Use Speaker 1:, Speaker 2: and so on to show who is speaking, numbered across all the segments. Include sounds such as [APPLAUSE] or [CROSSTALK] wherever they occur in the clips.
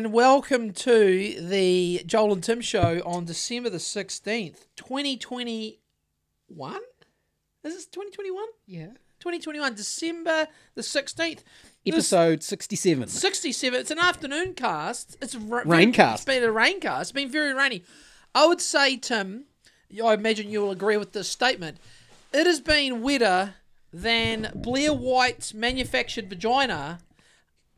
Speaker 1: Welcome to the Joel and Tim show on December the 16th, 2021. Is this 2021?
Speaker 2: Yeah.
Speaker 1: 2021, December the 16th. This-
Speaker 2: Episode 67.
Speaker 1: 67. It's an afternoon cast. It's a ra-
Speaker 2: Raincast.
Speaker 1: It's been a raincast. It's been very rainy. I would say, Tim, I imagine you will agree with this statement. It has been wetter than Blair White's manufactured vagina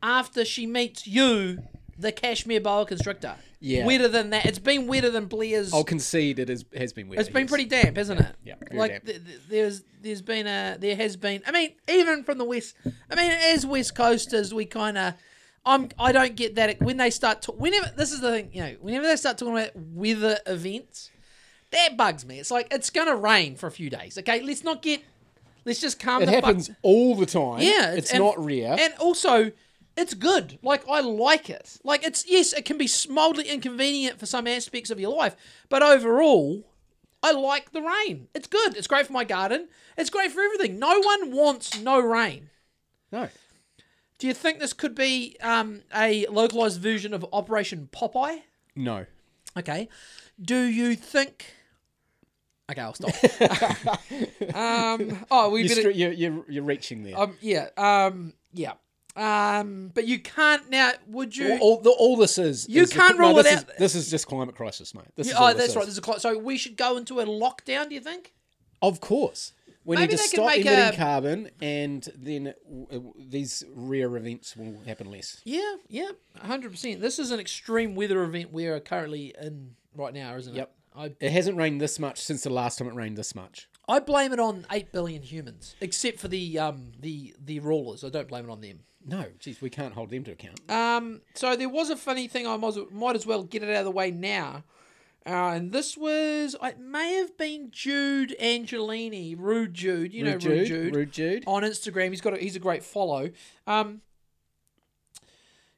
Speaker 1: after she meets you, the cashmere boa constrictor.
Speaker 2: Yeah.
Speaker 1: Wetter than that. It's been wetter than Blair's.
Speaker 2: I'll concede it is, has been weird.
Speaker 1: It's been pretty damp, hasn't it?
Speaker 2: yeah, very
Speaker 1: Like
Speaker 2: damp.
Speaker 1: th- th- there's there's been a there has been. I mean, even from the west. I mean, as West Coasters, we kind of. I'm. I don't get that when they start. To, whenever this is the thing, you know, whenever they start talking about weather events, that bugs me. It's like it's gonna rain for a few days. Okay, let's not get. Let's just calm
Speaker 2: It
Speaker 1: the
Speaker 2: happens
Speaker 1: fuck.
Speaker 2: all the time.
Speaker 1: Yeah,
Speaker 2: It's
Speaker 1: and-
Speaker 2: not rare.
Speaker 1: And also, it's good. Like I like it. Like it's yes, it can be mildly inconvenient for some aspects of your life, but overall, I like the rain. It's good. It's great for my garden. It's great for everything. No one wants no rain.
Speaker 2: no.
Speaker 1: Do you think this could be um, a localized version of Operation Popeye?
Speaker 2: No.
Speaker 1: Okay. Do you think? Okay, I'll
Speaker 2: [LAUGHS]
Speaker 1: stop. [LAUGHS] um, oh, we
Speaker 2: You're,
Speaker 1: better.
Speaker 2: str- you're, you're, you're reaching there.
Speaker 1: Um, yeah. Um, yeah. Um, but you can't now. Would you?
Speaker 2: all, all, the- all this is.
Speaker 1: You
Speaker 2: is the-
Speaker 1: can't
Speaker 2: no,
Speaker 1: rule it
Speaker 2: this is-
Speaker 1: out.
Speaker 2: this is just climate crisis, mate. This is all
Speaker 1: oh,
Speaker 2: this
Speaker 1: that's right.
Speaker 2: is.
Speaker 1: There's a clock. So we should go into a lockdown. Do you think?
Speaker 2: Of course. We
Speaker 1: Maybe
Speaker 2: need to
Speaker 1: they can
Speaker 2: stop
Speaker 1: make
Speaker 2: emitting
Speaker 1: a-
Speaker 2: carbon, and then w- w- these rare events will happen less.
Speaker 1: Yeah. Yeah. hundred percent. This is an extreme weather event we are currently in right now, isn't
Speaker 2: Yep.
Speaker 1: it? I
Speaker 2: It hasn't rained this much since the last time it rained this much.
Speaker 1: I blame it on eight billion humans, except for the um the the rulers. I don't blame it on them.
Speaker 2: No, geez, we can't hold them to account.
Speaker 1: Um, so there was a funny thing. I might, might as well get it out of the way now. Uh, and this was it may have been Jude Angelini, Rude Jude, you know Rude Jude,
Speaker 2: Rude Jude.
Speaker 1: on Instagram. He's got a, he's a great follow. Um,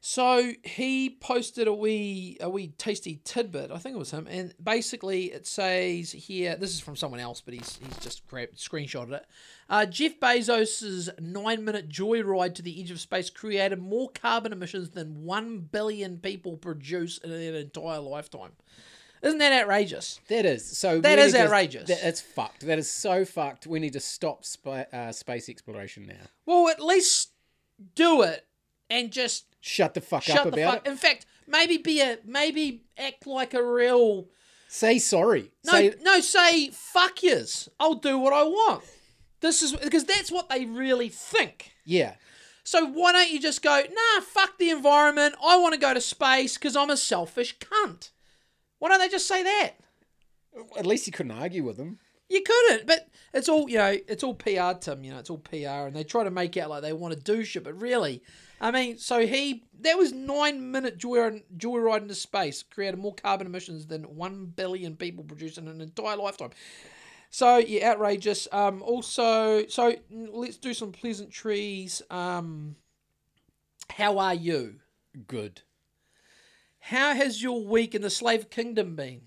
Speaker 1: so he posted a wee a wee tasty tidbit. I think it was him, and basically it says here this is from someone else, but he's he's just grabbed screenshotted it. Uh, Jeff Bezos's nine minute joyride to the edge of space created more carbon emissions than one billion people produce in their entire lifetime. Isn't that outrageous?
Speaker 2: That is so.
Speaker 1: That
Speaker 2: we
Speaker 1: is
Speaker 2: need to-
Speaker 1: outrageous.
Speaker 2: That, it's fucked. That is so fucked. We need to stop spa- uh, space exploration now.
Speaker 1: Well, at least do it and just
Speaker 2: Shut the fuck
Speaker 1: shut
Speaker 2: up
Speaker 1: the
Speaker 2: about
Speaker 1: fuck.
Speaker 2: it.
Speaker 1: In fact, maybe be a maybe act like a real
Speaker 2: Say sorry.
Speaker 1: no
Speaker 2: Say,
Speaker 1: no say fuck yous. I'll do what I want. This is because that's what they really think.
Speaker 2: yeah.
Speaker 1: So why don't you just go nah fuck the environment? I want to go to space because I'm a selfish cunt. Why don't they just say that?
Speaker 2: At least you couldn't argue with them.
Speaker 1: You couldn't, but it's all you know. It's all PR, Tim. You know, it's all PR, and they try to make out like they want to do shit, but really, I mean, so he that was nine minute joy joyride into space created more carbon emissions than one billion people produce in an entire lifetime. So yeah, outrageous. Um, also, so mm, let's do some pleasantries. Um, how are you?
Speaker 2: Good.
Speaker 1: How has your week in the slave kingdom been?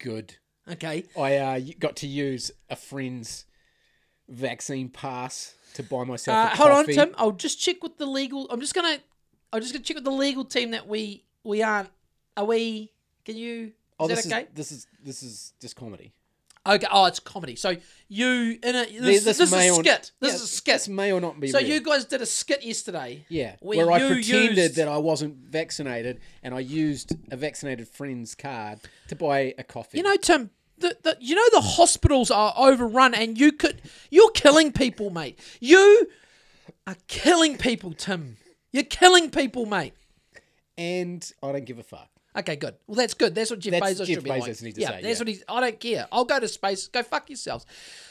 Speaker 2: Good.
Speaker 1: Okay.
Speaker 2: I uh, y- got to use a friend's vaccine pass to buy myself.
Speaker 1: Uh,
Speaker 2: a
Speaker 1: hold on,
Speaker 2: coffee.
Speaker 1: Tim. I'll just check with the legal. I'm just gonna. I'm just gonna check with the legal team that we we aren't. Are we? Can you? Is
Speaker 2: Oh,
Speaker 1: that
Speaker 2: this
Speaker 1: okay?
Speaker 2: is this is this is just comedy.
Speaker 1: Okay. Oh, it's comedy. So you in a this, this, is
Speaker 2: may
Speaker 1: a
Speaker 2: or-
Speaker 1: skit. This
Speaker 2: yeah,
Speaker 1: is a
Speaker 2: This
Speaker 1: skit.
Speaker 2: may or not be.
Speaker 1: So
Speaker 2: real.
Speaker 1: you guys did a skit yesterday.
Speaker 2: Yeah,
Speaker 1: where
Speaker 2: where, I
Speaker 1: you
Speaker 2: pretended
Speaker 1: used-
Speaker 2: that I wasn't vaccinated and I used a vaccinated friend's card to buy a coffee.
Speaker 1: You know, Tim. The, the, you know the hospitals are overrun, and you could you're killing people, mate. You are killing people, Tim. You're killing people, mate.
Speaker 2: and I don't give a fuck.
Speaker 1: Okay, good. Well, that's good. That's what Jeff
Speaker 2: That's
Speaker 1: Bezos
Speaker 2: Jeff
Speaker 1: should be like.
Speaker 2: Bezos needs to
Speaker 1: yeah,
Speaker 2: say,
Speaker 1: that's
Speaker 2: yeah.
Speaker 1: what he's. I don't care. I'll go to space. Go fuck yourselves.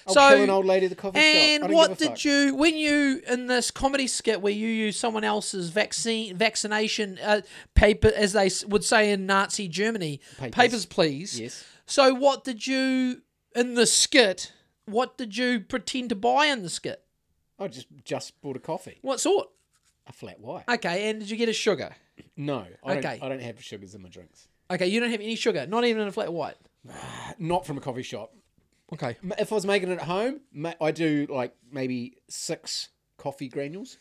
Speaker 2: I'll
Speaker 1: so,
Speaker 2: kill an old lady at the coffee shop. I
Speaker 1: and
Speaker 2: don't
Speaker 1: what
Speaker 2: give a
Speaker 1: did
Speaker 2: fuck.
Speaker 1: you when you in this comedy skit where you use someone else's vaccine vaccination uh, paper, as they s- would say in Nazi Germany, papers,
Speaker 2: Papers.
Speaker 1: please.
Speaker 2: Yes.
Speaker 1: So, what did you in the skit? What did you pretend to buy in the skit?
Speaker 2: I just just bought a coffee,
Speaker 1: What sort?
Speaker 2: a flat white.
Speaker 1: Okay, and did you get a sugar?
Speaker 2: No, I
Speaker 1: Okay.
Speaker 2: don't, I don't have sugars in my drinks.
Speaker 1: Okay, you don't have any sugar, not even in a flat white.
Speaker 2: Not from a coffee shop.
Speaker 1: Okay.
Speaker 2: M- If I was making it at home, ma- I do like maybe six coffee granules.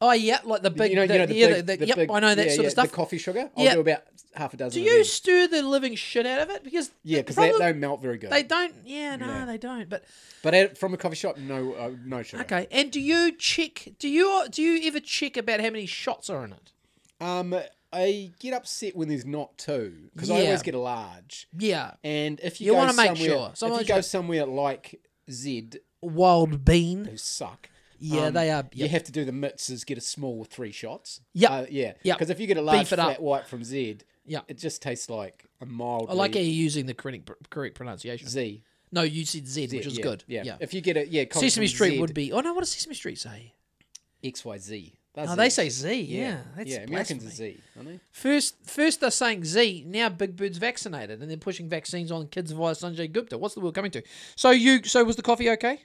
Speaker 1: Oh yeah, like the big.
Speaker 2: you know, you
Speaker 1: the-
Speaker 2: know the
Speaker 1: yeah,
Speaker 2: big,
Speaker 1: the- the-
Speaker 2: the
Speaker 1: yep,
Speaker 2: big-
Speaker 1: I know that
Speaker 2: yeah,
Speaker 1: sort
Speaker 2: yeah,
Speaker 1: of stuff.
Speaker 2: The coffee sugar.
Speaker 1: Yeah.
Speaker 2: I'll do about half a dozen.
Speaker 1: Do
Speaker 2: of
Speaker 1: you
Speaker 2: them.
Speaker 1: stir the living shit out of it? Because
Speaker 2: Yeah,
Speaker 1: the
Speaker 2: because they,
Speaker 1: problem-
Speaker 2: they melt very good.
Speaker 1: they don't. Yeah, no,
Speaker 2: Yeah.
Speaker 1: they don't. But
Speaker 2: but at, from a coffee shop, no, uh, no sugar.
Speaker 1: okay. And do you check? Do you do you ever check about how many shots are in it?
Speaker 2: Um, I get upset when there's not two because I
Speaker 1: Yeah.
Speaker 2: always get a large.
Speaker 1: Yeah,
Speaker 2: And if you,
Speaker 1: You
Speaker 2: go
Speaker 1: wanna make
Speaker 2: somewhere-
Speaker 1: sure. Someone
Speaker 2: if you go
Speaker 1: should-
Speaker 2: somewhere like Zed,
Speaker 1: wild bean.
Speaker 2: who suck.
Speaker 1: Yeah,
Speaker 2: um,
Speaker 1: they are.
Speaker 2: You
Speaker 1: Yeah,
Speaker 2: have to do the mitzes, get a small with three shots.
Speaker 1: Yep.
Speaker 2: Uh, yeah.
Speaker 1: Yep.
Speaker 2: Because if you get a large
Speaker 1: Beef it
Speaker 2: flat
Speaker 1: up.
Speaker 2: white from Zed,
Speaker 1: Yep.
Speaker 2: it just tastes like a mild.
Speaker 1: I like E how you're using the correct correct pronunciation.
Speaker 2: Z.
Speaker 1: No, you said Z, which is
Speaker 2: yeah,
Speaker 1: good.
Speaker 2: Yeah.
Speaker 1: Yeah.
Speaker 2: If you get it, yeah. comes
Speaker 1: Sesame
Speaker 2: from
Speaker 1: Street
Speaker 2: Zed,
Speaker 1: would be. Oh no, what does Sesame Street say?
Speaker 2: X Y Z.
Speaker 1: No, Oh, they say Z. Yeah, that's
Speaker 2: yeah. Americans are
Speaker 1: blasphemy.
Speaker 2: Z, aren't they?
Speaker 1: First, first they're saying Z. Now Big Bird's vaccinated, and they're pushing vaccines on kids via Sanjay Gupta. What's the world coming to? So you, so was the coffee okay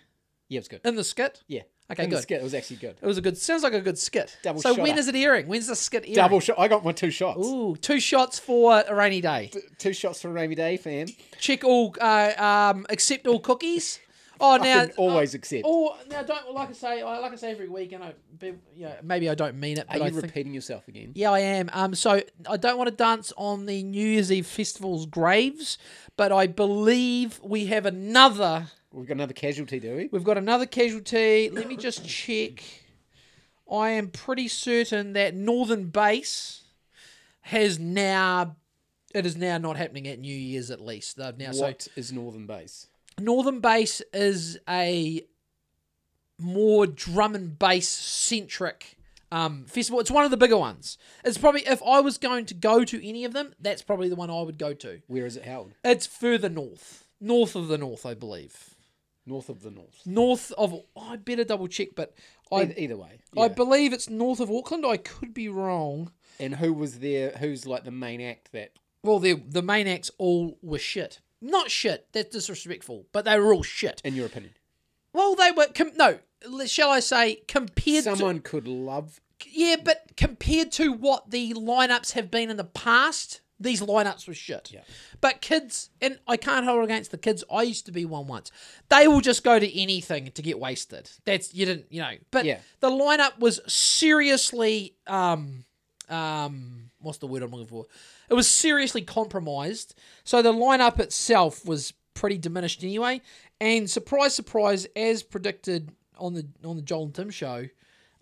Speaker 2: Yeah, it was good.
Speaker 1: in the skit?
Speaker 2: Yeah.
Speaker 1: Okay,
Speaker 2: And the
Speaker 1: good.
Speaker 2: skit, it was actually good.
Speaker 1: It was a good. Sounds like a good skit.
Speaker 2: Double
Speaker 1: so when
Speaker 2: shotter.
Speaker 1: is it airing? When's the skit airing?
Speaker 2: Double shot. I got my two shots.
Speaker 1: Ooh, two shots for a rainy day.
Speaker 2: Two shots for a rainy day, fam.
Speaker 1: Check all, uh, um, accept all cookies. Oh, now
Speaker 2: Fucking always accept.
Speaker 1: Oh, now don't like I say, I- like I say every week, and I, you know, maybe I don't mean it, but
Speaker 2: Are you
Speaker 1: I think.
Speaker 2: repeating yourself again?
Speaker 1: Yeah, I am. Um, so I don't want to dance on the New Year's Eve festival's graves, but I believe we have another.
Speaker 2: We've got another casualty, do we?
Speaker 1: We've got another casualty. Let me just check. I am pretty certain that Northern Base has now. It is now not happening at New Year's, at least. They've now
Speaker 2: What
Speaker 1: so
Speaker 2: is Northern Base?
Speaker 1: Northern Bass is a more drum and bass centric um, festival. It's one of the bigger ones. It's probably if I was going to go to any of them, that's probably the one I would go to.
Speaker 2: Where is it held?
Speaker 1: It's further north, north of the north, I believe.
Speaker 2: North of the North.
Speaker 1: North of I better double check, but I
Speaker 2: Either, either way.
Speaker 1: I
Speaker 2: yeah.
Speaker 1: believe it's north of Auckland. I could be wrong.
Speaker 2: and who was there? Who's like the main act that?
Speaker 1: Well, the the main acts all were shit. Not shit. That's disrespectful, but they were all shit.
Speaker 2: In your opinion,
Speaker 1: Well, they were com- no. Shall I say compared to
Speaker 2: someone could love.
Speaker 1: Yeah, but compared to what the lineups have been in the past, these lineups were shit.
Speaker 2: Yeah.
Speaker 1: But kids, and I can't hold it against the kids. I used to be one once. They will just go to anything to get wasted. That's you didn't, you know. But
Speaker 2: Yeah.
Speaker 1: the lineup was seriously, um, um, what's the word I'm looking for? It was seriously compromised. So the lineup itself was pretty diminished anyway. And surprise, surprise, as predicted on the on the Joel and Tim show,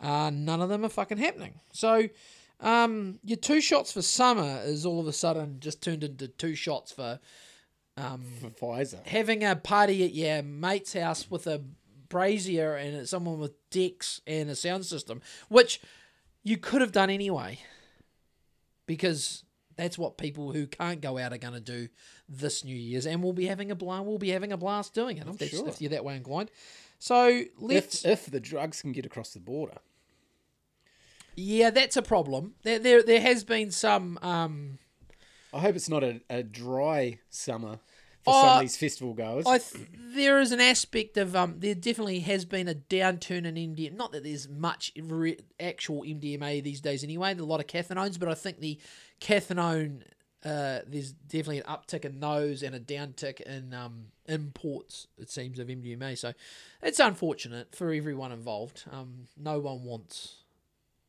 Speaker 1: uh, none of them are fucking happening. So um, your two shots for summer is all of a sudden just turned into two shots for
Speaker 2: for Pfizer.
Speaker 1: having a party at your mate's house with a brazier and someone with decks and a sound system, which you could have done anyway, because that's what people who can't go out are going to do this New Year's, and we'll be having a blast. We'll be having a blast doing it if, that's,
Speaker 2: sure.
Speaker 1: if you're that way inclined. So let's.
Speaker 2: If, if the drugs can get across the border,
Speaker 1: yeah, that's a problem. There, there, there has been some. Um,
Speaker 2: I hope it's not a, a dry summer for
Speaker 1: Uh,
Speaker 2: some of these festival goers.
Speaker 1: I th- there is an aspect of um, there definitely has been a downturn in MDMA. Not that there's much re- actual MDMA these days, anyway. There's a lot of cathinones, but I think the cathinone uh, there's definitely an uptick in those and a downtick in um, imports. It seems of MDMA, so it's unfortunate for everyone involved. Um, no one wants.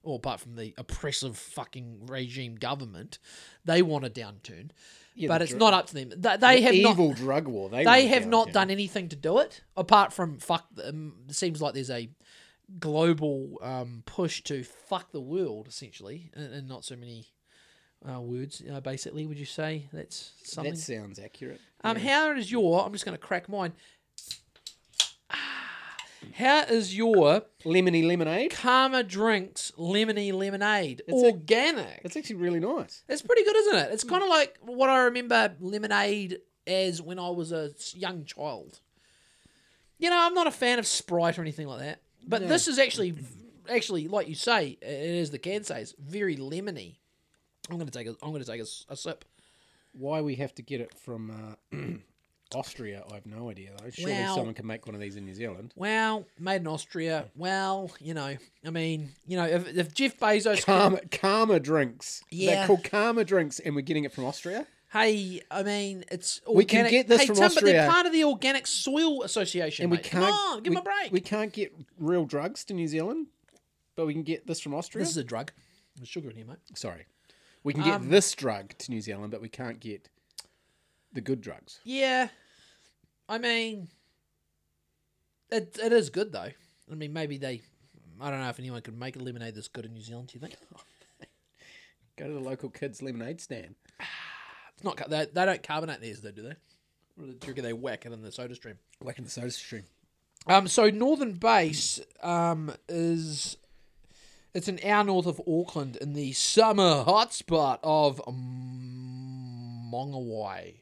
Speaker 1: Or apart from the oppressive fucking regime government, they want a downturn,
Speaker 2: Yeah,
Speaker 1: but
Speaker 2: the
Speaker 1: it's
Speaker 2: dr-
Speaker 1: not up to them. They, they have not
Speaker 2: evil drug war. They,
Speaker 1: they
Speaker 2: want
Speaker 1: have
Speaker 2: down
Speaker 1: not
Speaker 2: here.
Speaker 1: done anything to do it apart from fuck. Um, it seems like there's a global um, push to fuck the world essentially, and, and not so many uh, words. Uh, basically, would you say that's something?
Speaker 2: That sounds accurate.
Speaker 1: um, how is your? I'm just going to crack mine. Ah, How is your
Speaker 2: Lemony lemonade.
Speaker 1: Karma Drinks lemony lemonade?
Speaker 2: It's a-
Speaker 1: organic.
Speaker 2: That's actually really nice.
Speaker 1: It's pretty good, isn't it? It's kind of like what I remember lemonade as when I was a s- young child. You know, I'm not a fan of Sprite or anything like that, but
Speaker 2: No.
Speaker 1: this is actually, actually, like you say, it is the can say, it's very lemony. I'm gonna take a, I'm gonna take a, s- a sip.
Speaker 2: Why we have to get it from uh, [CLEARS THROAT] Austria, I have no idea. Though. Surely
Speaker 1: Wow.
Speaker 2: someone can make one of these in New Zealand.
Speaker 1: Well, made in Austria. Well, you know, I mean, you know, if, if Jeff Bezos, could-
Speaker 2: Karma, karma drinks.
Speaker 1: Yeah.
Speaker 2: They're called Karma drinks, and we're getting it from Austria.
Speaker 1: hey, I mean, it's organic.
Speaker 2: can get this
Speaker 1: hey,
Speaker 2: from
Speaker 1: Tim, but they're
Speaker 2: Austria.
Speaker 1: part of the Organic Soil Association.
Speaker 2: And we
Speaker 1: mate.
Speaker 2: can't
Speaker 1: Come on, give
Speaker 2: we,
Speaker 1: them a break.
Speaker 2: We can't get real drugs to New Zealand. but we can get this from Austria.
Speaker 1: This is a drug. There's sugar in here, mate.
Speaker 2: Sorry. We can get
Speaker 1: Um,
Speaker 2: this drug to New Zealand, but we can't get the good drugs.
Speaker 1: Yeah, I mean, it it is good though. I mean, maybe they. I don't know if anyone could make a lemonade this good in New Zealand. Do you think?
Speaker 2: Go to the local kids' lemonade stand.
Speaker 1: It's not. ca- They, they don't carbonate theirs, though, do they? Or do you reckon they whack it in the Soda Stream?
Speaker 2: Like in the soda stream.
Speaker 1: Um, so Northern Base um, is it's an hour north of Auckland in the summer hotspot of um, Mongawai,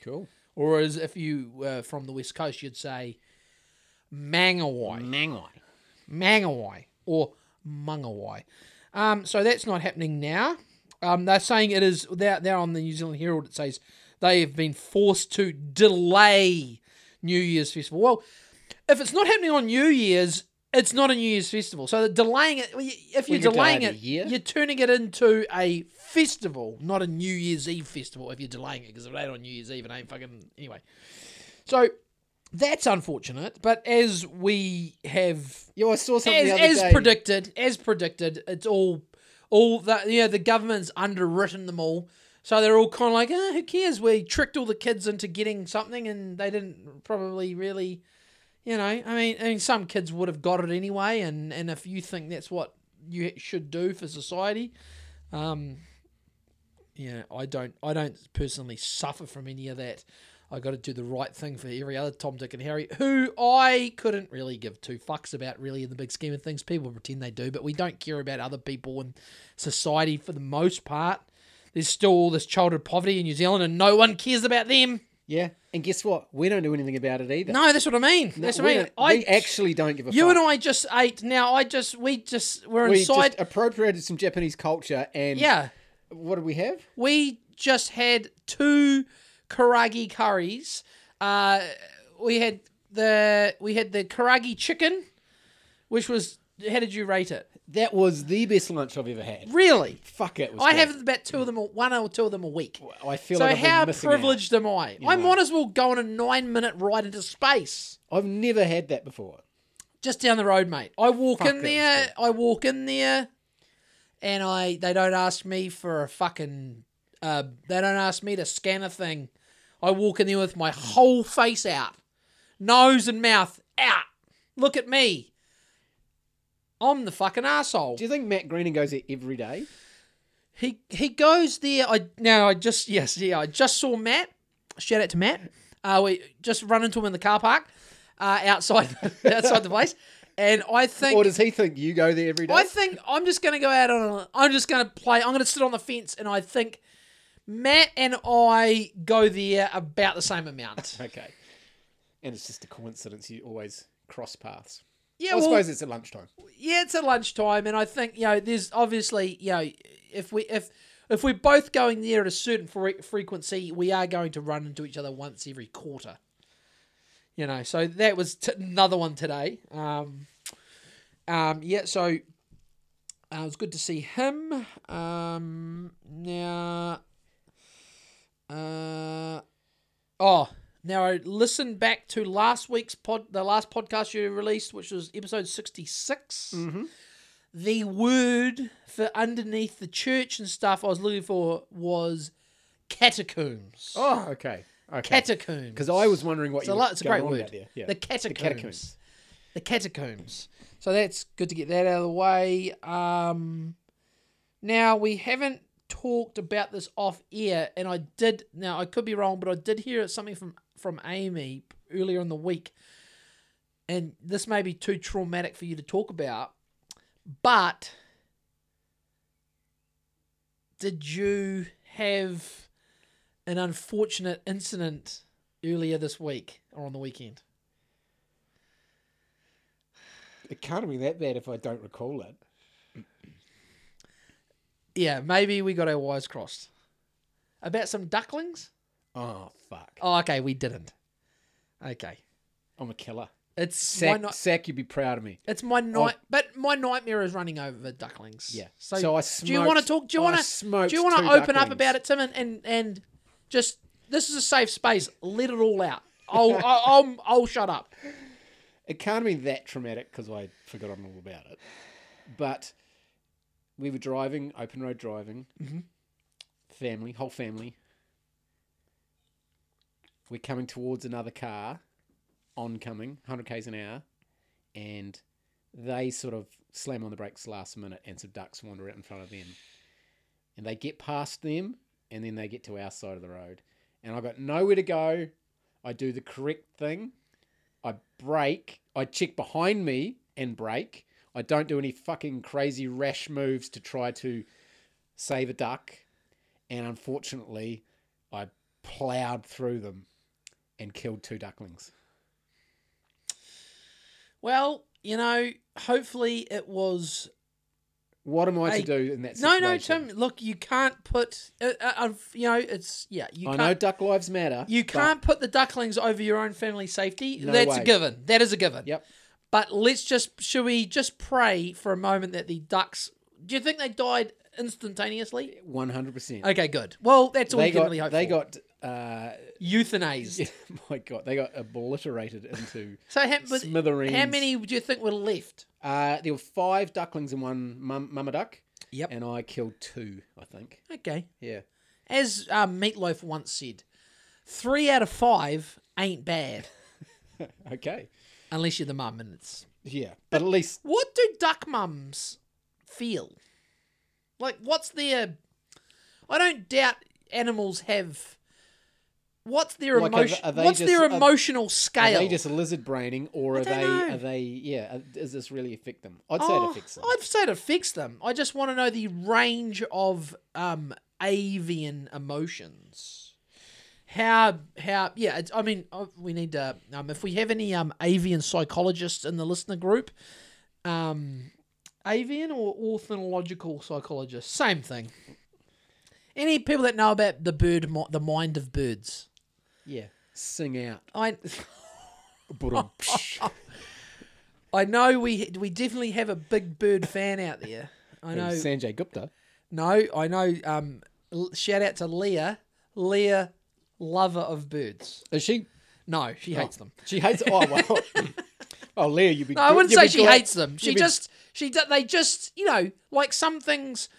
Speaker 2: Cool.
Speaker 1: or as if you were from the west coast, you'd say Mangawai,
Speaker 2: Mangai.
Speaker 1: Mangawai, or Mungawai. Um, so that's not happening now. Um, they're saying it is. They're, they're on the New Zealand Herald. It says they have been forced to delay New Year's festival. Well, if it's not happening on New Year's, it's not a New Year's festival. So that delaying it, well, y- if you're,
Speaker 2: Well, you're
Speaker 1: delaying it,
Speaker 2: delaying a year.
Speaker 1: you're turning it into a festival, not a New Year's Eve festival. If you're delaying it, because if it ain't on New Year's Eve, it ain't fucking anyway. So that's unfortunate. But as we have
Speaker 2: Yo, I saw something
Speaker 1: as,
Speaker 2: the other
Speaker 1: as
Speaker 2: day.
Speaker 1: predicted, as predicted, it's all all that yeah. The government's underwritten them all, so they're all kind of like, eh, who cares? We tricked all the kids into getting something, and they didn't probably really, you know. I mean, I mean, some kids would have got it anyway, and and if you think that's what you should do for society, um, yeah, I don't, I don't personally suffer from any of that. I got to do the right thing for every other Tom, Dick, and Harry, who I couldn't really give two fucks about, really, in the big scheme of things. People pretend they do, but we don't care about other people and society for the most part. There's still all this childhood poverty in New Zealand, and no one cares about them.
Speaker 2: yeah. And guess what? We don't do anything about it either.
Speaker 1: No, that's what I mean. That's
Speaker 2: we
Speaker 1: what I mean.
Speaker 2: don't-
Speaker 1: I,
Speaker 2: we actually don't give a
Speaker 1: you
Speaker 2: fuck.
Speaker 1: and I just ate. Now I just, we just, we're
Speaker 2: we
Speaker 1: inside.
Speaker 2: just appropriated some Japanese culture and
Speaker 1: yeah,
Speaker 2: what did we have?
Speaker 1: we just had two karagi curries. Uh, we had the we had the karagi chicken, which was how did you rate it?
Speaker 2: That was the best lunch I've ever had.
Speaker 1: Really,
Speaker 2: Fuck it. Was
Speaker 1: I
Speaker 2: good.
Speaker 1: have about two of them, a- one or two of them a week.
Speaker 2: I feel
Speaker 1: so
Speaker 2: like I've been
Speaker 1: how
Speaker 2: missing out.
Speaker 1: privileged am I? I might as well go on a nine minute ride into space.
Speaker 2: I've never had that before.
Speaker 1: just down the road, mate. I walk
Speaker 2: Fuck, that
Speaker 1: in
Speaker 2: was
Speaker 1: there. I walk in there, and I they don't ask me for a fucking. Uh, they don't ask me to scan a thing. I walk in there with my whole face out, nose and mouth out. Look at me. I'm the fucking asshole.
Speaker 2: Do you think Matt Greening goes there every day?
Speaker 1: He he goes there. I now I just yes yeah I just saw Matt. Shout out to Matt. Uh, we just run into him in the car park, uh, outside [LAUGHS] outside the place, and I think
Speaker 2: Or does he think you go there every day?
Speaker 1: I think I'm just going to go out on. A, I'm just going to play. I'm going to sit on the fence, and I think Matt and I go there about the same amount.
Speaker 2: [LAUGHS] okay. And it's just a coincidence you always cross paths.
Speaker 1: Yeah,
Speaker 2: I
Speaker 1: well,
Speaker 2: suppose it's at lunchtime.
Speaker 1: yeah, it's at lunchtime, and I think you know, there's obviously you know, if we if if we're both going there at a certain fre- frequency, we are going to run into each other once every quarter. You know, so that was t- another one today. Um, um, yeah, so uh, it was good to see him. Um, now, uh, oh, now I listened back to last week's pod, the last podcast you released, which was episode sixty
Speaker 2: Mm.
Speaker 1: Mm-hmm. The word for underneath the church and stuff I was looking for was catacombs.
Speaker 2: Oh, okay. Okay.
Speaker 1: catacombs.
Speaker 2: Because I was wondering what
Speaker 1: It's
Speaker 2: you
Speaker 1: a
Speaker 2: were
Speaker 1: lot. It's a
Speaker 2: going
Speaker 1: great
Speaker 2: on
Speaker 1: word.
Speaker 2: about there. Yeah.
Speaker 1: The catacombs.
Speaker 2: catacombs.
Speaker 1: The catacombs. So that's good to get that out of the way. Um, now we haven't talked about this off air, and I did. Now I could be wrong, but I did hear something from from Amy earlier in the week, and this may be too traumatic for you to talk about, but did you have an unfortunate incident earlier this week or on the weekend?
Speaker 2: It can't be that bad if I don't recall it.
Speaker 1: Yeah, maybe we got our wires crossed. About some ducklings?
Speaker 2: Oh, fuck.
Speaker 1: Oh, okay, we didn't. Okay.
Speaker 2: I'm a killer.
Speaker 1: It's my
Speaker 2: Sack,
Speaker 1: ni-
Speaker 2: sack you'd be proud of me.
Speaker 1: it's my night, but my nightmare is running over ducklings.
Speaker 2: Oh. Yeah.
Speaker 1: So,
Speaker 2: So I
Speaker 1: do you want to
Speaker 2: smoked-
Speaker 1: talk? Do you
Speaker 2: I
Speaker 1: want to?
Speaker 2: smoked
Speaker 1: Do you want to
Speaker 2: two
Speaker 1: open up
Speaker 2: ducklings.
Speaker 1: about it, Tim, and, and and just this is a safe space. Let it all out. I'll [LAUGHS] I'll, I'll, I'll shut up.
Speaker 2: It can't have been that traumatic because I forgot all about it. But we were driving, open road driving, family, whole family. We're coming towards another car, oncoming, 100 k's an hour, and they sort of slam on the brakes last minute, and some ducks wander out in front of them. And they get past them, and then they get to our side of the road. And I got nowhere to go. I do the correct thing. I brake. I check behind me and brake. I don't do any fucking crazy rash moves to try to save a duck. And unfortunately, I plowed through them and killed two ducklings.
Speaker 1: Well, you know, hopefully it was
Speaker 2: What am I
Speaker 1: Hey,
Speaker 2: to do in that
Speaker 1: No,
Speaker 2: situation?
Speaker 1: no, Tim. Look, you can't put. Uh, uh, I've- you know, it's yeah. You
Speaker 2: I
Speaker 1: can't.
Speaker 2: know duck lives matter.
Speaker 1: you
Speaker 2: but-
Speaker 1: can't put the ducklings over your own family safety.
Speaker 2: No
Speaker 1: That's a
Speaker 2: way.
Speaker 1: given. That is a given.
Speaker 2: Yep.
Speaker 1: But let's just should we just pray for a moment that the ducks? Do you think they died instantaneously?
Speaker 2: One hundred percent.
Speaker 1: Okay, good. Well, that's all
Speaker 2: They
Speaker 1: you can
Speaker 2: got.
Speaker 1: really hope
Speaker 2: They
Speaker 1: for.
Speaker 2: got. Uh, [LAUGHS]
Speaker 1: euthanized.
Speaker 2: my God, they got obliterated into.
Speaker 1: So how, but
Speaker 2: Smithereens.
Speaker 1: how many do you think were left?
Speaker 2: Uh, there were five ducklings and one mum, mama duck,
Speaker 1: Yep.
Speaker 2: and I killed two. I think.
Speaker 1: Okay.
Speaker 2: Yeah.
Speaker 1: As uh, Meatloaf once said, three out of five ain't bad
Speaker 2: Okay.
Speaker 1: unless you're the mum and it's
Speaker 2: Yeah, but at least
Speaker 1: What do duck mums feel? Like, what's their. I don't doubt animals have. What's their
Speaker 2: Like, are
Speaker 1: emotion?
Speaker 2: they- are they
Speaker 1: what's their
Speaker 2: just- are-
Speaker 1: emotional
Speaker 2: are
Speaker 1: scale?
Speaker 2: they just lizard braining, or are
Speaker 1: don't
Speaker 2: they?
Speaker 1: know.
Speaker 2: Are they? Yeah. are- Does this really affect them? I'd say it
Speaker 1: Oh,
Speaker 2: affects them.
Speaker 1: I'd say it affects them. I just want to know the range of um, avian emotions. How how yeah? It's, I mean, uh, we need to um, if we have any um, avian psychologists in the listener group, um, avian or ornithological psychologists, same thing. Any people that know about the bird, mi- the mind of birds.
Speaker 2: Yeah. Sing
Speaker 1: [LAUGHS]
Speaker 2: out.
Speaker 1: I
Speaker 2: Boom. Psh.
Speaker 1: I know we we definitely have a big bird fan out there. I know
Speaker 2: Sanjay Gupta.
Speaker 1: No, I know. Um, l- shout out to Leah, Leah, lover of birds.
Speaker 2: Is she?
Speaker 1: No, she hates them.
Speaker 2: She hates. Oh
Speaker 1: [LAUGHS]
Speaker 2: well. [LAUGHS] oh, Leah, you'd be.
Speaker 1: No, I wouldn't
Speaker 2: you'd
Speaker 1: say
Speaker 2: be
Speaker 1: she
Speaker 2: glad-
Speaker 1: hates them. She
Speaker 2: you'd be-
Speaker 1: just, she d- they just, you know, like some things,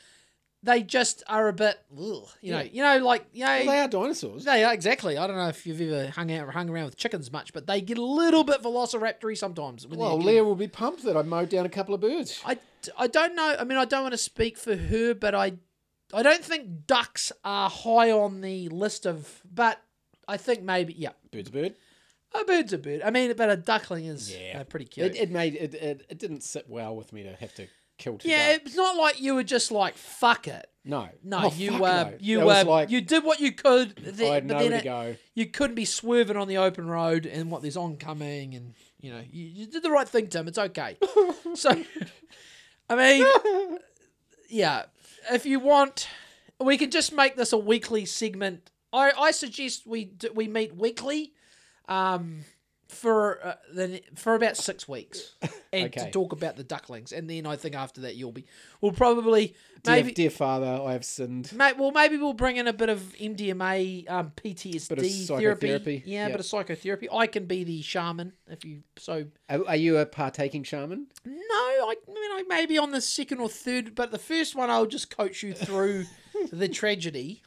Speaker 1: they just are a bit, ugh, you know,
Speaker 2: Yeah.
Speaker 1: you know, like you know,
Speaker 2: Well, they are dinosaurs.
Speaker 1: they are exactly. I don't know if you've ever hung out hung around with chickens much, but they get a little bit velociraptory sometimes. When they're
Speaker 2: Well,
Speaker 1: getting-
Speaker 2: Leah will be pumped that I mowed down a couple of birds.
Speaker 1: [LAUGHS] I, I don't know. I mean, I don't want to speak for her, but I I don't think ducks are high on the list of. But I think maybe yeah,
Speaker 2: Bird's a bird.
Speaker 1: a bird's a bird. I mean, but a duckling is
Speaker 2: Yeah.
Speaker 1: uh, pretty cute.
Speaker 2: It, it made it, it. It didn't sit well with me to have to kill two.
Speaker 1: yeah,
Speaker 2: Yeah.
Speaker 1: it's not like you were just like fuck it.
Speaker 2: No.
Speaker 1: No,
Speaker 2: Oh,
Speaker 1: you
Speaker 2: fuck
Speaker 1: were
Speaker 2: no.
Speaker 1: you
Speaker 2: That
Speaker 1: were
Speaker 2: was like,
Speaker 1: you did what you could.
Speaker 2: I
Speaker 1: th- but
Speaker 2: had nowhere
Speaker 1: then
Speaker 2: to
Speaker 1: it,
Speaker 2: go.
Speaker 1: you couldn't be swerving on the open road and what there's oncoming and you know you, you did the right thing tim it's okay so i mean yeah if you want we can just make this a weekly segment i, I suggest we do, we meet weekly um for uh, the, for about six weeks and to
Speaker 2: Okay.
Speaker 1: talk about the ducklings and then i think after that you'll be we'll probably
Speaker 2: Dear,
Speaker 1: maybe
Speaker 2: dear father, I have sinned.
Speaker 1: Mate, well, maybe we'll bring in a bit of MDMA, um, PTSD
Speaker 2: Bit of
Speaker 1: therapy.
Speaker 2: psychotherapy,
Speaker 1: Yeah, a
Speaker 2: yeah.
Speaker 1: bit of psychotherapy. I can be the shaman if you so.
Speaker 2: Are, are you a partaking shaman?
Speaker 1: No, I, I mean, I maybe on the second or third, but the first one I'll just coach you through the tragedy.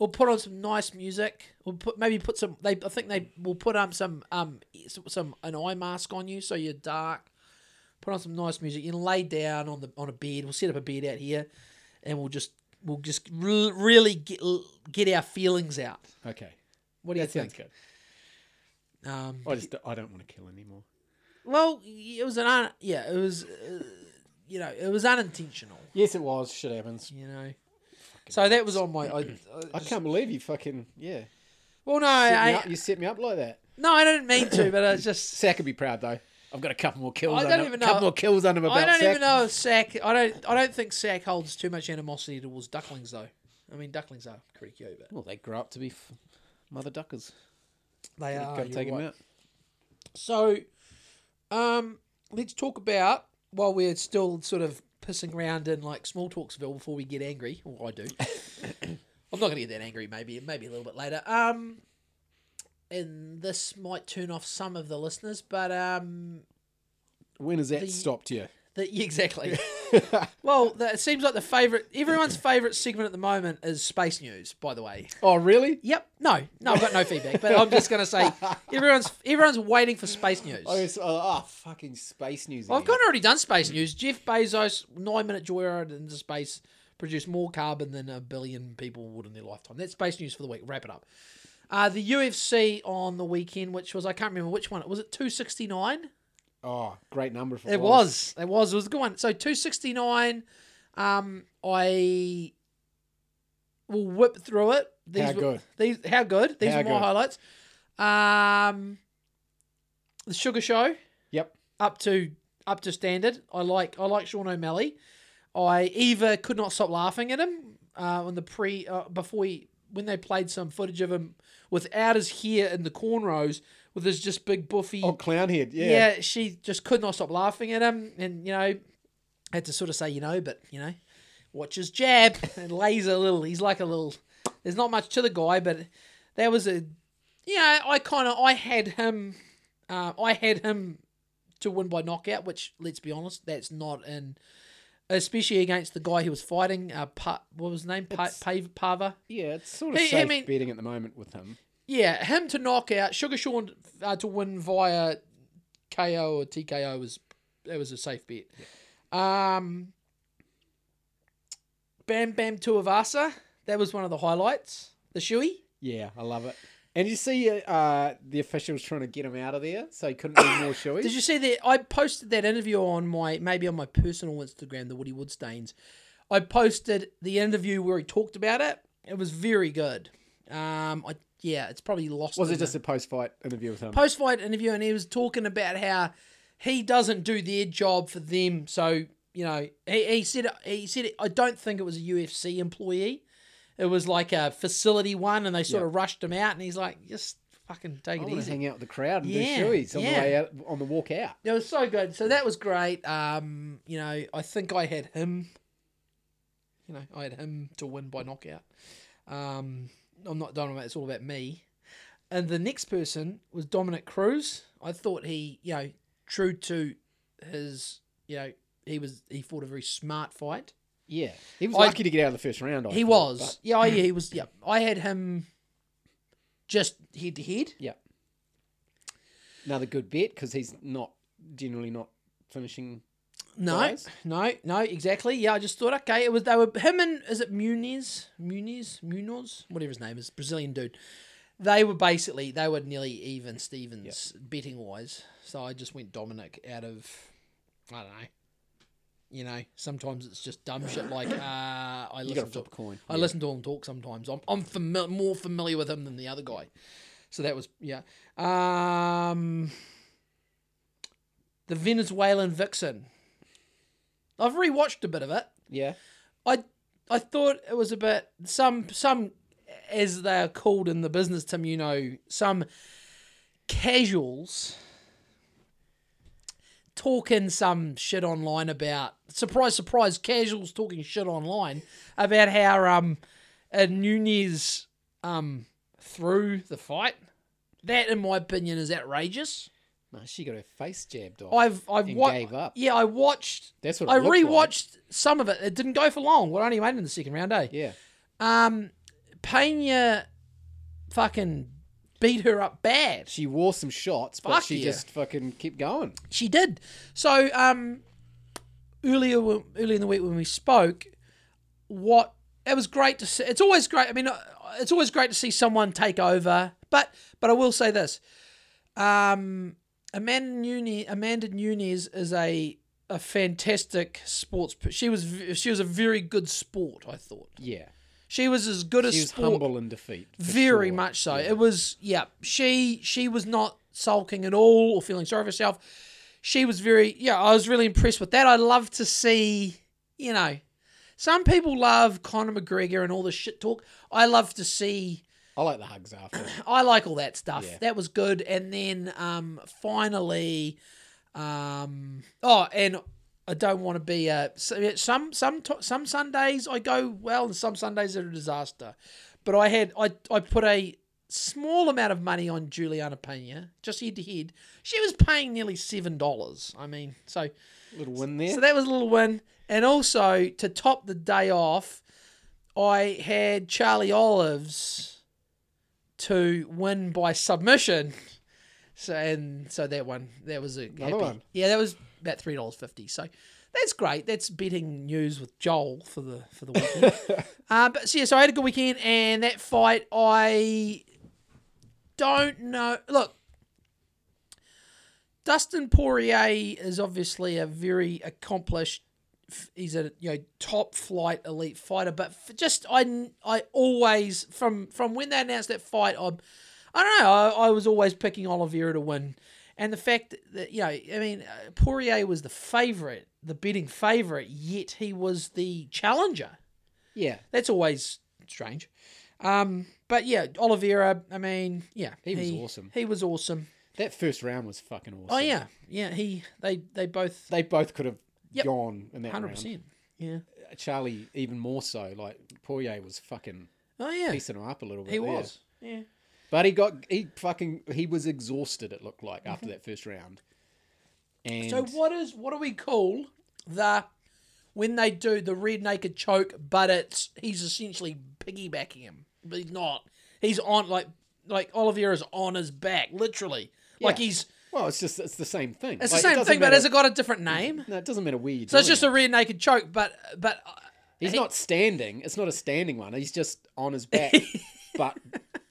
Speaker 1: We'll put on some nice music. We'll put maybe put some. They I think they will put um some um s- some an eye mask on you so you're dark. Put on some nice music. You can lay down on the on a bed. We'll set up a bed out here, and we'll just we'll just re- really get get our feelings out.
Speaker 2: Okay.
Speaker 1: What do you
Speaker 2: that sounds
Speaker 1: think?
Speaker 2: good.
Speaker 1: Um,
Speaker 2: I just I don't want to kill anymore.
Speaker 1: well, it was an un- yeah, it was uh, you know it was unintentional.
Speaker 2: Yes, it was. Shit happens.
Speaker 1: you know. So that was on my. I,
Speaker 2: [CLEARS THROAT] I
Speaker 1: I
Speaker 2: can't believe you fucking yeah.
Speaker 1: well, no,
Speaker 2: Set me
Speaker 1: I,
Speaker 2: up- you set me up like that.
Speaker 1: no, I didn't mean to, but I was
Speaker 2: [LAUGHS]
Speaker 1: just.
Speaker 2: Sack would be proud though. I've got a couple more kills.
Speaker 1: I don't
Speaker 2: under,
Speaker 1: even know-
Speaker 2: Couple more kills under my belt.
Speaker 1: I don't
Speaker 2: Sack.
Speaker 1: even know if Sack. I don't. I don't think Sack holds too much animosity towards ducklings, though. I mean, ducklings are pretty cute, but
Speaker 2: Well, they grow up to be f- mother duckers.
Speaker 1: they
Speaker 2: Gotta
Speaker 1: are.
Speaker 2: take
Speaker 1: you're
Speaker 2: 'em
Speaker 1: right.
Speaker 2: out.
Speaker 1: So, um, let's talk about while we're still sort of pissing around in like small talksville before we get angry. Well, I
Speaker 2: [COUGHS]
Speaker 1: do. I'm not going to get that angry. Maybe maybe a little bit later. Um, and this might turn off some of the listeners, but um,
Speaker 2: When has that
Speaker 1: The-
Speaker 2: stopped you?
Speaker 1: The, yeah, exactly. [LAUGHS] well, that, it seems like the favorite, everyone's favorite segment at the moment is space news. By the way.
Speaker 2: [LAUGHS] oh, really?
Speaker 1: Yep. No, no, I've got no feedback. But I'm just gonna say everyone's everyone's waiting for space news.
Speaker 2: Oh, it's, oh, oh, fucking space news.
Speaker 1: Well, I've
Speaker 2: again.
Speaker 1: kind of already done space news. Jeff Bezos, nine minute joyride into space, produced more carbon than a billion people would in their lifetime. That's space news for the week. Wrap it up. Uh, the UFC on the weekend, which was I can't remember which one. Was it two sixty nine?
Speaker 2: Oh, great number for
Speaker 1: It was. It was. It was a good one. So two sixty nine. Um, I will whip through it. These
Speaker 2: How
Speaker 1: were-
Speaker 2: good?
Speaker 1: These how good. These
Speaker 2: How
Speaker 1: are my
Speaker 2: good.
Speaker 1: highlights. Um, the Sugar Show
Speaker 2: Yep.
Speaker 1: up to up to standard. I like I like Sean O'Malley. I either could not stop laughing at him uh, on the pre uh, before he when they played some footage of him without his hair in the cornrows with his just big buffy
Speaker 2: Oh, clown head. Yeah.
Speaker 1: yeah. she just could not stop laughing at him, and you know, had to sort of say, you know, but you know, watch his jab [LAUGHS] and lays a little. He's like a little. There's not much to the guy, but there was a, you know, I kind of I had him, uh, I had him to win by knockout, which let's be honest, that's not in. Especially against the guy he was fighting, uh, pa- what was his name? Pa-
Speaker 2: It's-
Speaker 1: Pav- Pava.
Speaker 2: Yeah, it's sort of
Speaker 1: He- I
Speaker 2: safe
Speaker 1: mean-
Speaker 2: betting at the moment with him.
Speaker 1: Yeah, him to knock out Sugar Sean uh, to win via KO or TKO was that was a safe bet. Um, Bam Bam Tuivasa, that was one of the highlights. The shoey.
Speaker 2: Yeah, I love it. And you see uh, uh, the officials trying to get him out of there, so he couldn't
Speaker 1: [COUGHS]
Speaker 2: be more showy.
Speaker 1: Did you see that? I posted that interview on my maybe on my personal Instagram, the Woody Woodstains. I posted the interview where he talked about it. It was very good. Um, I, yeah, it's probably lost.
Speaker 2: was
Speaker 1: in
Speaker 2: it
Speaker 1: the-
Speaker 2: just a post-fight interview with him?
Speaker 1: post fight interview and he was talking about how he doesn't do their job for them. So you know, he, he said he said I don't think it was a UFC employee. It was like a facility one, and they sort of rushed him out. And he's like, just fucking take
Speaker 2: I
Speaker 1: it
Speaker 2: want to
Speaker 1: easy.
Speaker 2: hang out with the crowd and
Speaker 1: Yeah,
Speaker 2: do shoeys on
Speaker 1: yeah.
Speaker 2: the way out on the walk out.
Speaker 1: It was so good. So that was great. Um, you know, I think I had him. You know, I had him to win by knockout. Um, I'm not done about it's all about me. And the next person was Dominic Cruz. I thought he, you know, true to his, you know, he was he fought a very smart fight.
Speaker 2: Yeah, he was
Speaker 1: I-
Speaker 2: lucky to get out of the first round. I
Speaker 1: He
Speaker 2: thought,
Speaker 1: was,
Speaker 2: but-
Speaker 1: yeah, oh, yeah, he was, yeah. I had him just head to head.
Speaker 2: yeah, another good bet because he's not generally not finishing.
Speaker 1: No,
Speaker 2: guys?
Speaker 1: no, no, exactly. Yeah, I just thought, okay, it was they were him and is it Muniz, Muniz, Munoz, whatever his name is, Brazilian dude. They were basically they were nearly even Stevens betting wise. So I just went Dominic out of I don't know. You know, sometimes it's just dumb shit
Speaker 2: [COUGHS]
Speaker 1: like uh, I
Speaker 2: You got to
Speaker 1: listen to
Speaker 2: flip a coin.
Speaker 1: I listen to him talk sometimes. I'm I'm fami- more familiar with him than the other guy. So that was yeah. Um, the Venezuelan Vixen. I've rewatched a bit of it.
Speaker 2: Yeah,
Speaker 1: I I thought it was a bit some some as they are called in the business Tim, you know, some casuals talking some shit online about surprise surprise casuals talking shit online about how um uh, Nunez um threw the fight. That in my opinion is outrageous.
Speaker 2: no, she got her face jabbed off.
Speaker 1: I've I've
Speaker 2: And
Speaker 1: wa-
Speaker 2: gave up.
Speaker 1: Yeah, I watched
Speaker 2: That's what it
Speaker 1: I
Speaker 2: looked like.
Speaker 1: rewatched some of it. It didn't go for long. We're only made it in the second round, eh?
Speaker 2: Yeah,
Speaker 1: Um, Pena fucking beat her up bad.
Speaker 2: she wore some shots, but
Speaker 1: Fuck
Speaker 2: she
Speaker 1: yeah.
Speaker 2: just fucking kept going.
Speaker 1: She did. So um, earlier earlier in the week when we spoke, what it was great to see. It's always great. I mean, uh, it's always great to see someone take over. But but I will say this: um, Amanda Nunez, Amanda Nunez is a a fantastic sports. per- She was v- she was a very good sport. I thought
Speaker 2: Yeah,
Speaker 1: she was as good a
Speaker 2: she was
Speaker 1: sport
Speaker 2: humble in defeat. for
Speaker 1: very
Speaker 2: sure.
Speaker 1: much so it was yeah she she was not sulking at all or feeling sorry for herself she was very yeah i was really impressed with that i love to see you know some people love conor mcgregor and all this shit talk i love to see
Speaker 2: I like the hugs
Speaker 1: [COUGHS]
Speaker 2: after.
Speaker 1: i like all that stuff
Speaker 2: Yeah.
Speaker 1: that was good and then um finally um oh and i don't want to be a so- some some to- some sundays i go well and some sundays are a disaster but i had i i put a small amount of money on Juliana Pena, just head to head. She was paying nearly seven dollars. I mean, so
Speaker 2: Little win there.
Speaker 1: so that was a little win. And also to top the day off, I had Charlie Olives to win by submission. So and so that one that was a happy.
Speaker 2: one.
Speaker 1: Yeah, that was about three dollars fifty. So that's great. That's betting news with Joel for the for the weekend. uh, but so yeah, so I had a good weekend, and that fight I don't know. Look, Dustin Poirier is obviously a very accomplished. f- He's a you know top flight elite fighter, but f just I I always from from when they announced that fight, I'm I don't know I, I was always picking Oliveira to win, and the fact that you know I mean uh, Poirier was the favorite, the betting favorite, yet he was the challenger.
Speaker 2: yeah,
Speaker 1: That's always strange. Um, but yeah, Oliveira. I mean, yeah,
Speaker 2: He was awesome.
Speaker 1: He was awesome.
Speaker 2: that first round was fucking awesome.
Speaker 1: Oh yeah, yeah. He they they both
Speaker 2: they both could have
Speaker 1: Yep.
Speaker 2: gone in that
Speaker 1: hundred
Speaker 2: round.
Speaker 1: percent. Yeah.
Speaker 2: Charlie even more so. Like Poirier was
Speaker 1: [COUGHS]
Speaker 2: fucking
Speaker 1: Oh yeah.
Speaker 2: piecing him up a little bit.
Speaker 1: he
Speaker 2: there.
Speaker 1: was. Yeah.
Speaker 2: but he got he fucking he was exhausted. It looked like after that first round. And
Speaker 1: Mm-hmm. So what is what do we call the when they do the red naked choke? But it's he's essentially piggybacking him, but he's not. He's on like like Oliveira's on his back, literally. Like
Speaker 2: Yeah.
Speaker 1: he's
Speaker 2: Well, it's just it's the same thing.
Speaker 1: it's
Speaker 2: Like, it
Speaker 1: the same
Speaker 2: doesn't
Speaker 1: thing, but
Speaker 2: matter-
Speaker 1: has it got a different name?
Speaker 2: [LAUGHS] No, it doesn't matter where you.
Speaker 1: So it's just a rear naked choke, but but uh, [LAUGHS]
Speaker 2: He's
Speaker 1: he-
Speaker 2: not standing. It's not a standing one. He's just on
Speaker 1: [LAUGHS]
Speaker 2: his back. but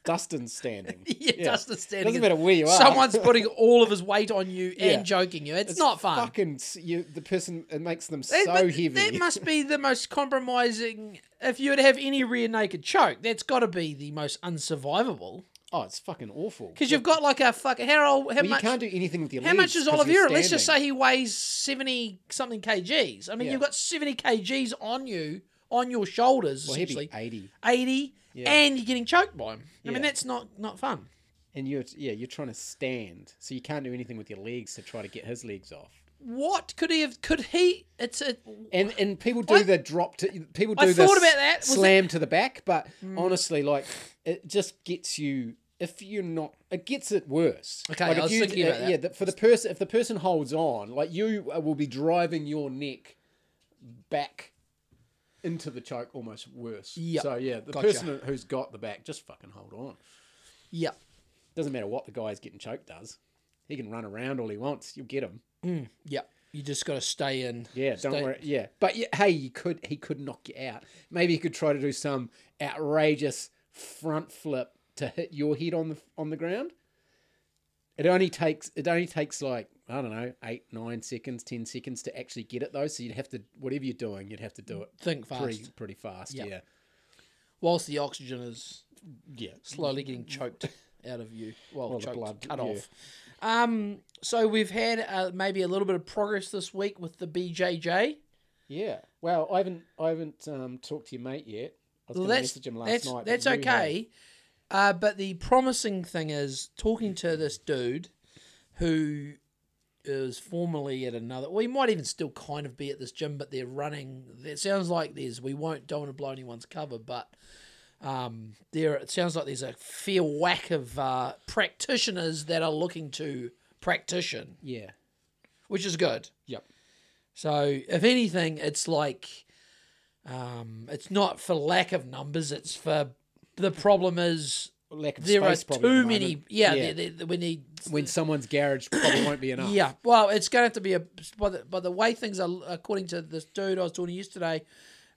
Speaker 2: Dustin's standing.
Speaker 1: yeah, Dustin standing.
Speaker 2: Doesn't
Speaker 1: is-
Speaker 2: matter where you are. [LAUGHS]
Speaker 1: Someone's putting all of his weight on you
Speaker 2: Yeah.
Speaker 1: and joking you. It's, [LAUGHS] not fun.
Speaker 2: Fucking s- you, the person. It makes them
Speaker 1: That-
Speaker 2: so
Speaker 1: but
Speaker 2: heavy.
Speaker 1: That must be the most compromising. If you were to have any rear naked choke, that's got to be the most unsurvivable.
Speaker 2: oh, it's fucking awful.
Speaker 1: Because you've got like a fuck. How old? How
Speaker 2: Well, you
Speaker 1: much?
Speaker 2: can't do anything with your
Speaker 1: How
Speaker 2: legs
Speaker 1: much is
Speaker 2: 'cause you're
Speaker 1: Oliveira? Let's just say
Speaker 2: standing.
Speaker 1: he weighs seventy something kgs. I mean,
Speaker 2: Yeah.
Speaker 1: you've got seventy kgs on you on your shoulders
Speaker 2: well, he'd be
Speaker 1: essentially,
Speaker 2: eighty,
Speaker 1: eighty,
Speaker 2: Yeah.
Speaker 1: and you're getting choked by him. I
Speaker 2: Yeah.
Speaker 1: mean, that's not not fun.
Speaker 2: and you're yeah, you're trying to stand, so you can't do anything with your legs to try to get his legs off.
Speaker 1: What could he have? Could he? It's a
Speaker 2: And and people do
Speaker 1: I-
Speaker 2: the drop to people do
Speaker 1: I
Speaker 2: the
Speaker 1: thought
Speaker 2: s-
Speaker 1: about that. Was Hmm.
Speaker 2: slam to the back, but honestly, like it just gets you if you're not. It gets it worse.
Speaker 1: Okay,
Speaker 2: like,
Speaker 1: I
Speaker 2: if
Speaker 1: was
Speaker 2: you-
Speaker 1: thinking about
Speaker 2: uh,
Speaker 1: that.
Speaker 2: Yeah, that for the person, if the person holds on, like you uh, will be driving your neck back into the choke almost worse.
Speaker 1: Yep,
Speaker 2: So yeah, the
Speaker 1: gotcha.
Speaker 2: person who's got the back just fucking hold on.
Speaker 1: yeah.
Speaker 2: Doesn't matter what the guy's getting choked does. He can run around all he wants. You'll get him.
Speaker 1: Yeah, you just got to stay in.
Speaker 2: Yeah, don't
Speaker 1: Stay-
Speaker 2: worry. Yeah, but yeah, hey, he could he could knock you out. Maybe he could try to do some outrageous front flip to hit your head on the on the ground. It only takes it only takes like I don't know eight nine seconds ten seconds to actually get it though. So you'd have to whatever you're doing, you'd have to do it
Speaker 1: Think fast,
Speaker 2: pretty pretty fast.
Speaker 1: Yeah.
Speaker 2: Yeah,
Speaker 1: whilst the oxygen is
Speaker 2: yeah.
Speaker 1: slowly
Speaker 2: [LAUGHS]
Speaker 1: getting choked out of you. Well,
Speaker 2: Well, the
Speaker 1: choked,
Speaker 2: blood,
Speaker 1: cut
Speaker 2: yeah.
Speaker 1: off. Um, so we've had uh, maybe a little bit of progress this week with the BJJ.
Speaker 2: Yeah. Well, I haven't I haven't um, talked to your mate yet. I was
Speaker 1: Well,
Speaker 2: going to
Speaker 1: that's
Speaker 2: message him last
Speaker 1: that's,
Speaker 2: night. but
Speaker 1: that's
Speaker 2: you had-
Speaker 1: okay. Uh, but the promising thing is talking to this dude who is formerly at another. Well, he might even still kind of be at this gym, but they're running. It sounds like there's. We won't don't want to blow anyone's cover, but um, there. It sounds like there's a fair whack of uh, practitioners that are looking to practition,
Speaker 2: Yeah.
Speaker 1: which is good.
Speaker 2: Yep.
Speaker 1: So if anything, it's like um, it's not for lack of numbers. It's for the problem is
Speaker 2: Lack of
Speaker 1: there are
Speaker 2: space probably at
Speaker 1: too
Speaker 2: the
Speaker 1: many.
Speaker 2: moment.
Speaker 1: Yeah, there- there- we need.
Speaker 2: when someone's garage probably won't be enough.
Speaker 1: Yeah, well, it's going to have to be a. By the, by the way things are, according to this dude I was talking to yesterday,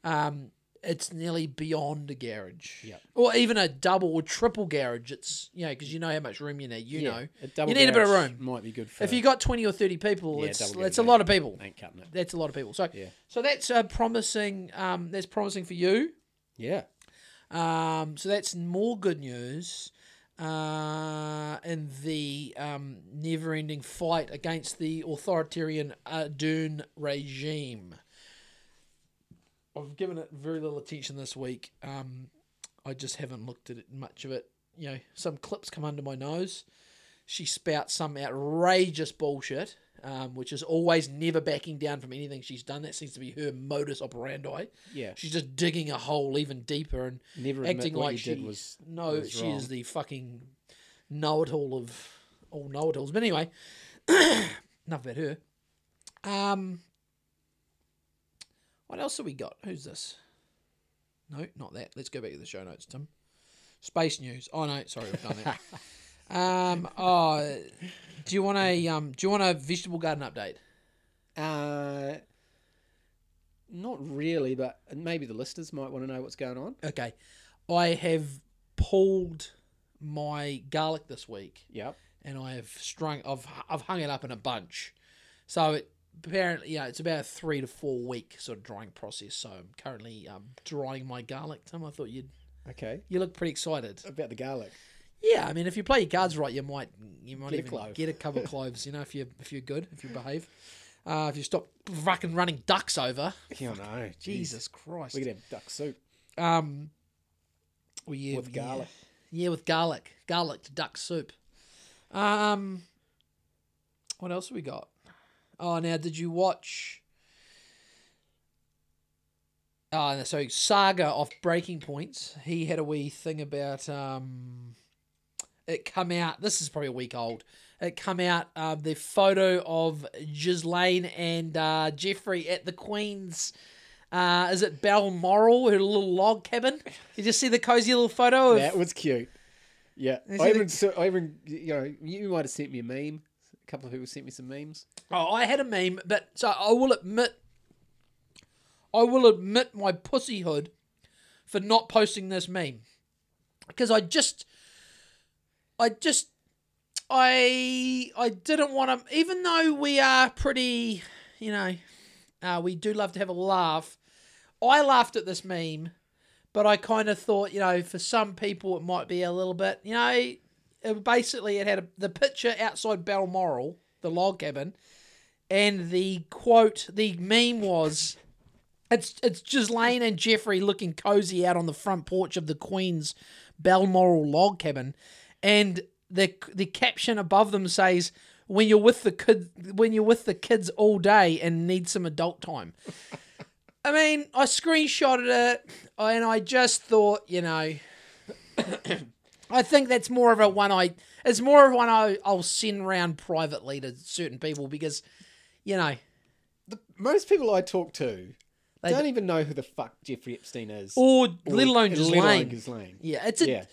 Speaker 1: um, it's nearly beyond a garage.
Speaker 2: Yep.
Speaker 1: Or even a double or triple garage. It's you know because you know how much room you need. You
Speaker 2: Yeah,
Speaker 1: know,
Speaker 2: a double
Speaker 1: you need a bit of
Speaker 2: garage
Speaker 1: room.
Speaker 2: Might be good for
Speaker 1: If you got twenty or thirty people,
Speaker 2: Yeah,
Speaker 1: it's
Speaker 2: double
Speaker 1: it's a
Speaker 2: garage.
Speaker 1: lot of people.
Speaker 2: ain't cutting it.
Speaker 1: That's a lot of people. So
Speaker 2: Yeah.
Speaker 1: so that's uh, promising. Um, that's promising for you.
Speaker 2: Yeah,
Speaker 1: Um, so that's more good news. Uh, in the um, never-ending fight against the authoritarian Ardern regime. I've given it very little attention this week. Um, I just haven't looked at it, much of it. You know, some clips come under my nose, she spouts some outrageous bullshit, um, which is always never backing down from anything she's done. That seems to be her modus operandi.
Speaker 2: Yeah.
Speaker 1: She's just digging a hole even deeper and
Speaker 2: Never
Speaker 1: acting
Speaker 2: admit what
Speaker 1: like
Speaker 2: you
Speaker 1: she
Speaker 2: did was
Speaker 1: no,
Speaker 2: was
Speaker 1: she
Speaker 2: wrong.
Speaker 1: is the fucking know-it-all of all know-it-alls. But anyway, [COUGHS] enough about her. Um, what else have we got? Who's this? No, not that. Let's go back to the show notes, Tim. Space news. Oh no, sorry, we've done
Speaker 2: [LAUGHS]
Speaker 1: that. um, oh, do you want a um, do you want a vegetable garden update? [LAUGHS]
Speaker 2: Uh, not really, but maybe the listeners might want to know what's going on.
Speaker 1: Okay, I have pulled my garlic this week.
Speaker 2: Yep.
Speaker 1: and I have strung I've I've hung it up in a bunch. So it apparently yeah, it's about a three to four week sort of drying process. So I'm currently um, drying my garlic. Tom, I thought you'd
Speaker 2: Okay.
Speaker 1: you look pretty excited.
Speaker 2: About the garlic.
Speaker 1: Yeah, I mean if you play your cards right, you might you might
Speaker 2: Get a
Speaker 1: even
Speaker 2: clove.
Speaker 1: get a couple
Speaker 2: [LAUGHS]
Speaker 1: of cloves. You know if you if you're good, if you behave, uh, if you stop fucking running ducks over.
Speaker 2: Oh no,
Speaker 1: Jesus Christ.
Speaker 2: We could have duck soup
Speaker 1: Um, well, yeah,
Speaker 2: with
Speaker 1: yeah.
Speaker 2: garlic.
Speaker 1: Yeah, with garlic, garlic to duck soup. Um, what else we got? Oh, now did you watch? Oh, no, so Saga off Breaking Points. He had a wee thing about um, it come out. This is probably a week old. It come out um, the photo of Ghislaine and uh, Jeffrey at the Queen's. Uh, is it Balmoral, her little log cabin? You just see the cozy little photo of
Speaker 2: That was cute. Yeah,
Speaker 1: Is
Speaker 2: I
Speaker 1: it a-
Speaker 2: even, saw, I even, you know, you might have sent me a meme. A couple of people sent me some memes.
Speaker 1: Oh, I had a meme, but so I will admit, I will admit my pussyhood for not posting this meme because I just, I just, I, I didn't want to. Even though we are pretty, you know, uh, we do love to have a laugh. I laughed at this meme, but I kind of thought, you know, for some people it might be a little bit, you know, it basically it had a, the picture outside Balmoral, the log cabin, and the quote, the meme was, it's it's Ghislaine and Jeffrey looking cozy out on the front porch of the Queen's Balmoral log cabin, and the the caption above them says. When you're with the kid, when you're with the kids all day and need some adult time, I mean, I screenshotted it, and I just thought, you know, [COUGHS] I think that's more of a one I. It's more of one I, I'll send round privately to certain people because, you know,
Speaker 2: Most people I talk to
Speaker 1: They
Speaker 2: don't even know who the fuck Jeffrey Epstein is,
Speaker 1: or, let alone
Speaker 2: and
Speaker 1: just
Speaker 2: let alone
Speaker 1: lame.
Speaker 2: Ghislaine.
Speaker 1: Yeah, it's a
Speaker 2: Yeah,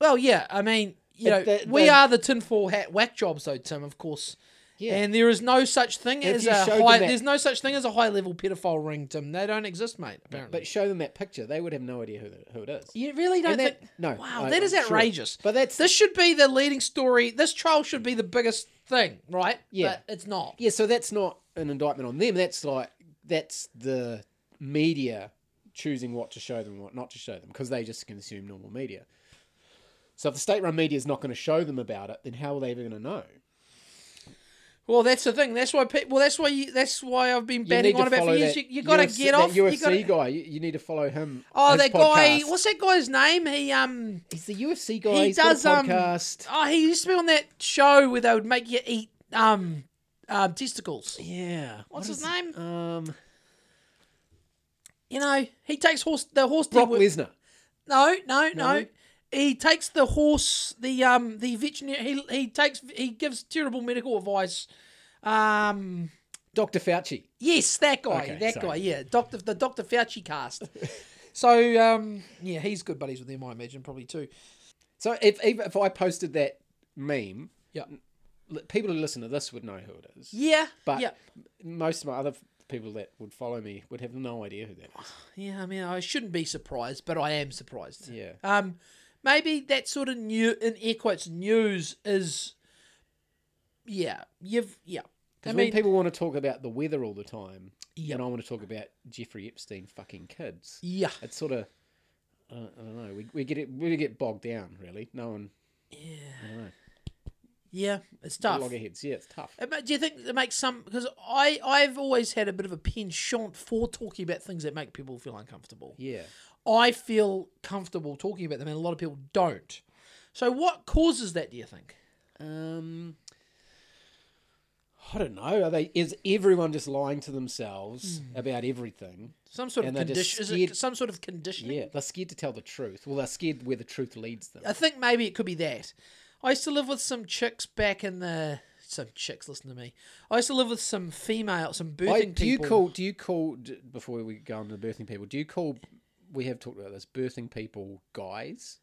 Speaker 1: well, yeah. I mean, you
Speaker 2: It-
Speaker 1: know,
Speaker 2: they-
Speaker 1: we
Speaker 2: they-
Speaker 1: are the tinfoil hat whack jobs, though, Tim. Of course.
Speaker 2: Yeah.
Speaker 1: And there is no such thing
Speaker 2: If
Speaker 1: as
Speaker 2: you
Speaker 1: a
Speaker 2: showed them
Speaker 1: high.
Speaker 2: that-
Speaker 1: There's no such thing as a high level pedophile ring, Tim. They don't exist, mate. Apparently.
Speaker 2: but show them that picture; they would have no idea who the, who it is.
Speaker 1: You really don't
Speaker 2: And that-
Speaker 1: think?
Speaker 2: no,
Speaker 1: Wow,
Speaker 2: I-
Speaker 1: that is
Speaker 2: I'm sure.
Speaker 1: outrageous.
Speaker 2: But that's-
Speaker 1: this should be the leading story. This trial should be the biggest thing, right?
Speaker 2: Yeah.
Speaker 1: but it's not.
Speaker 2: [LAUGHS] Yeah, so that's not an indictment on them. That's like that's the media choosing what to show them and what not to show them because they just consume normal media. So if the state-run media is not going to show them about it, then how are they even going to know?
Speaker 1: Well, that's the thing. That's why. Pe- well, that's why. You, that's why I've been
Speaker 2: You need
Speaker 1: batting on
Speaker 2: to
Speaker 1: about for
Speaker 2: follow
Speaker 1: years.
Speaker 2: that
Speaker 1: You, you got to
Speaker 2: UFC
Speaker 1: get off.
Speaker 2: That
Speaker 1: you
Speaker 2: UFC
Speaker 1: gotta-
Speaker 2: guy. You, you need to follow him.
Speaker 1: oh,
Speaker 2: his
Speaker 1: that guy.
Speaker 2: podcast.
Speaker 1: What's that guy's name? He um.
Speaker 2: He's the UFC guy.
Speaker 1: He
Speaker 2: He's
Speaker 1: does,
Speaker 2: got a
Speaker 1: um,
Speaker 2: podcast.
Speaker 1: Oh, he used to be on that show where they would make you eat um, um testicles.
Speaker 2: yeah.
Speaker 1: What's
Speaker 2: What
Speaker 1: his
Speaker 2: is-
Speaker 1: name?
Speaker 2: Um,
Speaker 1: You know, he takes horse. The horse.
Speaker 2: Brock
Speaker 1: deworm-
Speaker 2: Lesnar.
Speaker 1: No, no, no,
Speaker 2: No?
Speaker 1: He takes the horse, the um, the veterinary. He he takes he gives terrible medical advice. Um,
Speaker 2: Dr. Fauci.
Speaker 1: yes, that guy,
Speaker 2: Okay,
Speaker 1: that
Speaker 2: sorry.
Speaker 1: guy, yeah, Doctor the Doctor Fauci cast. [LAUGHS] so um, yeah, he's good buddies with him, I imagine, probably too.
Speaker 2: So if if, if I posted that meme,
Speaker 1: Yeah,
Speaker 2: li- people who listen to this would know who it is.
Speaker 1: yeah,
Speaker 2: But
Speaker 1: yeah,
Speaker 2: most of my other f- people that would follow me would have no idea who that is.
Speaker 1: yeah. I mean, I shouldn't be surprised, but I am surprised.
Speaker 2: Yeah.
Speaker 1: Um, maybe that sort of new in air quotes news is, yeah, you've yeah. I
Speaker 2: I
Speaker 1: mean,
Speaker 2: mean, people want to talk about the weather all the time,
Speaker 1: Yep.
Speaker 2: and I want to talk about Jeffrey Epstein fucking kids.
Speaker 1: yeah.
Speaker 2: It's sort of, I don't, I don't know. We, we get it. We get bogged down, really. No one. Yeah. I don't know.
Speaker 1: Yeah, it's tough.
Speaker 2: Loggerheads. Yeah, it's tough.
Speaker 1: It ma- Do you think it makes some? Because I I've always had a bit of a penchant for talking about things that make people feel uncomfortable.
Speaker 2: Yeah.
Speaker 1: I feel comfortable talking about them, and a lot of people don't. So, what causes that? Do you think?
Speaker 2: Um, I don't know. Are they? Is everyone just lying to themselves
Speaker 1: Hmm.
Speaker 2: about everything?
Speaker 1: Some sort
Speaker 2: And
Speaker 1: of
Speaker 2: they're just
Speaker 1: condition. Is it
Speaker 2: scared-
Speaker 1: some sort of conditioning?
Speaker 2: Yeah, they're scared to tell the truth. Well, they're scared where the truth leads them.
Speaker 1: I think maybe it could be that. I used to live with some chicks back in the some chicks. Listen to me. I used to live with some female, some birthing
Speaker 2: I,
Speaker 1: people.
Speaker 2: do you call? Do you call? d- Before we go on to the birthing people, do you call? We have talked about this. Birthing people, guys.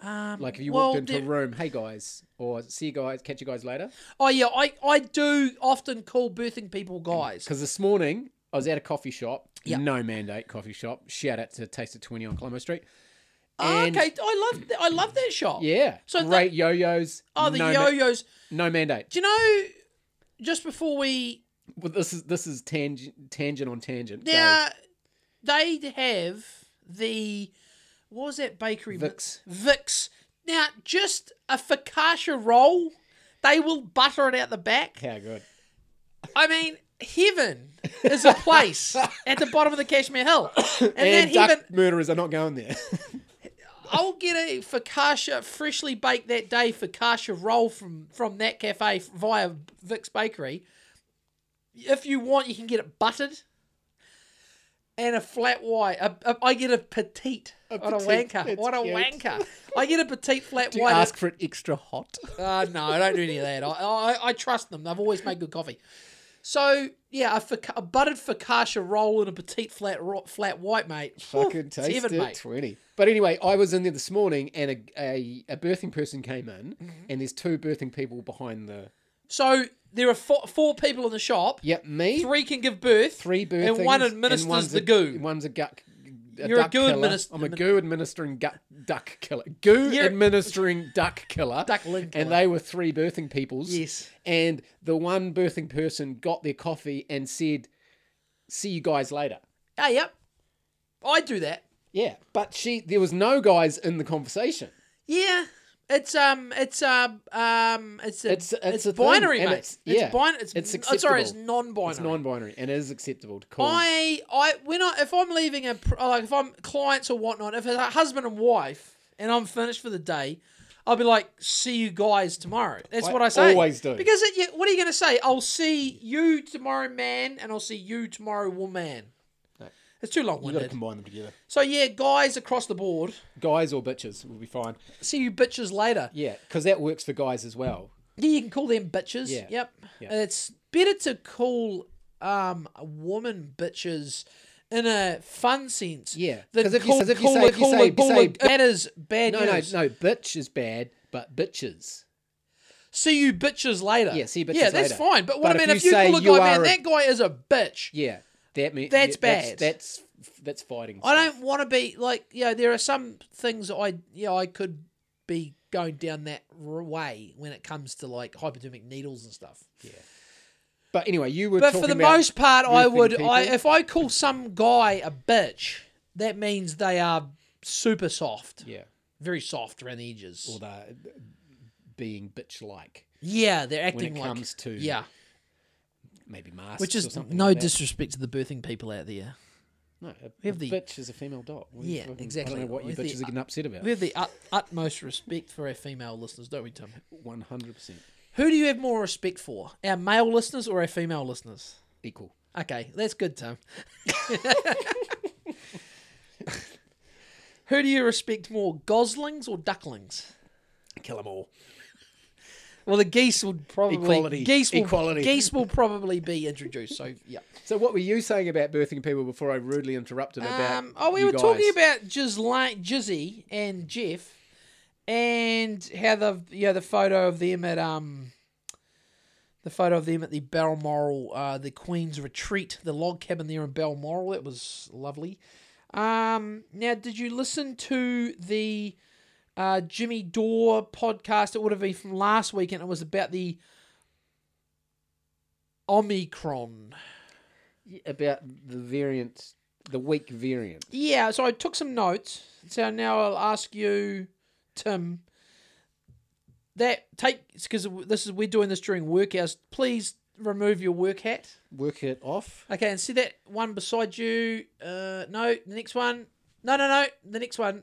Speaker 1: um,
Speaker 2: Like if you
Speaker 1: well,
Speaker 2: walked into
Speaker 1: there-
Speaker 2: a room, hey guys, or see you guys, catch you guys later.
Speaker 1: Oh yeah, I I do often call birthing people guys.
Speaker 2: Because this morning I was at a coffee shop,
Speaker 1: Yeah.
Speaker 2: no mandate coffee shop. Shout out to Taste of Twenty on Colombo Street.
Speaker 1: Ah,
Speaker 2: And-
Speaker 1: okay, I love th- I love that shop.
Speaker 2: Yeah,
Speaker 1: So the-
Speaker 2: great yo-yos.
Speaker 1: Oh, the
Speaker 2: no ma-
Speaker 1: yo-yos.
Speaker 2: no mandate.
Speaker 1: Do you know? Just before we
Speaker 2: Well, this is this is tangent tangent on tangent. Go.
Speaker 1: now, they have the what was that bakery?
Speaker 2: Vicks.
Speaker 1: Vix. Now, just a focaccia roll. They will butter it out the back.
Speaker 2: how good.
Speaker 1: I mean, heaven is a
Speaker 2: [LAUGHS]
Speaker 1: place at the bottom of the Kashmir
Speaker 2: [COUGHS]
Speaker 1: Hill, and,
Speaker 2: And
Speaker 1: that heaven.
Speaker 2: duck murderers are not
Speaker 1: [LAUGHS]
Speaker 2: going there.
Speaker 1: I'll get a focaccia freshly baked that day focaccia roll from from that cafe via Vic's Bakery. If you want, you can get it buttered and a flat white. A, a, I get a petite. what a
Speaker 2: petite,
Speaker 1: wanker!
Speaker 2: that's
Speaker 1: What a
Speaker 2: cute.
Speaker 1: wanker! I get a petite flat
Speaker 2: do you
Speaker 1: white.
Speaker 2: ask for it extra hot?
Speaker 1: Uh, no, I don't do any of that. I, I, I trust them. They've always made good coffee. So yeah, a, foca- a buttered focaccia roll and a petite flat ro- flat white, mate. Whew,
Speaker 2: Fucking
Speaker 1: it's
Speaker 2: taste
Speaker 1: heaven,
Speaker 2: it,
Speaker 1: mate.
Speaker 2: twenty. But anyway, I was in there this morning, and a a, a birthing person came in,
Speaker 1: Mm-hmm.
Speaker 2: and there's two birthing people behind the.
Speaker 1: So there are four, four people in the shop.
Speaker 2: Yep, me.
Speaker 1: Three can give birth.
Speaker 2: three birthings,
Speaker 1: And one administers
Speaker 2: one's
Speaker 1: the
Speaker 2: a-
Speaker 1: goo.
Speaker 2: One's a guck. A
Speaker 1: You're a
Speaker 2: duck
Speaker 1: goo
Speaker 2: killer.
Speaker 1: administ-
Speaker 2: I'm a
Speaker 1: admin-
Speaker 2: goo administering guck, duck killer. Goo
Speaker 1: You're-
Speaker 2: administering duck
Speaker 1: [LAUGHS]
Speaker 2: killer.
Speaker 1: Duckling killer.
Speaker 2: And they were three birthing peoples.
Speaker 1: Yes.
Speaker 2: And the one birthing person got their coffee and said, "See you guys later."
Speaker 1: Hey, Ah, yep. I do that.
Speaker 2: Yeah, but she there was no guys in the conversation.
Speaker 1: Yeah. It's um, it's um, um, it's a,
Speaker 2: It's-
Speaker 1: it's,
Speaker 2: it's a thing,
Speaker 1: binary,
Speaker 2: and
Speaker 1: mate.
Speaker 2: it's-
Speaker 1: It's,
Speaker 2: yeah.
Speaker 1: binary. It's,
Speaker 2: It's
Speaker 1: oh, sorry, it's
Speaker 2: acceptable.
Speaker 1: non-binary.
Speaker 2: It's non-binary and it is acceptable to call.
Speaker 1: I, I, when I, if I'm leaving a, pr- like, if I'm clients or whatnot, if it's a husband and wife, and I'm finished for the day, I'll be like, "See you guys tomorrow." That's
Speaker 2: I
Speaker 1: what I say.
Speaker 2: always do.
Speaker 1: Because it, yeah, what are you going to say? I'll see you tomorrow, man, and I'll see you tomorrow, woman. It's too
Speaker 2: you got to
Speaker 1: long-winded.
Speaker 2: combine them together.
Speaker 1: so yeah, guys across the board.
Speaker 2: Guys or bitches will be fine.
Speaker 1: See you bitches later.
Speaker 2: Yeah, because that works for guys as well.
Speaker 1: Yeah, you can call them bitches.
Speaker 2: Yeah.
Speaker 1: Yep.
Speaker 2: Yeah.
Speaker 1: And It's better to call um a woman bitches in a fun sense.
Speaker 2: Yeah.
Speaker 1: Than
Speaker 2: 'Cause if you-
Speaker 1: call,
Speaker 2: 'cause if you
Speaker 1: call
Speaker 2: say-
Speaker 1: a-
Speaker 2: if you
Speaker 1: call a-
Speaker 2: say- if you
Speaker 1: call a-
Speaker 2: say bi-
Speaker 1: that is bad
Speaker 2: No, no,
Speaker 1: news.
Speaker 2: no. Bitch is bad, but bitches.
Speaker 1: See you bitches later.
Speaker 2: Yeah, see you bitches
Speaker 1: Yeah, that's
Speaker 2: later.
Speaker 1: fine. But what I
Speaker 2: But
Speaker 1: mean,
Speaker 2: if you
Speaker 1: if you,
Speaker 2: say
Speaker 1: call a guy,
Speaker 2: you
Speaker 1: man,
Speaker 2: are a-
Speaker 1: that guy is a bitch.
Speaker 2: Yeah, that means
Speaker 1: That's bad.
Speaker 2: That's that's, that's fighting.
Speaker 1: I
Speaker 2: stuff.
Speaker 1: don't want to be like you know. There are some things I you know I could be going down that r- way when it comes to like hypodermic needles and stuff.
Speaker 2: But anyway, you were.
Speaker 1: But
Speaker 2: talking
Speaker 1: for the
Speaker 2: about
Speaker 1: most part, I
Speaker 2: roofing
Speaker 1: would. I
Speaker 2: people?
Speaker 1: if I call some guy a bitch, that means they are super soft,
Speaker 2: yeah,
Speaker 1: very soft around the edges.
Speaker 2: or the being bitch like
Speaker 1: yeah, they're
Speaker 2: when
Speaker 1: acting
Speaker 2: it
Speaker 1: like
Speaker 2: comes to
Speaker 1: yeah,
Speaker 2: maybe masks,
Speaker 1: which
Speaker 2: or
Speaker 1: is
Speaker 2: something
Speaker 1: no
Speaker 2: like that.
Speaker 1: disrespect to the birthing people out there.
Speaker 2: No, a,
Speaker 1: we
Speaker 2: a
Speaker 1: have the-
Speaker 2: bitch is a female dog. What are you
Speaker 1: Yeah,
Speaker 2: fucking-
Speaker 1: exactly.
Speaker 2: I don't know what you
Speaker 1: With the-
Speaker 2: bitches are getting upset about.
Speaker 1: We have the ut- utmost respect for our female listeners, don't we, Tim?
Speaker 2: One hundred percent
Speaker 1: Who do you have more respect for, our male listeners or our female listeners?
Speaker 2: equal.
Speaker 1: Okay, that's good, Tom.
Speaker 2: [LAUGHS]
Speaker 1: [LAUGHS] Who do you respect more, goslings or ducklings?
Speaker 2: Kill them all.
Speaker 1: Well, the geese will probably
Speaker 2: Equality.
Speaker 1: Geese will,
Speaker 2: Equality.
Speaker 1: Geese will probably be introduced. So yeah.
Speaker 2: So what were you saying about birthing people before I rudely interrupted about?
Speaker 1: Um, oh, we
Speaker 2: you
Speaker 1: were talking
Speaker 2: guys?
Speaker 1: about Jizla- Jizzy and Jeff, and how the you know, the photo of them at um, the photo of them at the Balmoral, uh, the Queen's Retreat, the log cabin there in Balmoral. It was lovely. Um, now, did you listen to the uh, Jimmy Dore podcast? It would have been from last week, and it was about the Omicron.
Speaker 2: about the variant, the weak variant.
Speaker 1: Yeah, so I took some notes. So now I'll ask you, Tim. That take because this is we're doing this during work hours. Please remove your work hat.
Speaker 2: Work it off.
Speaker 1: Okay, and see that one beside you. Uh, no, the next one. No, no, no, the next one.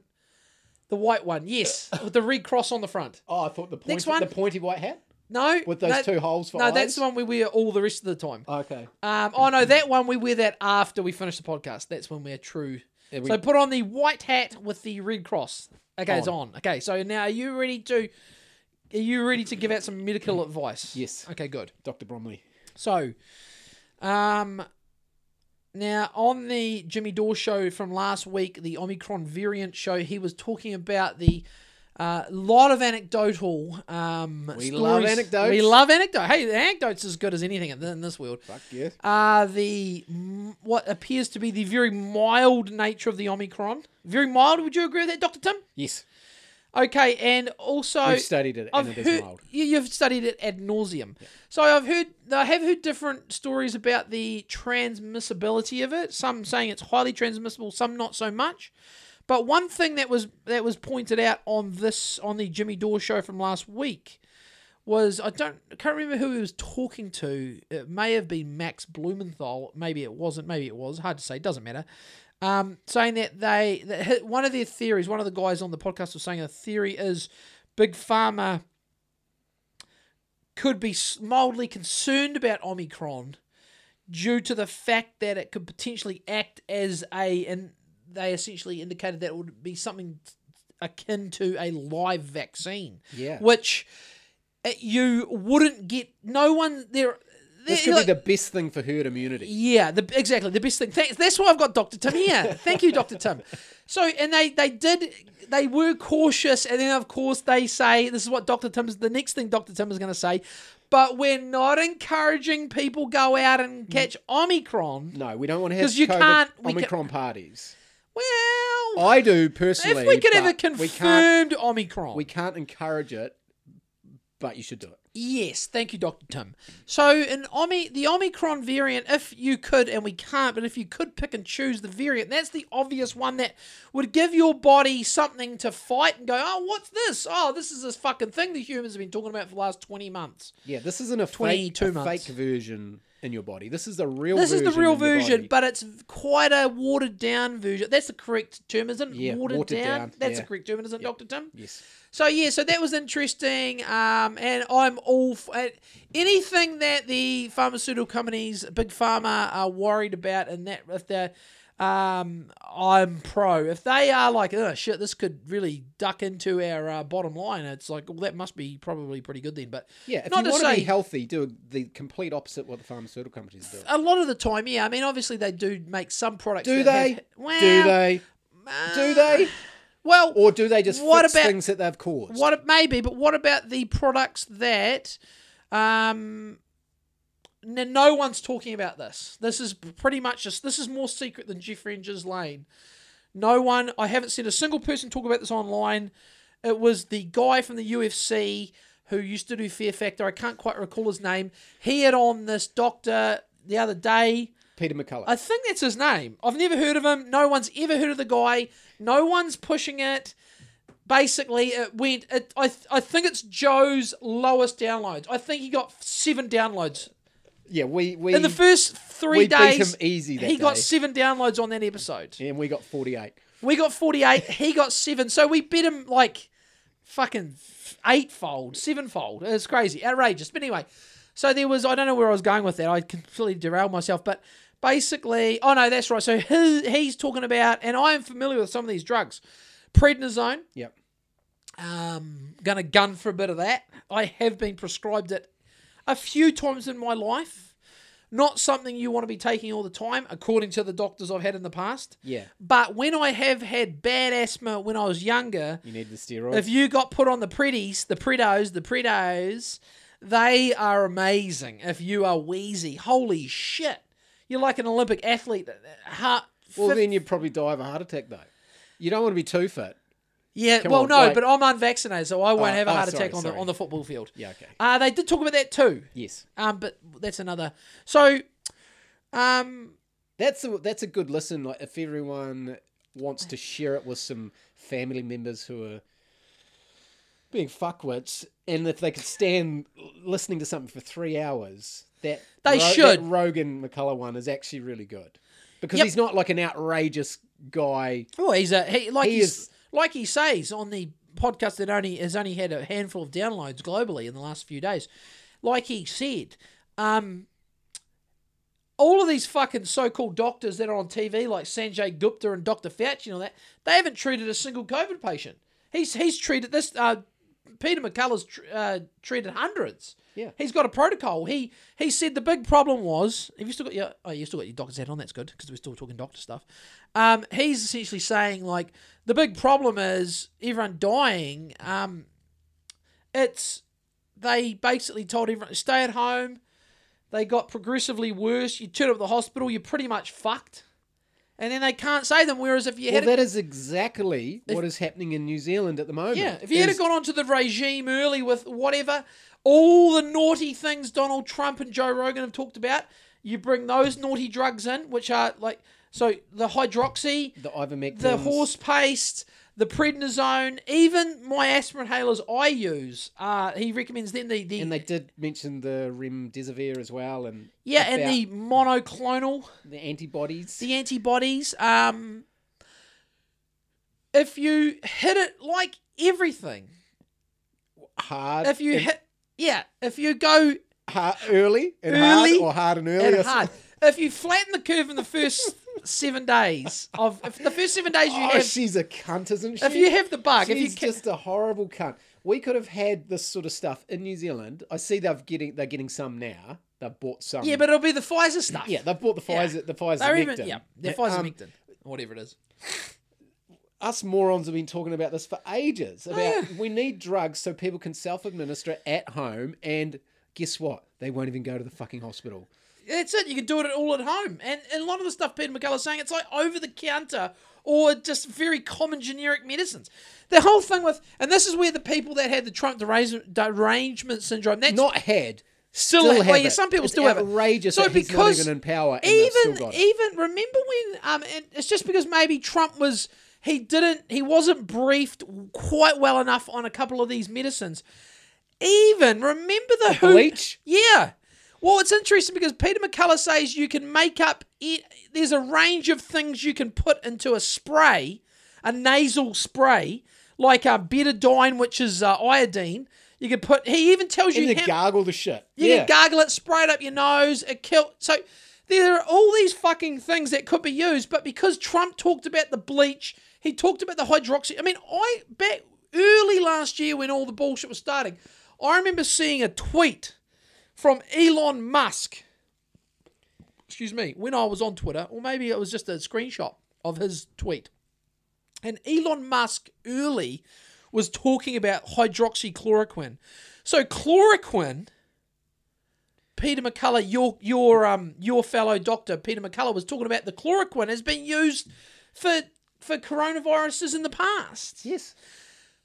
Speaker 1: The white one,
Speaker 2: [COUGHS]
Speaker 1: yes, with the red cross on the front.
Speaker 2: Oh, I thought the pointy,
Speaker 1: Next one.
Speaker 2: the pointy white hat
Speaker 1: No,
Speaker 2: with those
Speaker 1: no,
Speaker 2: two holes for
Speaker 1: No,
Speaker 2: eyes.
Speaker 1: that's the one we wear all the rest of the time.
Speaker 2: Okay.
Speaker 1: Um, oh no, that one we wear that after we finish the podcast. That's when we're true.
Speaker 2: Yeah, we-
Speaker 1: So put on the white hat with the red cross. Okay, it's
Speaker 2: On.
Speaker 1: on. Okay, so now are you ready to? Are you ready to give out some medical advice?
Speaker 2: Yes.
Speaker 1: Okay, good.
Speaker 2: Dr. Bromley.
Speaker 1: So, um, now on the Jimmy Dore show from last week, the Omicron variant show, he was talking about the uh, lot of anecdotal um,
Speaker 2: We love
Speaker 1: stories.
Speaker 2: anecdotes.
Speaker 1: We love anecdotes. Hey, anecdotes is as good as anything in th- in this world
Speaker 2: Fuck yes.
Speaker 1: uh, the m- what appears to be the very mild nature of the Omicron. Very mild. Would you agree with that, Doctor Tim?
Speaker 2: Yes.
Speaker 1: Okay, and also
Speaker 2: We've studied it
Speaker 1: I've
Speaker 2: and it is
Speaker 1: heard
Speaker 2: mild.
Speaker 1: you, you've studied it ad nauseum. So I've heard I have heard different stories about the transmissibility of it. Some saying it's highly transmissible, some not so much. But one thing that was that was pointed out on this on the Jimmy Dore show from last week was I don't I can't remember who he was talking to. It may have been Max Blumenthal. Maybe it wasn't. Maybe it was. Hard to say. Doesn't matter. Um, saying that they that hi- one of their theories, one of the guys on the podcast was saying a theory is big pharma could be s- mildly concerned about Omicron due to the fact that it could potentially act as a and they essentially indicated that it would be something akin to a live vaccine
Speaker 2: Yeah.
Speaker 1: which uh, you wouldn't get. No one there.
Speaker 2: this
Speaker 1: there-
Speaker 2: could
Speaker 1: like-
Speaker 2: be the best thing for herd immunity.
Speaker 1: yeah, the, exactly. The best thing. Thanks. That's why I've got Doctor Tim here. Thank you, Doctor Tim. So, and they they did. They were cautious, and then of course they say this is what Doctor Tim's. The next thing Doctor Tim is going to say, but we're not encouraging people go out
Speaker 2: Mm.
Speaker 1: and catch Omicron.
Speaker 2: No, we don't want to have
Speaker 1: 'Cause you
Speaker 2: COVID
Speaker 1: can't- we
Speaker 2: Omicron parties.
Speaker 1: Well,
Speaker 2: I do personally.
Speaker 1: if we could have a
Speaker 2: but we can't,
Speaker 1: confirmed Omicron,
Speaker 2: we can't encourage it, but you should do it.
Speaker 1: Yes, thank you, Doctor Tim. So, an Omi, the Omicron variant, if you could, and we can't, but if you could pick and choose the variant, that's the obvious one that would give your body something to fight and go, oh, what's this? Oh, this is this fucking thing the humans have been talking about for the last twenty months.
Speaker 2: Yeah, this isn't a, fake,
Speaker 1: 22
Speaker 2: a fake
Speaker 1: months.
Speaker 2: version in your body. This is the real.
Speaker 1: This is
Speaker 2: version
Speaker 1: the real
Speaker 2: in your
Speaker 1: version,
Speaker 2: body.
Speaker 1: but it's quite a watered down version. That's the correct term, isn't it?
Speaker 2: Yeah,
Speaker 1: watered,
Speaker 2: watered
Speaker 1: down.
Speaker 2: down,
Speaker 1: That's
Speaker 2: yeah.
Speaker 1: the correct term, isn't it, Doctor Tim?
Speaker 2: yes,
Speaker 1: So yeah, so that was interesting, um, and I'm all f- uh, anything that the pharmaceutical companies, big pharma, are worried about, and that if they're, um, I'm pro. If they are like, oh shit, this could really duck into our uh, bottom line, it's like, well, that must be probably pretty good then. But
Speaker 2: yeah. If
Speaker 1: Not
Speaker 2: you
Speaker 1: to
Speaker 2: want to
Speaker 1: say-
Speaker 2: be healthy, do the complete opposite what the pharmaceutical companies do.
Speaker 1: a lot of the time, yeah, I mean, obviously they do make some products.
Speaker 2: Do
Speaker 1: that
Speaker 2: they?
Speaker 1: have- well,
Speaker 2: do they?
Speaker 1: uh,
Speaker 2: Do they?
Speaker 1: Well,
Speaker 2: Or do they just
Speaker 1: What
Speaker 2: fix
Speaker 1: about-
Speaker 2: things that they've caused?
Speaker 1: What it may be, but what about the products that um n- no one's talking about this. This is pretty much just this is more secret than Jeff Ranger's Lane. No one I haven't seen a single person talk about this online. It was the guy from the UFC who used to do Fear Factor. I can't quite recall his name. He had on this doctor the other day.
Speaker 2: Peter McCullough.
Speaker 1: I think that's his name. I've never heard of him. No one's ever heard of the guy. No one's pushing it. Basically, it went. It, I th- I think it's Joe's lowest downloads. I think he got seven downloads
Speaker 2: yeah, we we
Speaker 1: in the first three
Speaker 2: we
Speaker 1: days.
Speaker 2: beat him easy that
Speaker 1: he got
Speaker 2: day.
Speaker 1: seven downloads on that episode.
Speaker 2: and we got forty-eight.
Speaker 1: We got forty-eight. he got seven. So we beat him like fucking eightfold, sevenfold. It's crazy, outrageous. But anyway, so there was. I don't know where I was going with that. I completely derailed myself. But basically, oh no, that's right. So he, he's talking about, and I am familiar with some of these drugs. Prednisone.
Speaker 2: Yep.
Speaker 1: Um, gonna gun for a bit of that. I have been prescribed it a few times in my life. Not something you want to be taking all the time, according to the doctors I've had in the past.
Speaker 2: Yeah.
Speaker 1: But when I have had bad asthma when I was younger,
Speaker 2: You need the steroids.
Speaker 1: if you got put on the pretties, the predos, the predos, they are amazing. If you are wheezy, holy shit, you're like an Olympic athlete. Heart,
Speaker 2: well,
Speaker 1: fif-
Speaker 2: then you'd probably die of a heart attack though. You don't want to be too fit.
Speaker 1: yeah.
Speaker 2: come
Speaker 1: Well,
Speaker 2: on,
Speaker 1: no,
Speaker 2: wait.
Speaker 1: but I'm unvaccinated, so I won't
Speaker 2: Oh,
Speaker 1: have a
Speaker 2: oh,
Speaker 1: heart
Speaker 2: sorry,
Speaker 1: attack on the
Speaker 2: sorry.
Speaker 1: on the football field.
Speaker 2: Yeah. Okay.
Speaker 1: Uh, they did talk about that too.
Speaker 2: Yes.
Speaker 1: Um, but that's another. So, um,
Speaker 2: That's a, that's a good listen. Like if everyone wants to share it with some family members who are being fuckwits, and if they could stand listening to something for three hours, that
Speaker 1: They
Speaker 2: that
Speaker 1: should.
Speaker 2: Rogan McCullough one is actually really good because
Speaker 1: Yep.
Speaker 2: he's not like an outrageous guy.
Speaker 1: oh, he's a he like
Speaker 2: He
Speaker 1: he's
Speaker 2: is
Speaker 1: like he says on the podcast that only has only had a handful of downloads globally in the last few days, like he said, um, all of these fucking so-called doctors that are on TV, like Sanjay Gupta and Dr. Fauci and all that, they haven't treated a single COVID patient. He's he's treated this. Uh, Peter McCullough's tr- uh, treated hundreds.
Speaker 2: Yeah.
Speaker 1: he's got a protocol. He he said the big problem was. Have you still got your? Oh, you still got your doctor's hat on. That's good because we're still talking doctor stuff. Um, he's essentially saying like the big problem is everyone dying. Um, it's they basically told everyone to stay at home. They got progressively worse. You turn up at the hospital, you're pretty much fucked. And then they can't save them. Whereas if you
Speaker 2: Well,
Speaker 1: had a-
Speaker 2: that is exactly what is happening in New Zealand at the moment.
Speaker 1: yeah, if he had
Speaker 2: is-
Speaker 1: gone onto the regime early with whatever, all the naughty things Donald Trump and Joe Rogan have talked about, you bring those naughty drugs in, which are like so the hydroxy,
Speaker 2: the ivermectin,
Speaker 1: the horse paste, the prednisone, even my aspirin inhalers I use. Uh, he recommends then the, the
Speaker 2: and they did mention the remdesivir as well, and
Speaker 1: yeah, and the monoclonal.
Speaker 2: the antibodies.
Speaker 1: the antibodies. Um, if you hit it like everything,
Speaker 2: hard,
Speaker 1: if you
Speaker 2: and
Speaker 1: hit, yeah, if you go
Speaker 2: hard early and
Speaker 1: Early
Speaker 2: hard, or hard and early,
Speaker 1: and
Speaker 2: or
Speaker 1: hard,
Speaker 2: something.
Speaker 1: if you flatten the curve in the first seven days of if the first seven days you
Speaker 2: Oh,
Speaker 1: have,
Speaker 2: she's a cunt, isn't she?
Speaker 1: if you have the bug, if you
Speaker 2: She's
Speaker 1: ca-
Speaker 2: just a horrible cunt. We could have had this sort of stuff in New Zealand. I see they've getting they're getting some now. They've bought some.
Speaker 1: yeah, but it'll be the Pfizer stuff.
Speaker 2: yeah, they've bought the
Speaker 1: Yeah.
Speaker 2: Pfizer. The Pfizer.
Speaker 1: they're even
Speaker 2: Nectar.
Speaker 1: yeah, they're
Speaker 2: But,
Speaker 1: Pfizer
Speaker 2: um,
Speaker 1: Mectin, whatever it is.
Speaker 2: us morons have been talking about this for ages about
Speaker 1: yeah.
Speaker 2: we need drugs so people can self-administer at home and guess what they won't even go to the fucking hospital
Speaker 1: That's it. You can do it all at home. And, and a lot of the stuff Peter McCullough's saying, it's like over the counter or just very common generic medicines. The whole thing with, and this is where the people that had the Trump derangement, derangement syndrome, that's
Speaker 2: not had
Speaker 1: still,
Speaker 2: still
Speaker 1: well,
Speaker 2: have
Speaker 1: yeah,
Speaker 2: it.
Speaker 1: some people
Speaker 2: It's
Speaker 1: still
Speaker 2: outrageous
Speaker 1: have it.
Speaker 2: that he's not even in power and they've
Speaker 1: even
Speaker 2: still got it.
Speaker 1: even remember when um, and it's just because maybe Trump was he didn't he wasn't briefed quite well enough on a couple of these medicines. Even remember the, who,
Speaker 2: bleach?
Speaker 1: Yeah. Well, it's interesting because Peter McCullough says you can make up. It, there's a range of things you can put into a spray, a nasal spray, like uh, betadine, which is uh, iodine. You can put. He even tells
Speaker 2: and
Speaker 1: you
Speaker 2: they
Speaker 1: how-
Speaker 2: gargle the shit
Speaker 1: you
Speaker 2: yeah
Speaker 1: can gargle it, spray it up your nose, it kill. So there are all these fucking things that could be used, but because Trump talked about the bleach, he talked about the hydroxy. I mean, I back early last year when all the bullshit was starting, I remember seeing a tweet from Elon Musk. Excuse me, when I was on Twitter, or maybe it was just a screenshot of his tweet. And Elon Musk early was talking about hydroxychloroquine. So chloroquine Peter McCullough, your your um your fellow doctor Peter McCullough was talking about the chloroquine has been used for for coronaviruses in the past.
Speaker 2: yes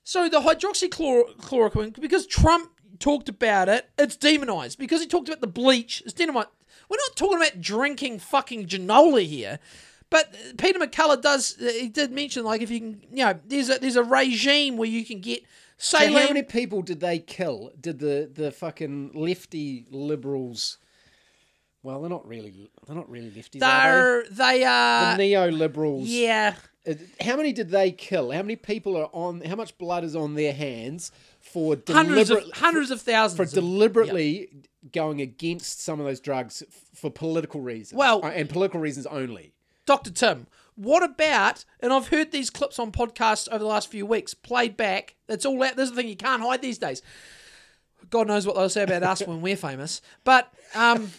Speaker 1: So the hydroxychloroquine, because Trump talked about it, it's demonized. Because he talked about the bleach, it's demonized. We're not talking about drinking fucking granola here. But Peter McCullough does, he did mention, like, if you can, you know, there's a, there's a regime where you can get
Speaker 2: So
Speaker 1: saline.
Speaker 2: how many people did they kill? Did the, the fucking lefty liberals? Well, they're not really they're not really lefties.
Speaker 1: they're,
Speaker 2: Are
Speaker 1: they are,
Speaker 2: they? The neoliberals.
Speaker 1: yeah.
Speaker 2: Uh, How many did they kill? How many people are on? How much blood is on their hands for
Speaker 1: Hundreds
Speaker 2: deliberate,
Speaker 1: of hundreds of thousands.
Speaker 2: for
Speaker 1: of-
Speaker 2: deliberately going against some of those drugs f- for political reasons?
Speaker 1: Well-
Speaker 2: Uh, and political reasons only.
Speaker 1: Dr. Tim, what about, and I've heard these clips on podcasts over the last few weeks, played back. It's all out. This is the thing you can't hide these days. God knows what they'll say about us when we're famous. But
Speaker 2: [LAUGHS]
Speaker 1: um,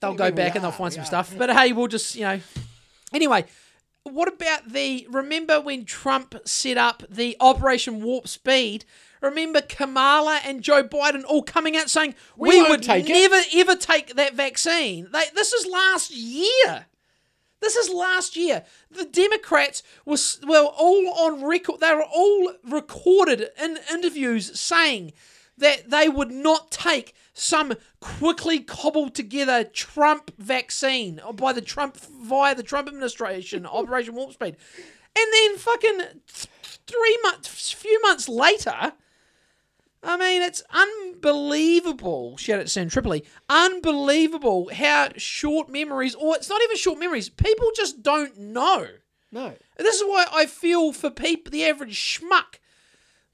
Speaker 1: they'll
Speaker 2: do you
Speaker 1: go
Speaker 2: mean we
Speaker 1: back and they'll
Speaker 2: are?
Speaker 1: find
Speaker 2: We
Speaker 1: some
Speaker 2: are.
Speaker 1: stuff. But hey, we'll just, you know. Anyway, what about the. Remember when Trump set up the Operation Warp Speed? Remember Kamala and Joe Biden all coming out saying, we,
Speaker 2: won't
Speaker 1: would
Speaker 2: take it."
Speaker 1: never, ever take that vaccine. They, this is last year. This is last year. The Democrats were, were all on record. They were all recorded in interviews saying that they would not take some quickly cobbled together Trump vaccine by the Trump via the Trump administration, Operation Warp Speed, and then fucking th- three months, few months later. I mean, it's unbelievable. Shout out to Sam Tripoli. Unbelievable how short memories, or it's not even short memories, people just don't know.
Speaker 2: No.
Speaker 1: This is why I feel for people, the average schmuck,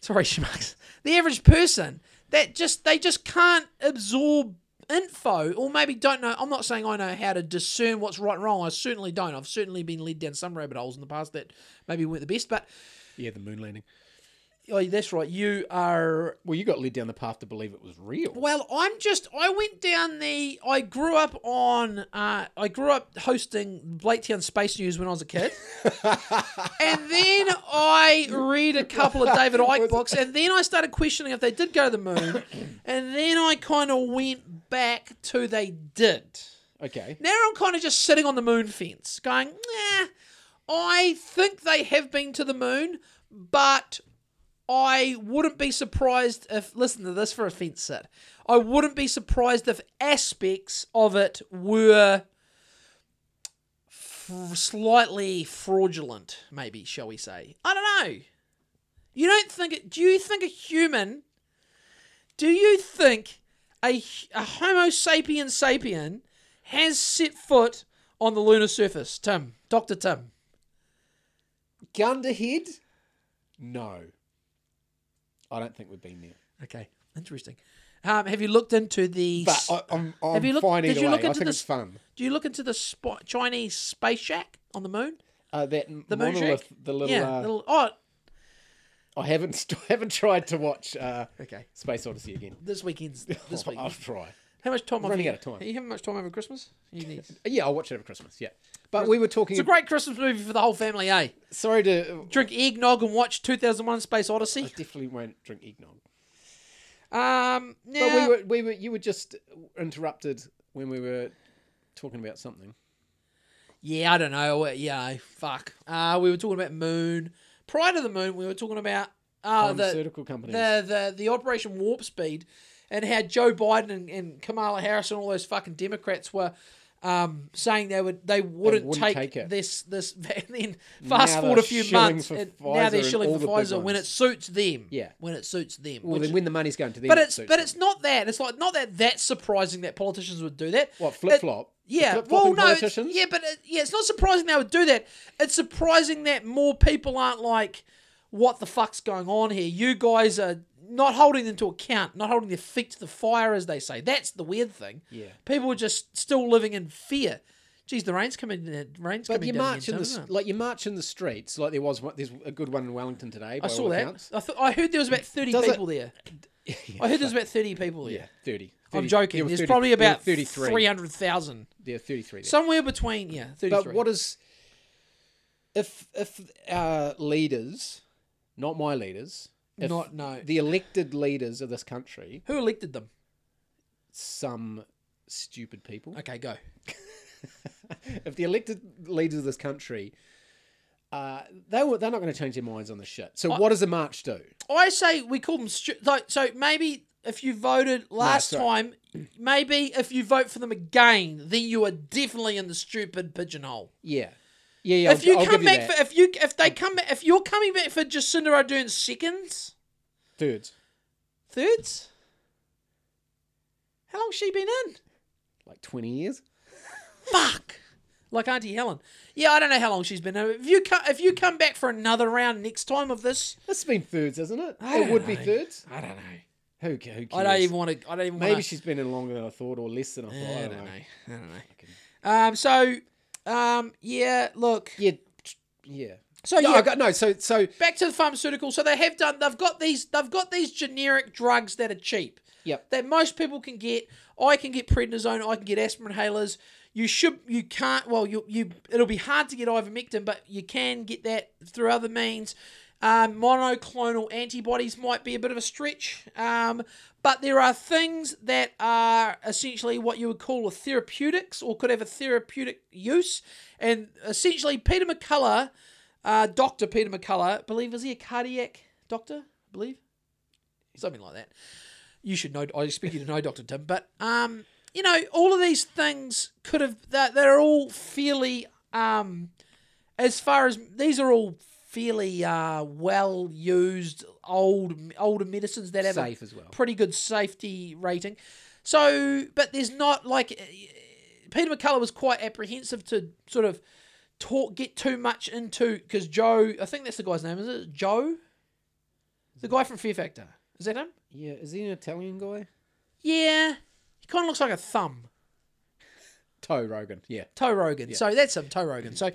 Speaker 1: sorry [LAUGHS] schmucks, the average person that just they just can't absorb info or maybe don't know. I'm not saying I know how to discern what's right and wrong. I certainly don't. I've certainly been led down some rabbit holes in the past that maybe weren't the best. But
Speaker 2: Yeah, the moon landing.
Speaker 1: oh, that's right, you are
Speaker 2: Well, you got led down the path to believe it was real.
Speaker 1: Well, I'm just I went down the I grew up on uh, I grew up hosting Blatetown Space News when I was a kid. and then I read a couple of David Icke books and then I started questioning if they did go to the moon. And then I kind of went back to they did.
Speaker 2: Okay.
Speaker 1: Now I'm kind of just sitting on the moon fence going, nah, I think they have been to the moon, but I wouldn't be surprised if, listen to this for a fence sit, I wouldn't be surprised if aspects of it were f- slightly fraudulent, maybe, shall we say. I don't know. You don't think it, do you think a human, do you think a, h- a Homo sapien sapien has set foot on the lunar surface? Tim, Dr. Tim.
Speaker 2: Gun to head? No. I don't think we've been there.
Speaker 1: Okay, interesting. Um, have you looked into the?
Speaker 2: But I, I'm, I'm
Speaker 1: Have you looked-
Speaker 2: fine
Speaker 1: did
Speaker 2: either
Speaker 1: you look
Speaker 2: way. I
Speaker 1: into
Speaker 2: think
Speaker 1: the
Speaker 2: it's
Speaker 1: s-
Speaker 2: fun.
Speaker 1: do you look into the spa- Chinese space shack on the moon?
Speaker 2: Uh, that
Speaker 1: The moon
Speaker 2: monolith,
Speaker 1: shack?
Speaker 2: the little.
Speaker 1: yeah.
Speaker 2: uh,
Speaker 1: little- oh,
Speaker 2: I haven't [LAUGHS] st- haven't tried to watch uh,
Speaker 1: okay.
Speaker 2: Space Odyssey again.
Speaker 1: This
Speaker 2: [LAUGHS]
Speaker 1: weekend's this
Speaker 2: I'll
Speaker 1: weekend.
Speaker 2: try.
Speaker 1: How much time? have
Speaker 2: running
Speaker 1: you-
Speaker 2: out of time.
Speaker 1: You have much time over Christmas? You
Speaker 2: [LAUGHS]
Speaker 1: need.
Speaker 2: Yeah, I'll watch it over Christmas. Yeah, but we were talking.
Speaker 1: It's a great Christmas movie for the whole family, eh?
Speaker 2: sorry to.
Speaker 1: Drink eggnog and watch 2001: Space
Speaker 2: I
Speaker 1: Odyssey.
Speaker 2: definitely won't drink eggnog.
Speaker 1: Um, yeah.
Speaker 2: But we were, we were, you were just interrupted when we were talking about something.
Speaker 1: Yeah, I don't know. Uh, Yeah, fuck. Uh, we were talking about Moon. Prior to the Moon, we were talking about uh, the,
Speaker 2: Pharmaceutical companies.
Speaker 1: the the the Operation Warp Speed and how Joe Biden and, and Kamala Harris and all those fucking Democrats were um, saying they would they wouldn't,
Speaker 2: wouldn't
Speaker 1: take,
Speaker 2: take it.
Speaker 1: this this [LAUGHS] and then fast forward a
Speaker 2: they're
Speaker 1: few
Speaker 2: shilling
Speaker 1: months
Speaker 2: for
Speaker 1: and now
Speaker 2: Pfizer
Speaker 1: they're
Speaker 2: and
Speaker 1: shilling
Speaker 2: all
Speaker 1: for
Speaker 2: the big
Speaker 1: Pfizer when it
Speaker 2: ones.
Speaker 1: suits them.
Speaker 2: Yeah.
Speaker 1: when it suits them.
Speaker 2: well,
Speaker 1: which-
Speaker 2: then when the money's going to them,
Speaker 1: but
Speaker 2: it
Speaker 1: it's
Speaker 2: suits
Speaker 1: but
Speaker 2: them.
Speaker 1: it's not that. It's like not that that's surprising that politicians would do that.
Speaker 2: what
Speaker 1: It-
Speaker 2: flip flop.
Speaker 1: yeah,
Speaker 2: flip
Speaker 1: well,
Speaker 2: flopping
Speaker 1: no, it's-
Speaker 2: politicians.
Speaker 1: yeah, but it, yeah, it's not surprising they would do that. It's surprising that more people aren't like, "What the fuck's going on here?" You guys are not holding them to account, not holding their feet to the fire, as they say. That's the weird thing.
Speaker 2: Yeah.
Speaker 1: people are just still living in fear. Geez, the rain's coming. The rain's
Speaker 2: But
Speaker 1: coming
Speaker 2: you
Speaker 1: down
Speaker 2: march
Speaker 1: again,
Speaker 2: in the
Speaker 1: isn't
Speaker 2: s-
Speaker 1: it?
Speaker 2: like you march in the streets. Like there was one, there's a good one in Wellington today.
Speaker 1: I
Speaker 2: By
Speaker 1: saw
Speaker 2: all
Speaker 1: that. [LAUGHS]
Speaker 2: accounts.
Speaker 1: I, th- I heard there was about thirty
Speaker 2: Does it-
Speaker 1: people there. I heard there was about thirty people there.
Speaker 2: [LAUGHS] Yeah, 30.
Speaker 1: I'm
Speaker 2: 30
Speaker 1: joking.
Speaker 2: there were
Speaker 1: There's
Speaker 2: 30
Speaker 1: probably
Speaker 2: there were
Speaker 1: about
Speaker 2: 33.
Speaker 1: three hundred thousand,
Speaker 2: There were 33. there.
Speaker 1: somewhere between yeah, thirty-three.
Speaker 2: but what is if if our leaders, not my leaders, if
Speaker 1: Not no.
Speaker 2: the elected leaders of this country,
Speaker 1: Who elected them?
Speaker 2: some stupid people,
Speaker 1: Okay, go.
Speaker 2: [LAUGHS] if the elected leaders of this country, uh, they were, they're not going to change their minds on this shit. So what does the march do?
Speaker 1: I say we call them stu- like so maybe if you voted last
Speaker 2: sorry.
Speaker 1: time, maybe if you vote for them again, then you are definitely in the stupid pigeonhole.
Speaker 2: Yeah, yeah, yeah.
Speaker 1: if you
Speaker 2: I'll, I'll
Speaker 1: come
Speaker 2: give
Speaker 1: back
Speaker 2: you that.
Speaker 1: for if you if they come back if you're coming back for Jacinda Ardern's seconds,
Speaker 2: thirds,
Speaker 1: thirds, how long's she been in?
Speaker 2: like twenty years.
Speaker 1: Fuck. Like Auntie Helen. Yeah, I don't know how long she's been. in. If you co- if you come back for another round next time of this,
Speaker 2: This has been thirds, hasn't it?
Speaker 1: I
Speaker 2: it
Speaker 1: don't
Speaker 2: would be
Speaker 1: know.
Speaker 2: thirds.
Speaker 1: I don't know.
Speaker 2: Who, ca- who cares?
Speaker 1: I don't even want to. I don't even.
Speaker 2: Maybe
Speaker 1: wanna,
Speaker 2: she's been in longer than I thought, or less than I thought.
Speaker 1: Yeah,
Speaker 2: I don't know.
Speaker 1: I don't know. Um, so, um, yeah, look.
Speaker 2: Yeah, t- Oh, yeah.
Speaker 1: So
Speaker 2: No,
Speaker 1: yeah,
Speaker 2: I got no. So so
Speaker 1: back to the pharmaceutical. So they have done. They've got these. They've got these generic drugs that are cheap.
Speaker 2: Yep.
Speaker 1: That most people can get. I can get prednisone. I can get aspirin inhalers. You should. You can't. Well, you you. It'll be hard to get ivermectin, but you can get that through other means. Um, monoclonal antibodies might be a bit of a stretch, um, but there are things that are essentially what you would call a therapeutics or could have a therapeutic use. And essentially, Peter McCullough uh, Dr. Peter McCullough, I believe, is he a cardiac doctor? I believe. Something like that. You should know, I expect you to know Dr. Tim, but, um, you know, all of these things could have, they're, they're all fairly, um, as far as, these are all fairly uh, well used old older medicines that have a
Speaker 2: safe as well.
Speaker 1: pretty good safety rating. eh, So, but there's not like Peter McCullough was quite apprehensive to sort of talk get too much into because Joe, I think that's the guy's name, is it Joe? The guy from Fear Factor, is that him?
Speaker 2: Yeah, is he an Italian guy?
Speaker 1: Yeah, he kind of looks like a thumb.
Speaker 2: Toe Rogan. Yeah.
Speaker 1: Toe Rogan. So that's him, Toe Rogan. So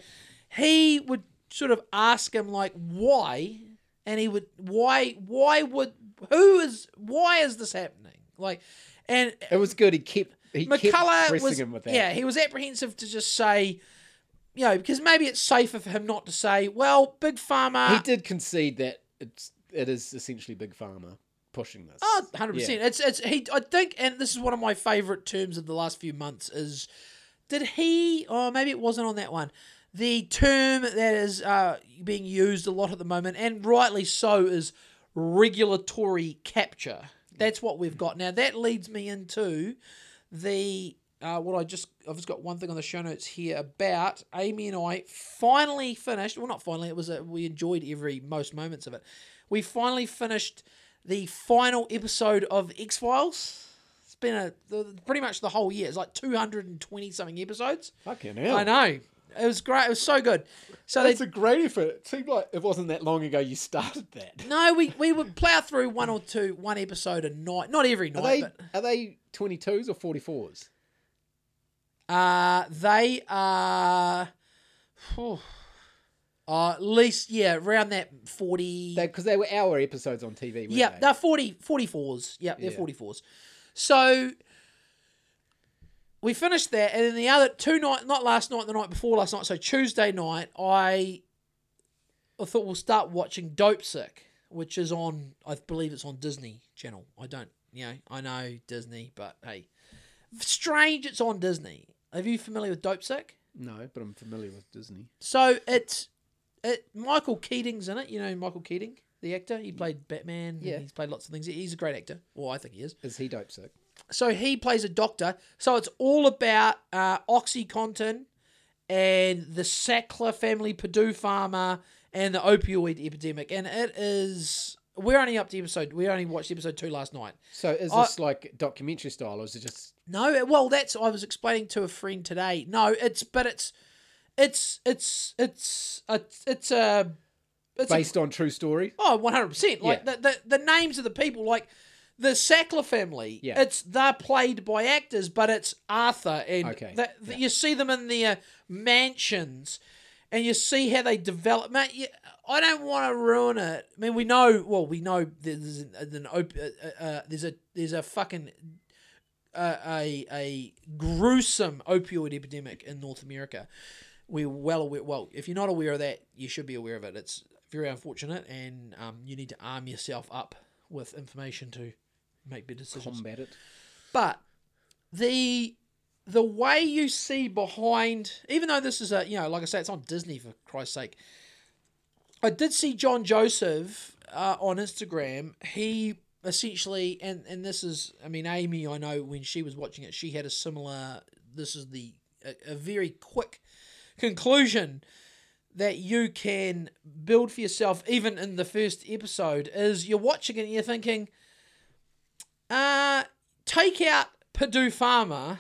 Speaker 1: he would sort of ask him like why, and he would why why would who is why is this happening like, and
Speaker 2: It was good. He kept he kept
Speaker 1: McCullough
Speaker 2: pressing
Speaker 1: was
Speaker 2: him with that.
Speaker 1: yeah he was apprehensive to just say. You know, because maybe it's safer for him not to say, "Well, big pharma."
Speaker 2: He did concede that it's it is essentially Big Pharma pushing this.
Speaker 1: Oh, 100 percent. It's it's he. I think, and this is one of my favorite terms of the last few months. Is did he? Oh, maybe it wasn't on that one. The term that is uh, being used a lot at the moment, and rightly so, is regulatory capture. That's what we've got now. That leads me into the uh, what I just I've just got one thing on the show notes here about Amy and I finally finished. Well, not finally. It was a, we enjoyed every most moments of it. We finally finished the final episode of X Files. It's been a the, pretty much the whole year. It's like two hundred and twenty something episodes.
Speaker 2: Fucking hell.
Speaker 1: I know. It was great. It was so good. So they
Speaker 2: Oh. That's a great effort. It seemed like it wasn't that long ago you started that.
Speaker 1: no, we we would plow through one or two one episode a night. Not every night,
Speaker 2: Are they
Speaker 1: but
Speaker 2: are they twenty twos or forty fours?
Speaker 1: Uh, they are phew, uh, at least yeah around that 40
Speaker 2: Because they, were hour episodes on TV. Weren't
Speaker 1: yeah
Speaker 2: they?
Speaker 1: they're 40 44s yeah they're
Speaker 2: Yeah.
Speaker 1: 44s so we finished that and then the other two night not last night the night before last night so tuesday night i i thought we'll start watching dope sick which is on i believe it's on disney channel i don't you know i know disney but hey strange it's on disney are you familiar with dope sick
Speaker 2: No, but I'm familiar with Disney.
Speaker 1: so it's it Michael Keating's in it. You know Michael Keating, the actor. He played Batman. and
Speaker 2: Yeah.
Speaker 1: he's played lots of things. He's a great actor. Well, I think he is.
Speaker 2: Is he dope sick?
Speaker 1: So he plays a doctor. So it's all about uh, OxyContin and the Sackler family, Purdue Pharma, and the opioid epidemic. And it is. We're only up to episode. We only watched episode two last night.
Speaker 2: So is
Speaker 1: I-
Speaker 2: this like documentary style, or is it just
Speaker 1: No, well, that's I was explaining to a friend today. No, it's but it's it's it's it's a it's um, a it's a
Speaker 2: based on true story?
Speaker 1: Oh, 100 percent. Like
Speaker 2: Yeah.
Speaker 1: the, the the names of the people, like the Sackler family.
Speaker 2: Yeah.
Speaker 1: it's they're played by actors, but it's Arthur and
Speaker 2: Okay,
Speaker 1: the, the- you see them in their mansions, and you see how they develop. Mate, you, I don't want to ruin it. I mean, we know. Well, we know there's an, an op- uh, uh, there's a there's a fucking uh, a a gruesome opioid epidemic in North America. We're well aware. Well, if you're not aware of that, you should be aware of it. It's very unfortunate, and um, you need to arm yourself up with information to make better decisions.
Speaker 2: Combat it.
Speaker 1: But the the way you see behind, even though this is a you know, like I say, it's on Disney for Christ's sake. I did see John Joseph uh, on Instagram. He essentially, and and this is, I mean, Amy, I know when she was watching it, she had a similar. This is the a, a very quick conclusion that you can build for yourself, even in the first episode, is you're watching it and you're thinking, uh, take out Purdue Pharma,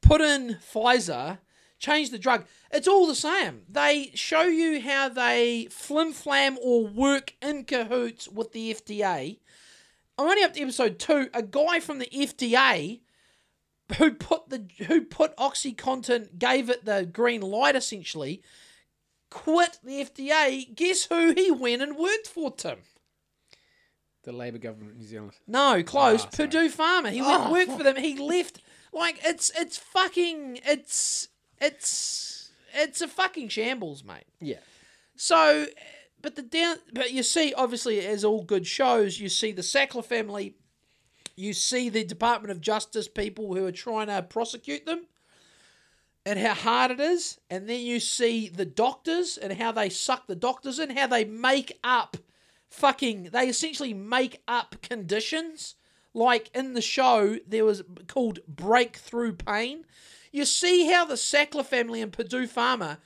Speaker 1: put in Pfizer, change the drug. It's all the same. They show you how they flim flam or work in cahoots with the FDA. I'm only up to episode two. A guy from the FDA who put the who put OxyContin gave it the green light essentially. Quit the FDA. Guess who he went and worked for, Tim?
Speaker 2: The Labour government of New Zealand.
Speaker 1: No, close.
Speaker 2: Ah, sorry.
Speaker 1: Purdue Farmer. He went
Speaker 2: Oh,
Speaker 1: work for them. He left. Like it's it's fucking it's it's it's a fucking shambles, mate.
Speaker 2: Yeah.
Speaker 1: So, but the down, but you see, obviously, as all good shows, you see the Sackler family, you see the Department of Justice people who are trying to prosecute them, and how hard it is, and then you see the doctors and how they suck the doctors in, how they make up, fucking, they essentially make up conditions. Like in the show, there was called breakthrough pain. You see how the Sackler family and Purdue Pharma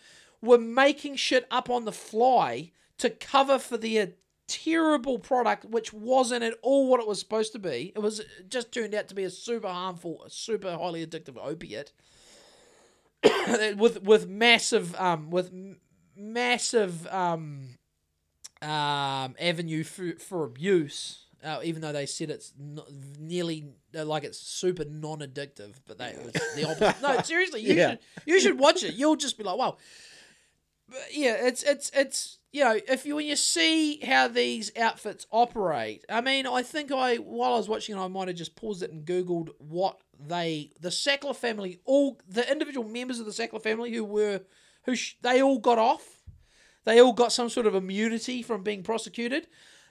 Speaker 1: were making shit up on the fly to cover for their terrible product, which wasn't at all what it was supposed to be. It was it just turned out to be a super harmful, super highly addictive opiate. [COUGHS] with with massive um with m- massive um um avenue for for abuse. Uh, even though they said it's n nearly uh, like it's super non-addictive, but they it's the opposite. No, seriously, you
Speaker 2: Yeah.
Speaker 1: should you should watch it. You'll just be like, wow. But yeah, it's it's it's you know if you when you see how these outfits operate. I mean, I think I while I was watching, it, I might have just paused it and googled what they the Sackler family all the individual members of the Sackler family who were who sh- they all got off. They all got some sort of immunity from being prosecuted.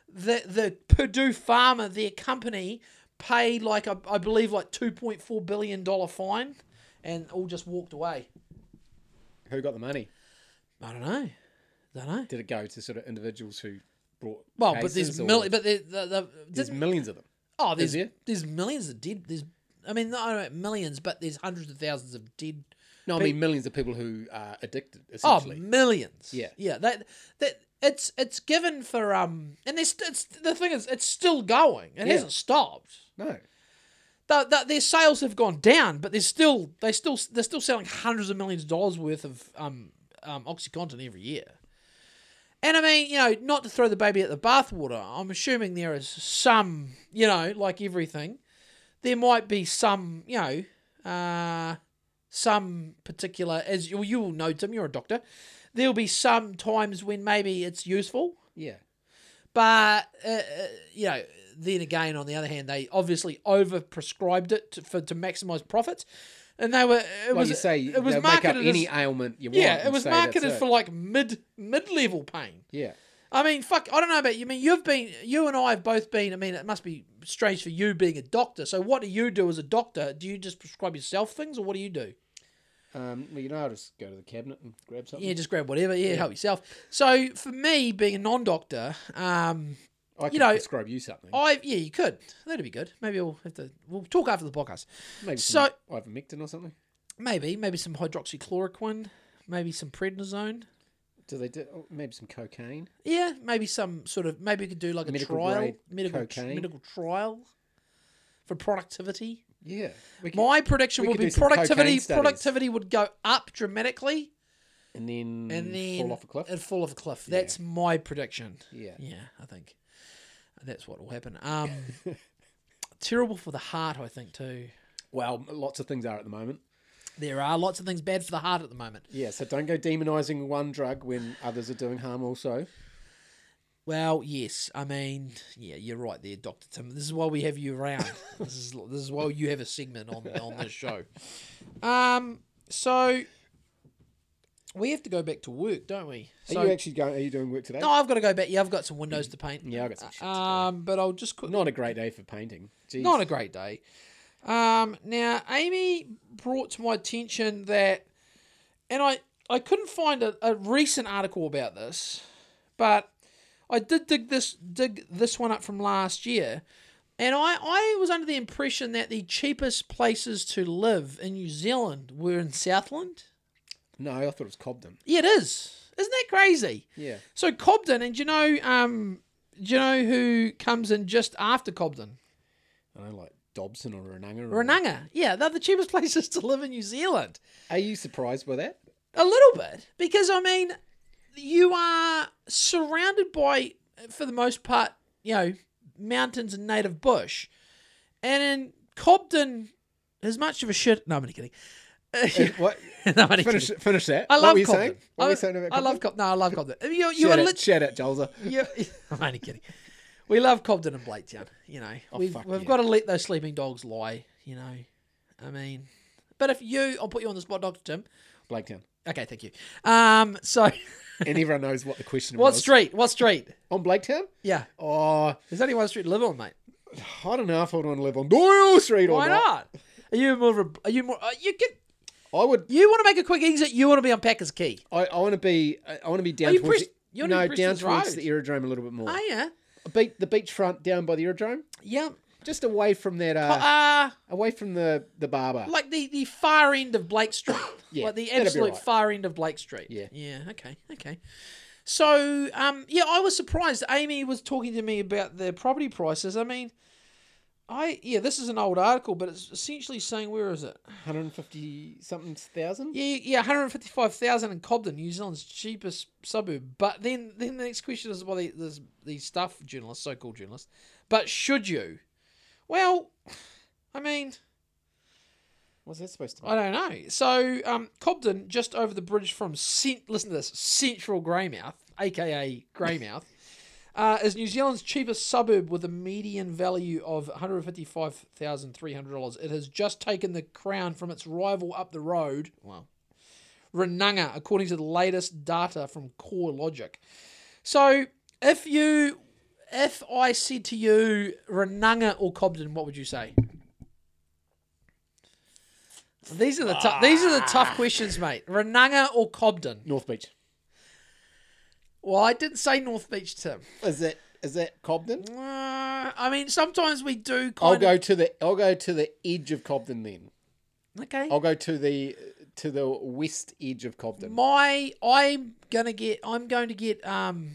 Speaker 1: The the Purdue Pharma, their company, paid like a, I believe like two point four billion dollar fine, and all just walked away.
Speaker 2: Who got the money?
Speaker 1: I don't know. Don't know.
Speaker 2: Did it go to sort of individuals who brought?
Speaker 1: Well, but there's
Speaker 2: cases or-
Speaker 1: mil- but the the, the
Speaker 2: there's
Speaker 1: there's,
Speaker 2: millions of them.
Speaker 1: oh there's
Speaker 2: there?
Speaker 1: there's millions of dead. There's I mean not only millions, but there's hundreds of thousands of dead.
Speaker 2: No, I mean millions of people who are addicted.
Speaker 1: Oh,
Speaker 2: Essentially,
Speaker 1: millions.
Speaker 2: Yeah.
Speaker 1: yeah. That that it's it's given for um, and there's it's, the thing is it's still going. It
Speaker 2: Yeah.
Speaker 1: hasn't stopped.
Speaker 2: no.
Speaker 1: Th th their sales have gone down, but they're still they still they're still selling hundreds of millions of dollars worth of um, um, OxyContin every year. And I mean, you know, not to throw the baby at the bathwater. I'm assuming there is some, you know, like everything, there might be some, you know, uh, some particular as you you will know, Tim, you're a doctor. There'll be some times when maybe it's useful,
Speaker 2: Yeah.
Speaker 1: but uh, uh, you know, then again, on the other hand, they obviously overprescribed it to, for to maximize profits, and they were it
Speaker 2: Well,
Speaker 1: was
Speaker 2: you say
Speaker 1: it was
Speaker 2: they'll make up
Speaker 1: marketed
Speaker 2: any
Speaker 1: as,
Speaker 2: ailment you want.
Speaker 1: yeah, it
Speaker 2: and
Speaker 1: was
Speaker 2: say that's
Speaker 1: marketed
Speaker 2: it.
Speaker 1: for like mid mid level pain.
Speaker 2: Yeah.
Speaker 1: I mean, fuck, I don't know about you. I mean, you've been, you and I have both been. I mean, it must be strange for you being a doctor. So, what do you do as a doctor? Do you just prescribe yourself things, or what do you do?
Speaker 2: Um, well, you know, I'll just go to the cabinet and grab something.
Speaker 1: Yeah, just grab whatever. Yeah, help yourself. So, for me, being a non-doctor, um,
Speaker 2: I can
Speaker 1: know- oh,
Speaker 2: prescribe you something.
Speaker 1: I yeah, you could. That'd be good. Maybe we'll have to. We'll talk after the podcast.
Speaker 2: Maybe
Speaker 1: so-
Speaker 2: some ivermectin or something.
Speaker 1: Maybe, maybe some hydroxychloroquine, maybe some prednisone.
Speaker 2: Do they do? Oh, maybe some cocaine.
Speaker 1: Yeah, maybe some sort of maybe we could do like a
Speaker 2: Medical
Speaker 1: trial,
Speaker 2: grade
Speaker 1: medical tr-
Speaker 2: cocaine.
Speaker 1: medical trial for productivity.
Speaker 2: Yeah. We can,
Speaker 1: My prediction
Speaker 2: we
Speaker 1: would
Speaker 2: could
Speaker 1: be
Speaker 2: do some cocaine
Speaker 1: productivity
Speaker 2: studies.
Speaker 1: productivity would go up dramatically
Speaker 2: and then
Speaker 1: and then
Speaker 2: Mm, fall off a cliff.
Speaker 1: It'd fall off a cliff. That's my prediction.
Speaker 2: yeah.
Speaker 1: Yeah, I think that's what will happen.
Speaker 2: [LAUGHS]
Speaker 1: Um, terrible for the heart, I think too.
Speaker 2: Well, lots of things are at the moment.
Speaker 1: There are lots of things bad for the heart at the moment.
Speaker 2: Yeah. So don't go demonizing one drug when others are doing harm. Also.
Speaker 1: Well, yes. I mean, yeah, you're right there, Doctor Tim. This is why we have you
Speaker 2: [LAUGHS]
Speaker 1: around. this is this is why you have a segment on on this show. Um, so we have to go back to work, don't we? So,
Speaker 2: are you actually going? Are you doing work today?
Speaker 1: no, I've got to go back. Yeah, I've got some windows to paint.
Speaker 2: Yeah, I've got some shit to do.
Speaker 1: Um, but I'll just quick,
Speaker 2: Not a great day for painting. Jeez.
Speaker 1: not a great day. Um, now Amy brought to my attention that, and I I couldn't find a, a recent article about this, but I did dig this dig this one up from last year, and I I was under the impression that the cheapest places to live in New Zealand were in Southland.
Speaker 2: No, I thought it was Cobden.
Speaker 1: Yeah, it is. Isn't that crazy?
Speaker 2: Yeah.
Speaker 1: So Cobden, and do you know um do you know who comes in just after Cobden?
Speaker 2: I don't know, like Dobson or Renanga.
Speaker 1: Renanga. Yeah, they're the cheapest [LAUGHS] places to live in New Zealand.
Speaker 2: Are you surprised
Speaker 1: [LAUGHS]
Speaker 2: by that?
Speaker 1: A little bit, because I mean, you are surrounded by, for the most part, you know, mountains and native bush, and in Cobden, as much of a shit. No, I'm only kidding. [LAUGHS]
Speaker 2: what?
Speaker 1: No, I'm only
Speaker 2: Finish,
Speaker 1: kidding.
Speaker 2: finish that.
Speaker 1: I
Speaker 2: what
Speaker 1: love
Speaker 2: were you
Speaker 1: Cobden.
Speaker 2: saying? What
Speaker 1: I,
Speaker 2: were you saying about
Speaker 1: I
Speaker 2: Cobden?
Speaker 1: love Cobden. No, I love
Speaker 2: [LAUGHS]
Speaker 1: Cobden. You, you
Speaker 2: Shout
Speaker 1: are [LAUGHS]
Speaker 2: out,
Speaker 1: literally.
Speaker 2: shout out, Jolza.
Speaker 1: Yeah, [LAUGHS] I'm only kidding. We love Cobden and Blakedown. You know, we've,
Speaker 2: Oh, fuck
Speaker 1: we've
Speaker 2: yeah.
Speaker 1: got to let those sleeping dogs lie. You know, I mean, but if you, I'll put you on the spot, Doctor Tim. [LAUGHS]
Speaker 2: Blacktown.
Speaker 1: Okay, thank you. Um, so [LAUGHS]
Speaker 2: And everyone knows what the question
Speaker 1: what
Speaker 2: was.
Speaker 1: street? What street?
Speaker 2: On Blaketown?
Speaker 1: Yeah,
Speaker 2: Oh,
Speaker 1: there's only one street to live on, mate.
Speaker 2: I don't know if I'd want to live on Doyle Street or
Speaker 1: Why not? Are you more? of a- Are you more? Uh, you get.
Speaker 2: I would.
Speaker 1: You want to make a quick exit? You want to be on Packers Key?
Speaker 2: I, I want to be. I- I want to be down
Speaker 1: you
Speaker 2: towards.
Speaker 1: Brist-
Speaker 2: the,
Speaker 1: you're
Speaker 2: no,
Speaker 1: near
Speaker 2: down
Speaker 1: Bristol's
Speaker 2: towards
Speaker 1: Road.
Speaker 2: the aerodrome a little bit more.
Speaker 1: Oh yeah,
Speaker 2: Beat the beachfront down by the aerodrome,
Speaker 1: yeah.
Speaker 2: just away from that. Uh,
Speaker 1: Uh,
Speaker 2: away from the the barber.
Speaker 1: like the the far end of Blake [COUGHS] Street,
Speaker 2: Yeah,
Speaker 1: like the
Speaker 2: that'd be
Speaker 1: absolute
Speaker 2: right.
Speaker 1: far end of Blake Street.
Speaker 2: Yeah.
Speaker 1: yeah. Okay, okay. So, um, yeah, I was surprised. Amy was talking to me about the property prices. I mean, I yeah, this is an old article, but it's essentially saying where is it?
Speaker 2: 150 something thousand?
Speaker 1: Yeah, yeah, 155,000 in Cobden, New Zealand's cheapest suburb. But then, then the next question is well, there's these stuff journalists, so-called journalists. But should you? Well, I mean,
Speaker 2: What's that supposed to be?
Speaker 1: I don't know. So, um, Cobden, just over the bridge from cent- listen to this Central Greymouth, aka Greymouth, [LAUGHS] uh, is New Zealand's cheapest suburb with a median value of one hundred fifty-five thousand three hundred dollars. It has just taken the crown from its rival up the road. Well, Renanga, according to the latest data from CoreLogic. So, if you, if I said to you Renanga or Cobden, what would you say? These are the tough. These are the
Speaker 2: Ah.
Speaker 1: tough questions, mate. Renanga or Cobden?
Speaker 2: North Beach.
Speaker 1: Well, I didn't say North Beach, Tim.
Speaker 2: Is that is that Cobden?
Speaker 1: Uh, I mean, sometimes we do. Kind
Speaker 2: I'll
Speaker 1: of,
Speaker 2: go to the I'll go to the edge of Cobden then.
Speaker 1: Okay.
Speaker 2: I'll go to the to the west edge of Cobden.
Speaker 1: My, I'm gonna get. I'm going to get. Um,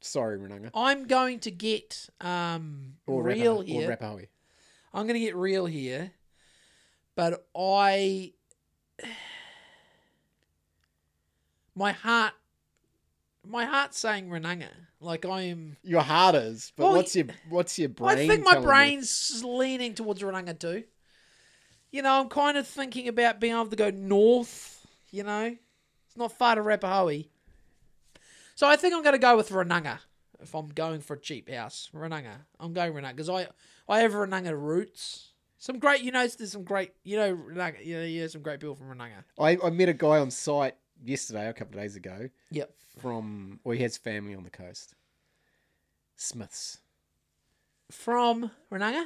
Speaker 2: Sorry, Renunga.
Speaker 1: I'm going to get. Um,
Speaker 2: Or
Speaker 1: real
Speaker 2: Rapa,
Speaker 1: here.
Speaker 2: Or Rapahoe.
Speaker 1: I'm gonna get real here, but I. [SIGHS] My heart. My heart's saying Renanga. Like I am.
Speaker 2: Your heart is, but
Speaker 1: Well,
Speaker 2: what's your what's your brain?
Speaker 1: I think my
Speaker 2: telling you?
Speaker 1: brain's leaning towards Runanga too. You know, I'm kind of thinking about being able to go north. You know, it's not far to Rapahoe. So I think I'm going to go with Renanga if I'm going for a cheap house. Renanga, I'm going Renanga because I I have Renanga roots. Some great, you know, there's some great, you know, Renanga, you know, you know some great people from Renanga.
Speaker 2: I, I met a guy on site yesterday, a couple of days ago,
Speaker 1: Yep.
Speaker 2: from well, he has family on the coast. Smiths.
Speaker 1: From Renanga,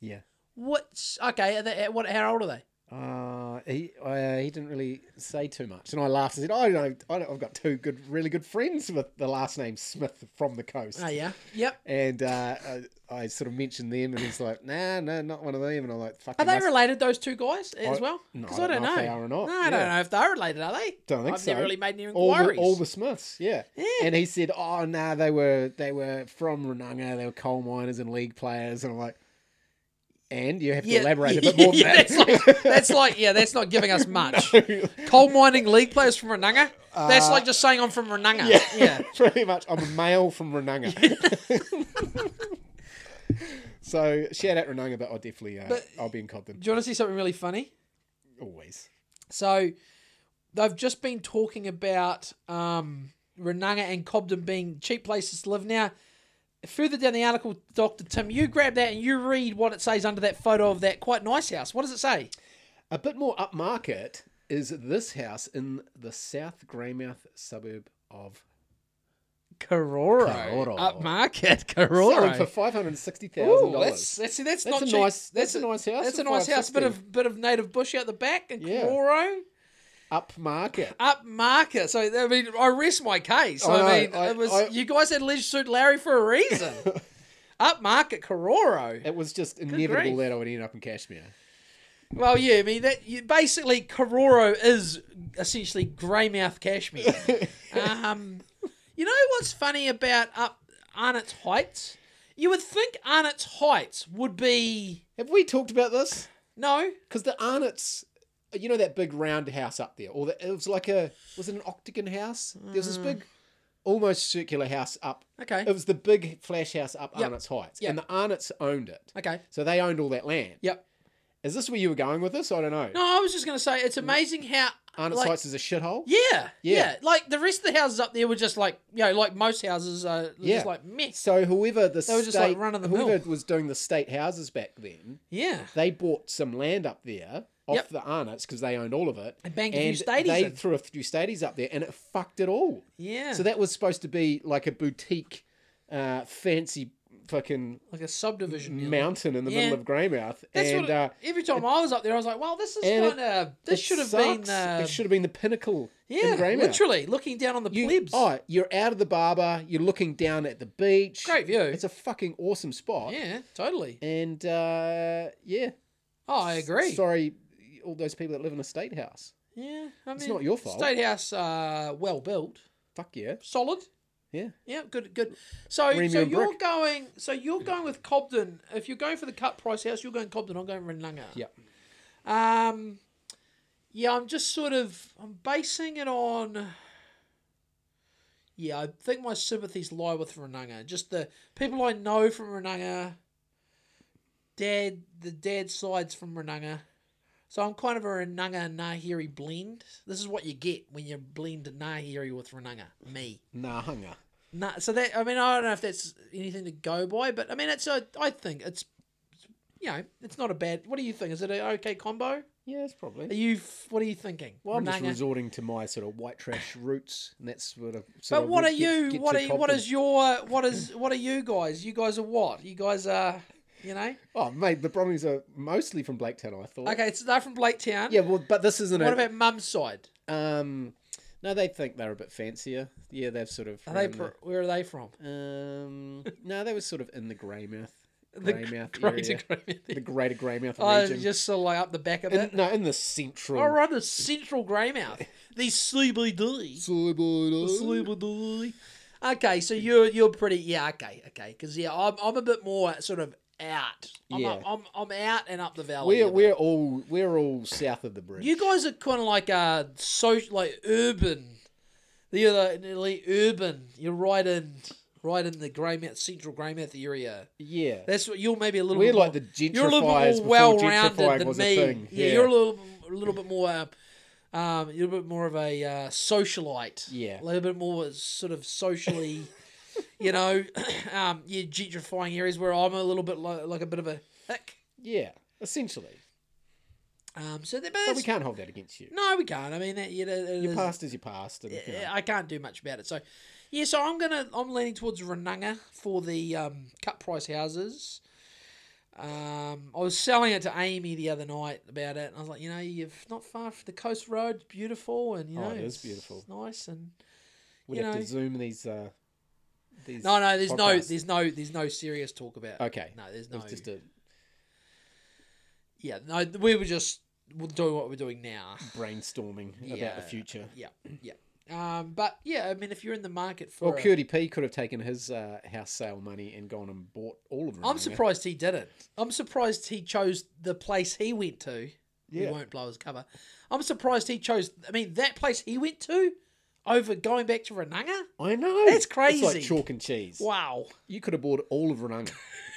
Speaker 2: Yeah.
Speaker 1: what's okay? Are they, what? How old are they?
Speaker 2: Uh, he uh, he didn't really say too much, and I laughed and said, "I know, I know I've got two good, really good friends with the last name Smith from the coast."
Speaker 1: Oh yeah. Yep.
Speaker 2: And uh, I, I sort of mentioned them, and he's like, "Nah, no, not one of them." And I'm like, "Fuck."
Speaker 1: Are
Speaker 2: it
Speaker 1: they
Speaker 2: must-
Speaker 1: related, those two guys, as well?
Speaker 2: no,
Speaker 1: Because I don't know.
Speaker 2: if they are or not.
Speaker 1: No, I
Speaker 2: Yeah.
Speaker 1: don't know if they are related, are they?
Speaker 2: Don't think
Speaker 1: I've
Speaker 2: so.
Speaker 1: never really made any
Speaker 2: all the,
Speaker 1: inquiries.
Speaker 2: all the Smiths, yeah.
Speaker 1: Yeah.
Speaker 2: And he said, "Oh, nah, they were they were from Renanga. They were coal miners and league players." And I'm like, "And you have to
Speaker 1: [LAUGHS]
Speaker 2: elaborate a bit more." Than
Speaker 1: Yeah,
Speaker 2: that.
Speaker 1: That's
Speaker 2: [LAUGHS]
Speaker 1: like, that's like, yeah, that's not giving us much. Coal mining league players from Renanga.
Speaker 2: Uh,
Speaker 1: that's like just saying I'm from Renanga. Yeah.
Speaker 2: [LAUGHS] pretty much. I'm a male from Renanga. [LAUGHS] so shout out Renanga, but I'll definitely uh,
Speaker 1: But-
Speaker 2: I'll be in Cobden
Speaker 1: Do you want to see something really funny?
Speaker 2: always.
Speaker 1: So they've just been talking about um, Renanga and Cobden being cheap places to live. Now, further down the article, Dr. Tim, you grab that and you read what it says under that photo of that quite nice house. What does it say?
Speaker 2: A bit more upmarket is this house in the South Greymouth suburb of
Speaker 1: Cororo.
Speaker 2: Kororo.
Speaker 1: Upmarket. [LAUGHS]
Speaker 2: Selling for
Speaker 1: Cororo.
Speaker 2: five hundred sixty
Speaker 1: Ooh, that's,
Speaker 2: thousand dollars.
Speaker 1: that's, see, that's,
Speaker 2: That's
Speaker 1: not
Speaker 2: a
Speaker 1: cheap.
Speaker 2: nice. That's, a nice house.
Speaker 1: That's
Speaker 2: for
Speaker 1: a nice house. Bit
Speaker 2: 560.
Speaker 1: of bit of native bush out the back and
Speaker 2: Yeah.
Speaker 1: Kororo.
Speaker 2: upmarket.
Speaker 1: [LAUGHS] Upmarket. So I mean, I rest my case.
Speaker 2: I
Speaker 1: I,
Speaker 2: know,
Speaker 1: mean,
Speaker 2: I-
Speaker 1: it was
Speaker 2: I-
Speaker 1: you guys had Leisure Suit Larry for a
Speaker 2: [LAUGHS]
Speaker 1: reason. Upmarket Kororo.
Speaker 2: It was just inevitable
Speaker 1: grief.
Speaker 2: that I would end up in [LAUGHS] Kashmir.
Speaker 1: Well, yeah, I mean that you, basically Kororo is essentially greymouth cashmere. um, [LAUGHS] you know what's funny about up Arnott's Heights? You would think Arnott's Heights would be
Speaker 2: Have we talked about this?
Speaker 1: no,
Speaker 2: Because the Arnott's, you know, that big round house up there, or the, it was like a was it an octagon house? There was this big, almost circular house up.
Speaker 1: okay,
Speaker 2: It was the big flash house up
Speaker 1: Yep.
Speaker 2: Arnott's Heights,
Speaker 1: Yep.
Speaker 2: and the Arnott's owned it,
Speaker 1: okay,
Speaker 2: so they owned all that land.
Speaker 1: yep.
Speaker 2: Is this where you were going with this? I don't know.
Speaker 1: No, I was just gonna say it's amazing how
Speaker 2: Arnott's
Speaker 1: like,
Speaker 2: Heights is a shithole.
Speaker 1: Yeah, yeah,
Speaker 2: Yeah.
Speaker 1: Like the rest of the houses up there were just like you know, like most houses are
Speaker 2: Yeah.
Speaker 1: just like mess.
Speaker 2: So whoever the
Speaker 1: They were
Speaker 2: state,
Speaker 1: just, like, run-of-the-mill.
Speaker 2: whoever was doing the state houses back then,
Speaker 1: Yeah.
Speaker 2: they bought some land up there off
Speaker 1: Yep.
Speaker 2: the Arnott's because they owned all of it.
Speaker 1: And banged a few stadies
Speaker 2: they
Speaker 1: in.
Speaker 2: threw a few stadies up there and it fucked it all.
Speaker 1: Yeah.
Speaker 2: So that was supposed to be like a boutique, uh, fancy fucking
Speaker 1: like a subdivision. nearly.
Speaker 2: mountain in the
Speaker 1: Yeah.
Speaker 2: middle of Greymouth.
Speaker 1: That's
Speaker 2: and
Speaker 1: what,
Speaker 2: uh,
Speaker 1: every time I was up there, I was like, "Wow, this is
Speaker 2: and it-
Speaker 1: kind of this
Speaker 2: it
Speaker 1: should have
Speaker 2: sucks.
Speaker 1: been uh,
Speaker 2: it should have been the pinnacle
Speaker 1: yeah,
Speaker 2: in Greymouth.
Speaker 1: literally looking down on the
Speaker 2: You,
Speaker 1: plebs.
Speaker 2: Oh, you're out of the barber. You're looking down at the beach.
Speaker 1: Great view.
Speaker 2: It's a fucking awesome spot.
Speaker 1: yeah, totally.
Speaker 2: And uh, yeah,
Speaker 1: Oh, I agree.
Speaker 2: Sorry, all those people that live in a state house.
Speaker 1: Yeah, I mean,
Speaker 2: not your fault.
Speaker 1: State house, uh, well built,
Speaker 2: Fuck yeah.
Speaker 1: solid.
Speaker 2: Yeah.
Speaker 1: Yeah, good, good. So,
Speaker 2: Remy
Speaker 1: so
Speaker 2: and
Speaker 1: you're
Speaker 2: Brooke.
Speaker 1: going, so you're going with Cobden. If you're going for the cut price house, you're going Cobden. I'm going Renlanga.
Speaker 2: Yep.
Speaker 1: Um, yeah, I'm just sort of, I'm basing it on. Yeah, I think my sympathies lie with Renanga. Just the people I know from Renanga. Dad, the dad sides from Renanga. So I'm kind of a Renanga Nahiri blend. This is what you get when you blend Nahiri with Renanga. Me.
Speaker 2: Nah, hunger.
Speaker 1: No, so that I mean I don't know if that's anything to go by, but I mean it's a I think it's you know it's not a bad. What do you think? Is it an okay combo?
Speaker 2: Yes,
Speaker 1: Are
Speaker 2: probably.
Speaker 1: you f- what are you thinking?
Speaker 2: Well, I'm just
Speaker 1: Renanga?
Speaker 2: resorting to my sort of white trash roots, and that's sort of. Sort
Speaker 1: but
Speaker 2: of
Speaker 1: what are
Speaker 2: would get-
Speaker 1: you?
Speaker 2: get
Speaker 1: What
Speaker 2: to
Speaker 1: are you, what
Speaker 2: Cobden.
Speaker 1: is your what is what are you guys? You guys are what? You guys are you know
Speaker 2: Oh, mate, the Bromleys are mostly from Blaketown, I thought.
Speaker 1: okay. So they're from Blaketown.
Speaker 2: Yeah, well, but this isn't
Speaker 1: What
Speaker 2: a.
Speaker 1: about mum's side?
Speaker 2: um, no, they think they're a bit fancier. Yeah, they've sort of.
Speaker 1: Are they
Speaker 2: around
Speaker 1: pro- where are they from?
Speaker 2: the-
Speaker 1: [LAUGHS]
Speaker 2: um, no, they were sort of in the Greymouth,
Speaker 1: The
Speaker 2: Greymouth
Speaker 1: [LAUGHS] greater
Speaker 2: area,
Speaker 1: Greymouth.
Speaker 2: the Greater Greymouth
Speaker 1: Oh,
Speaker 2: region.
Speaker 1: just sort of like up the back of
Speaker 2: in,
Speaker 1: it.
Speaker 2: no, in the central.
Speaker 1: Or rather, central Greymouth.
Speaker 2: [LAUGHS]
Speaker 1: These CBD.
Speaker 2: Slowly-
Speaker 1: Okay, so you're you're pretty yeah okay okay because yeah I'm I'm a bit more sort of out I'm
Speaker 2: Yeah.
Speaker 1: up, I'm, I'm out and up the valley.
Speaker 2: We're
Speaker 1: a bit.
Speaker 2: we're all we're all south of the bridge.
Speaker 1: you guys are kind of like uh so like urban, you're like nearly urban. You're right in right in the Greymouth central Greymouth area.
Speaker 2: yeah,
Speaker 1: That's what you're maybe a little.
Speaker 2: we're
Speaker 1: bit more,
Speaker 2: like the gentrifiers
Speaker 1: you're a little bit
Speaker 2: before
Speaker 1: more well-rounded
Speaker 2: gentrifying
Speaker 1: than
Speaker 2: was
Speaker 1: me.
Speaker 2: a thing.
Speaker 1: Yeah, you're a little, a little bit more, um, um, you're a bit more of a uh, socialite.
Speaker 2: Yeah.
Speaker 1: a little bit more sort of socially, [LAUGHS] you know, [CLEARS THROAT] um, yeah, gentrifying areas where I'm a little bit lo- like a bit of a hick.
Speaker 2: yeah, essentially.
Speaker 1: Um, so that,
Speaker 2: But we
Speaker 1: can't.
Speaker 2: can't hold that against you.
Speaker 1: No, we can't. I mean, that, you know, it
Speaker 2: Your
Speaker 1: is-
Speaker 2: past is your past, and you know,
Speaker 1: I can't do much about it. So, yeah, so I'm gonna I'm leaning towards Renanga for the um, cut price houses. Um, I was selling it to Amy the other night about it, and I was like, you know, you're not far from the coast road, beautiful, and you
Speaker 2: Oh,
Speaker 1: know,
Speaker 2: it is
Speaker 1: it's
Speaker 2: beautiful.
Speaker 1: nice, and
Speaker 2: we'd
Speaker 1: you
Speaker 2: have
Speaker 1: know.
Speaker 2: to zoom these. Uh, these
Speaker 1: no, no, there's no,
Speaker 2: podcasts.
Speaker 1: there's no, there's no serious talk about.
Speaker 2: Okay.
Speaker 1: No, there's
Speaker 2: It
Speaker 1: no.
Speaker 2: was just a
Speaker 1: yeah, no, we were just doing what we're doing now.
Speaker 2: brainstorming about
Speaker 1: Yeah.
Speaker 2: the future.
Speaker 1: Yeah, yeah. Um, but yeah, I mean, if you're in the market for,
Speaker 2: Well,
Speaker 1: a-
Speaker 2: Curdy P could have taken his uh, house sale money and gone and bought all of them.
Speaker 1: I'm surprised he didn't. I'm surprised he chose the place he went to.
Speaker 2: Yeah.
Speaker 1: We won't blow his cover. I'm surprised he chose. I mean, that place he went to over going back to Renanga.
Speaker 2: I know.
Speaker 1: That's
Speaker 2: It's
Speaker 1: crazy.
Speaker 2: like chalk and cheese.
Speaker 1: Wow.
Speaker 2: You could have bought all of Renunga.
Speaker 1: [LAUGHS]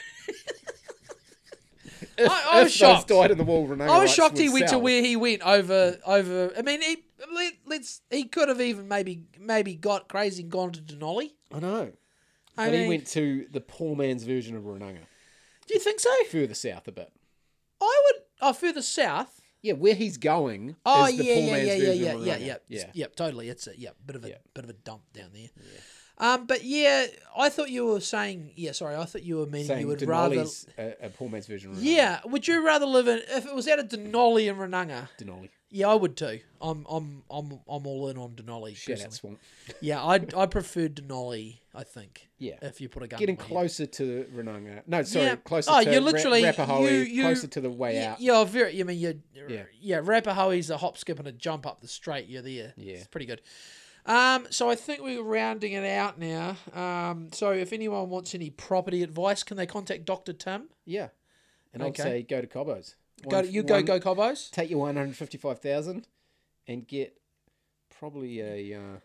Speaker 1: I, I was
Speaker 2: If those
Speaker 1: shocked.
Speaker 2: died in the wall, Renunga
Speaker 1: I was
Speaker 2: rights
Speaker 1: shocked he
Speaker 2: would
Speaker 1: went
Speaker 2: sell.
Speaker 1: to where he went over over. I mean, he let, let's he could have even maybe maybe got crazy and gone to Denali.
Speaker 2: I know.
Speaker 1: I
Speaker 2: But
Speaker 1: mean,
Speaker 2: he went to the poor man's version of Renunga,
Speaker 1: do you think so?
Speaker 2: further south a bit.
Speaker 1: I would. Oh, further south.
Speaker 2: Yeah, where he's going
Speaker 1: Oh
Speaker 2: is the
Speaker 1: yeah,
Speaker 2: poor
Speaker 1: yeah,
Speaker 2: man's
Speaker 1: yeah, yeah,
Speaker 2: version
Speaker 1: yeah,
Speaker 2: of
Speaker 1: yeah,
Speaker 2: Runanga.
Speaker 1: yeah,
Speaker 2: yeah.
Speaker 1: yeah, totally. It's a yeah, bit of a
Speaker 2: Yeah.
Speaker 1: bit of a dump down there. Um, but yeah, I thought you were saying yeah. Sorry, I thought you were meaning
Speaker 2: Saying
Speaker 1: you would rather.
Speaker 2: Denali's a, a poor man's version of Renunga.
Speaker 1: Yeah, would you rather live in if it was out of Denali and Renanga?
Speaker 2: Denali.
Speaker 1: Yeah, I would too. I'm I'm I'm I'm all in on Denali.
Speaker 2: Shout out
Speaker 1: personally.
Speaker 2: Swamp.
Speaker 1: Yeah, I I prefer Denali. I think.
Speaker 2: Yeah.
Speaker 1: If you put a gun.
Speaker 2: Getting
Speaker 1: to my head.
Speaker 2: closer to Renunga. No, sorry,
Speaker 1: Yeah.
Speaker 2: closer
Speaker 1: Oh,
Speaker 2: to
Speaker 1: you're
Speaker 2: Ra-
Speaker 1: literally-
Speaker 2: Rappahoe,
Speaker 1: you- you-
Speaker 2: closer to the way
Speaker 1: Yeah,
Speaker 2: out.
Speaker 1: yeah, very. You mean you? Yeah,
Speaker 2: Yeah.
Speaker 1: yeah. Rappahoe's a hop, skip, and a jump up the straight. You're there.
Speaker 2: Yeah.
Speaker 1: it's pretty good. Um, so I think we're rounding it out now. Um, so if anyone wants any property advice, can they contact Doctor Tim?
Speaker 2: Yeah. And
Speaker 1: Okay.
Speaker 2: I'd say go to Cobos.
Speaker 1: Go,
Speaker 2: One-
Speaker 1: you go,
Speaker 2: one-
Speaker 1: go, Cobos.
Speaker 2: Take your 155,000 and get probably a uh,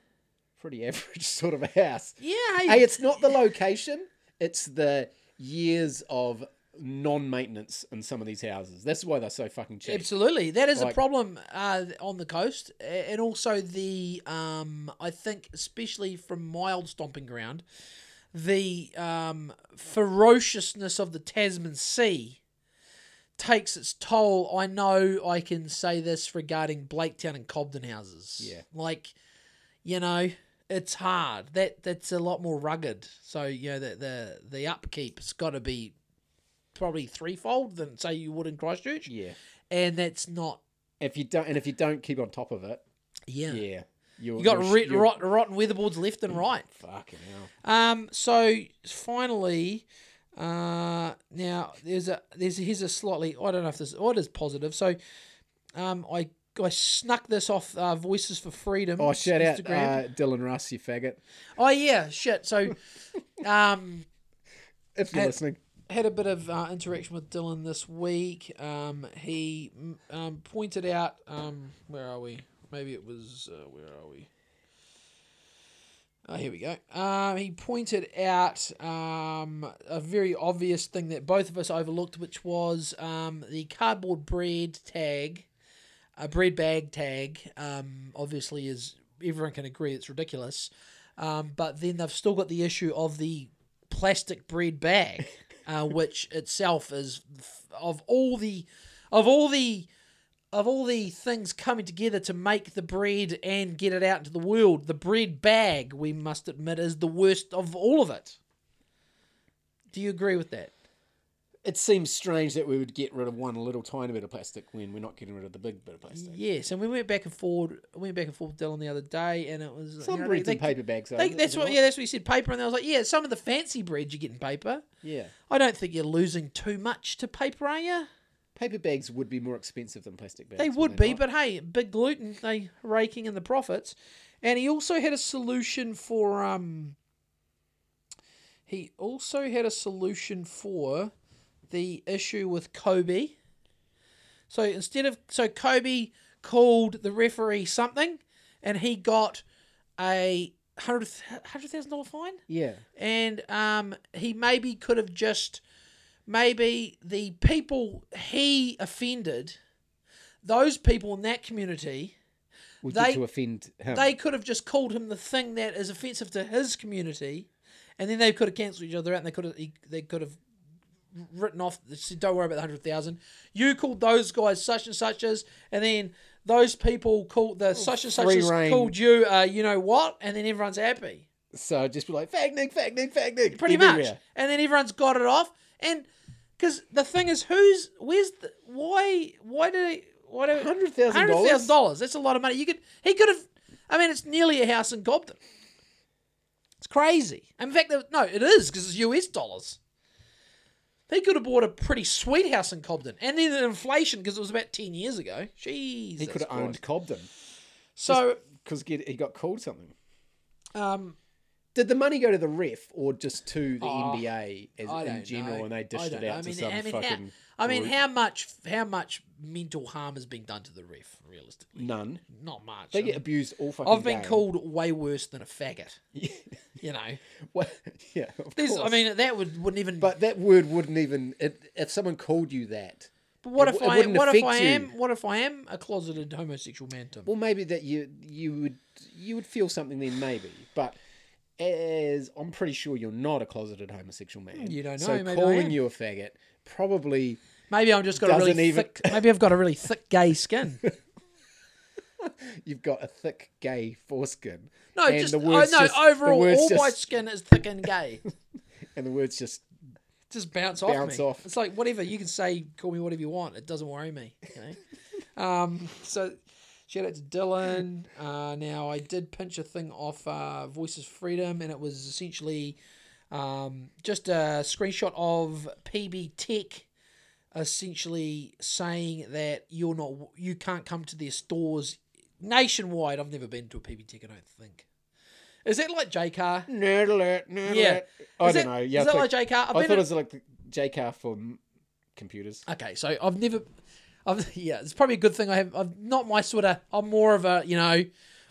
Speaker 2: pretty [LAUGHS] average sort of a house.
Speaker 1: Yeah,
Speaker 2: Hey, it's not the location, it's the years of non maintenance in some of these houses. That's why they're so fucking cheap.
Speaker 1: Absolutely, that is a
Speaker 2: Like-
Speaker 1: problem uh, on the coast, a- and also the um, I think especially from my old stomping ground, the um, ferociousness of the Tasman Sea takes its toll. I know I can say this regarding Blaketown and Cobden houses.
Speaker 2: Yeah.
Speaker 1: like you know, it's hard. That that's a lot more rugged. So you know, the the the upkeep's got to be probably threefold than say you would in Christchurch
Speaker 2: Yeah.
Speaker 1: and that's not
Speaker 2: If you don't, and if you don't keep on top of it,
Speaker 1: yeah.
Speaker 2: yeah, you're,
Speaker 1: You got
Speaker 2: you're-
Speaker 1: ri-
Speaker 2: you're- Mm,
Speaker 1: rot- rotten weatherboards left and right.
Speaker 2: Fucking hell.
Speaker 1: Um, so finally, uh, now there's a there's here's a slightly I don't know if this oh, it is positive. So, um, I I snuck this off uh, Voices for Freedom.
Speaker 2: Oh, shout out
Speaker 1: Instagram.
Speaker 2: uh, Dylan Russ, you faggot.
Speaker 1: oh yeah, shit.
Speaker 2: [LAUGHS]
Speaker 1: So, um,
Speaker 2: If you're
Speaker 1: Hey.
Speaker 2: listening,
Speaker 1: had a bit of uh, interaction with Dylan this week. Um, he mm, um, pointed out, um, where are we? Maybe it was, uh, where are we? Oh, here we go. Um, he pointed out um, a very obvious thing that both of us overlooked, which was um, the cardboard bread tag, a bread bag tag. Um, obviously, is everyone can agree it's ridiculous. Um, but then they've still got the issue of the plastic bread bag,
Speaker 2: [LAUGHS]
Speaker 1: uh, which itself is f- of all the of all the of all the things coming together to make the bread and get it out into the world, the bread bag we must admit is the worst of all of it. Do you agree with that?
Speaker 2: it seems strange that we would get rid of one little tiny bit of plastic when we're not getting rid of the big bit of plastic.
Speaker 1: Yes, and we went back and forward. We went back and forth with Dylan the other day, and it was
Speaker 2: Some
Speaker 1: you know,
Speaker 2: breads
Speaker 1: they-
Speaker 2: and paper bags. though,
Speaker 1: they-
Speaker 2: isn't it?
Speaker 1: that's
Speaker 2: Is it
Speaker 1: what.
Speaker 2: not?
Speaker 1: Yeah, that's what he said. Paper, and I was like, yeah, some of the fancy bread you get in paper.
Speaker 2: Yeah.
Speaker 1: I don't think you're losing too much to paper, are you?
Speaker 2: Paper bags would be more expensive than plastic bags.
Speaker 1: They
Speaker 2: wouldn't
Speaker 1: would be,
Speaker 2: not?
Speaker 1: but hey, big gluten, they raking in the profits. And he also had a solution for um he also had a solution for the issue with Kobe. So instead of so Kobe called the referee something and he got a hundred hundred thousand dollar fine
Speaker 2: Yeah.
Speaker 1: and um, he maybe could have just maybe the people he offended, those people in that community,
Speaker 2: We
Speaker 1: They-
Speaker 2: get to offend him.
Speaker 1: they could have just called him the thing that is offensive to his community, and then they could have cancelled each other out, and they could have he- they could have written off. Said, Don't worry about the hundred thousand. You called those guys such and such as, and then. Those people called the such and such
Speaker 2: free
Speaker 1: as
Speaker 2: reign.
Speaker 1: called you, uh, you know what, and then everyone's happy.
Speaker 2: so just be like, fag nig, fag nig, fag nig.
Speaker 1: pretty much.
Speaker 2: everywhere.
Speaker 1: And then everyone's got it off. And because the thing is, who's where's the why? Why do they? Why do
Speaker 2: $100,000?
Speaker 1: dollars? That's a lot of money. You could he could have. I mean, it's nearly a house in Gobden. It's crazy. In fact, there- no, it is because it's US dollars. They could have bought a pretty sweet house in Cobden, and then the inflation because it was about ten years ago. Jesus,
Speaker 2: He could have owned Cobden
Speaker 1: So,
Speaker 2: because he got called something.
Speaker 1: um,
Speaker 2: Did the money go to the ref or just to the
Speaker 1: Oh,
Speaker 2: NBA as,
Speaker 1: I
Speaker 2: in
Speaker 1: don't
Speaker 2: general,
Speaker 1: know.
Speaker 2: and they
Speaker 1: I
Speaker 2: dished
Speaker 1: don't
Speaker 2: it
Speaker 1: know.
Speaker 2: out to some fucking?
Speaker 1: How, I mean,
Speaker 2: group?
Speaker 1: how much? How much mental harm has been done to the ref? Realistically,
Speaker 2: none.
Speaker 1: not much.
Speaker 2: They
Speaker 1: I
Speaker 2: get
Speaker 1: mean,
Speaker 2: abused all fucking.
Speaker 1: I've been
Speaker 2: day.
Speaker 1: called way worse than a faggot. You know,
Speaker 2: [LAUGHS] What- yeah, of
Speaker 1: There's, I
Speaker 2: course.
Speaker 1: mean, that would wouldn't even. But,
Speaker 2: but that word wouldn't even. It, if someone called you that,
Speaker 1: what
Speaker 2: it
Speaker 1: if
Speaker 2: w- it
Speaker 1: I?
Speaker 2: wouldn't
Speaker 1: What if I
Speaker 2: affect you.
Speaker 1: am? What if I am a closeted homosexual man? Tim?
Speaker 2: well, maybe that you you would you would feel something then, maybe. But as I'm pretty sure you're not a closeted homosexual man.
Speaker 1: You don't
Speaker 2: So
Speaker 1: know, maybe I
Speaker 2: calling
Speaker 1: am.
Speaker 2: you a faggot probably
Speaker 1: Maybe I've just got a really
Speaker 2: Doesn't even-
Speaker 1: thick. Maybe I've got a really thick gay
Speaker 2: [LAUGHS]
Speaker 1: skin.
Speaker 2: you've got a thick gay foreskin.
Speaker 1: No,
Speaker 2: and
Speaker 1: just
Speaker 2: the
Speaker 1: oh,
Speaker 2: words
Speaker 1: no.
Speaker 2: just- the
Speaker 1: overall,
Speaker 2: words
Speaker 1: all
Speaker 2: just-
Speaker 1: my skin is thick and gay.
Speaker 2: and the words just
Speaker 1: just bounce,
Speaker 2: Bounce
Speaker 1: off me.
Speaker 2: off.
Speaker 1: It's like whatever you can say, call me whatever you want. It doesn't worry me. You know.
Speaker 2: [LAUGHS]
Speaker 1: um, so shout out to Dylan. Uh, now I did pinch a thing off uh, Voices Freedom, and it was essentially um, just a screenshot of PB Tech essentially saying that you're not you can't come to their stores nationwide. I've never been to a PB Tech. I don't think. Is that like JCar?
Speaker 2: nerd alert, nerd
Speaker 1: Yeah.
Speaker 2: alert. I
Speaker 1: Is
Speaker 2: don't
Speaker 1: that-
Speaker 2: know. Yeah,
Speaker 1: is
Speaker 2: I,
Speaker 1: that
Speaker 2: think-
Speaker 1: like JCar? I've
Speaker 2: I
Speaker 1: been
Speaker 2: thought it
Speaker 1: in-
Speaker 2: was like the JCar for m- computers.
Speaker 1: Okay, so I've never, I've [LAUGHS] yeah, it's probably a good thing I have. I've not my sort of. I'm more of a you know,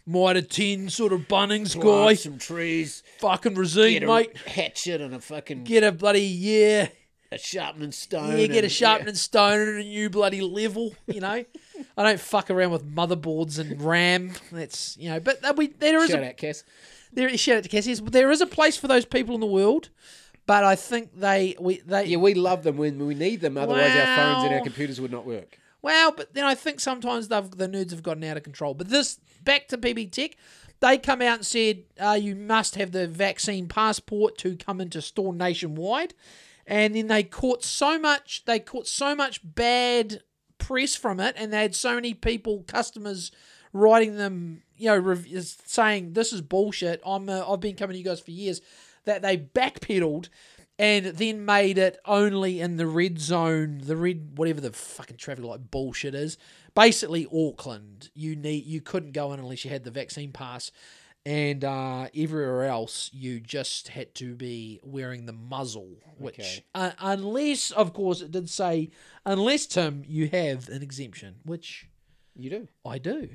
Speaker 1: more out of ten sort of Bunnings guy.
Speaker 2: some trees,
Speaker 1: Fucking resume, mate.
Speaker 2: hatchet and a fucking
Speaker 1: Get a bloody yeah,
Speaker 2: a sharpening stone.
Speaker 1: yeah. Get a sharpening stone and a new bloody level. You
Speaker 2: [LAUGHS]
Speaker 1: know, I don't fuck around with motherboards and RAM. That's you know, but that we there is a
Speaker 2: Shout out, Cass.
Speaker 1: there is shout out to Cassie's. There is a place for those people in the world, but I think they we they
Speaker 2: Yeah, we love them when we need them. Otherwise, our phones and our
Speaker 1: Wow.
Speaker 2: computers would not work.
Speaker 1: Well, but then I think sometimes they've the nerds have gotten out of control. But this back to PB Tech, they come out and said uh, you must have the vaccine passport to come into store nationwide, and then they caught so much they caught so much bad press from it, and they had so many people customers writing them, you know, rev- saying this is bullshit. I'm uh, I've been coming to you guys for years, that they backpedaled. and then made it only in the red zone, the red whatever the fucking traffic light bullshit is. Basically, Auckland, you need you couldn't go in unless you had the vaccine pass, and uh, everywhere else you just had to be wearing the muzzle. Which,
Speaker 2: Okay.
Speaker 1: uh, unless of course it did say, unless Tim, you have an exemption, which
Speaker 2: You do.
Speaker 1: I do.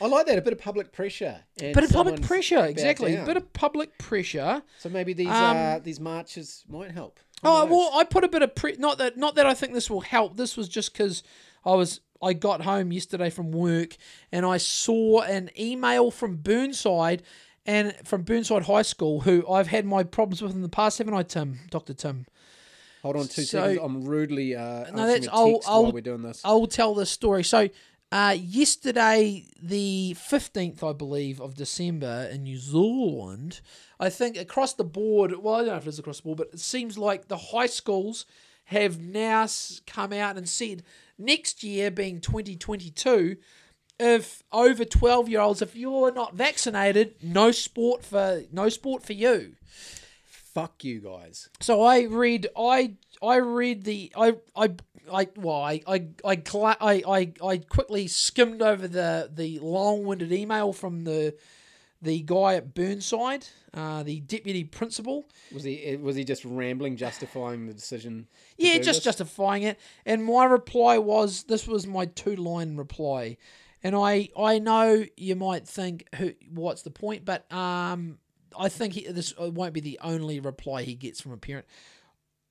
Speaker 2: I like that a bit of public pressure. and
Speaker 1: But a public
Speaker 2: someone's
Speaker 1: pressure,
Speaker 2: backed
Speaker 1: exactly.
Speaker 2: down.
Speaker 1: Bit of public pressure.
Speaker 2: so maybe these
Speaker 1: um,
Speaker 2: uh, these marches might help. Who
Speaker 1: Oh
Speaker 2: knows?
Speaker 1: well, I put a bit of pre. Not that, not that I think this will help. This was just because I was I got home yesterday from work and I saw an email from Burnside and from Burnside High School, who I've had my problems with in the past, haven't I, Tim? Doctor Tim.
Speaker 2: hold on two
Speaker 1: so-
Speaker 2: seconds. I'm rudely uh, answering
Speaker 1: that's-
Speaker 2: a text
Speaker 1: I'll- I'll-
Speaker 2: while we're doing this.
Speaker 1: I'll tell this story. So, uh, yesterday, the 15th, I believe, of December in New Zealand, I think across the board, well, I don't know if it is across the board, but it seems like the high schools have now s- come out and said next year, being 2022, if over 12 year olds, if you're not vaccinated, no sport for no sport for you.
Speaker 2: Fuck you guys.
Speaker 1: So I read I I read the I I I well I I I gla- I, I, I quickly skimmed over the the long-winded email from the the guy at Burnside, uh, the deputy principal.
Speaker 2: Was he eh, was he just rambling, justifying the decision? to
Speaker 1: Yeah,
Speaker 2: do
Speaker 1: just
Speaker 2: this?
Speaker 1: justifying it. And my reply was this was my two-line reply. And I I know you might think who what's the point, but um I think he, this won't be the only reply he gets from a parent.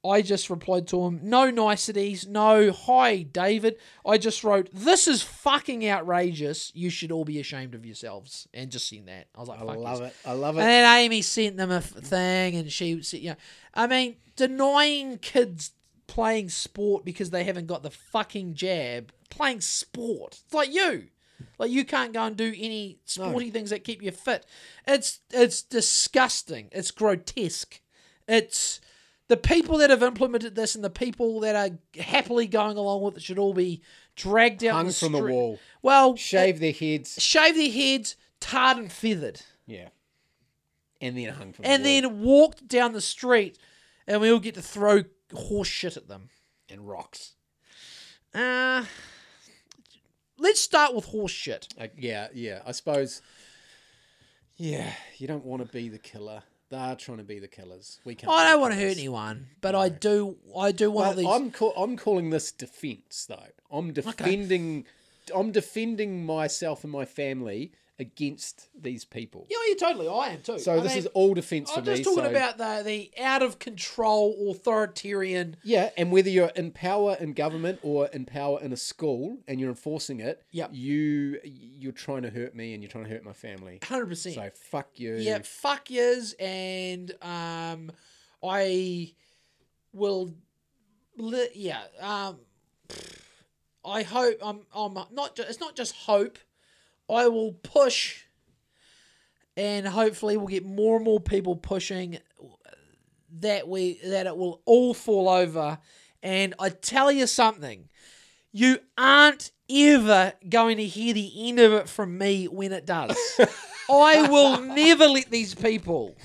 Speaker 1: I just replied to him, no niceties, no, hi, David. I just wrote, this is fucking outrageous. You should all be ashamed of yourselves. And just seen that. I was like,
Speaker 2: I
Speaker 1: fuck
Speaker 2: love
Speaker 1: yes.
Speaker 2: it. I love
Speaker 1: And
Speaker 2: it.
Speaker 1: then Amy sent them a f- thing, and she, said, you know, I mean, denying kids playing sport because they haven't got the fucking jab, playing sport. It's like you. Like you can't go and do any sporty things that keep you fit. It's it's disgusting. It's grotesque. It's the people that have implemented this and the people that are happily going along with it should all be dragged out
Speaker 2: Hung
Speaker 1: the
Speaker 2: from the
Speaker 1: street.
Speaker 2: wall.
Speaker 1: Well,
Speaker 2: Shave their heads.
Speaker 1: shave their heads, tarred and feathered
Speaker 2: Yeah. And then hung from
Speaker 1: and
Speaker 2: the wall.
Speaker 1: then walked down the street, and we all get to throw horse shit at them.
Speaker 2: and rocks.
Speaker 1: Uh, let's start with horse shit.
Speaker 2: Uh, yeah, yeah. I suppose. Yeah, you don't want to be the killer. They are trying to be the killers. We can't.
Speaker 1: I
Speaker 2: be the
Speaker 1: don't want to hurt
Speaker 2: killers.
Speaker 1: anyone, but I do. I do want
Speaker 2: But
Speaker 1: these.
Speaker 2: I'm call, I'm calling this defense though. I'm defending. I'm defending myself and my family against these people.
Speaker 1: yeah, you totally. I am too.
Speaker 2: So
Speaker 1: I
Speaker 2: this
Speaker 1: mean,
Speaker 2: is all defense for
Speaker 1: I'm
Speaker 2: me.
Speaker 1: just talking
Speaker 2: so-
Speaker 1: about the the out of control authoritarian.
Speaker 2: Yeah, and whether you're in power in government or in power in a school and you're enforcing it,
Speaker 1: Yep.
Speaker 2: you you're trying to hurt me and you're trying to hurt my family.
Speaker 1: Hundred percent.
Speaker 2: So fuck you.
Speaker 1: Yeah, fuck yous, and um, I will. Li- yeah, um, I hope I'm. I'm not. ju- It's not just hope. I will push, and hopefully we'll get more and more people pushing that we that it will all fall over. And I tell you something, you aren't ever going to hear the end of it from me when it does. I will never let these people.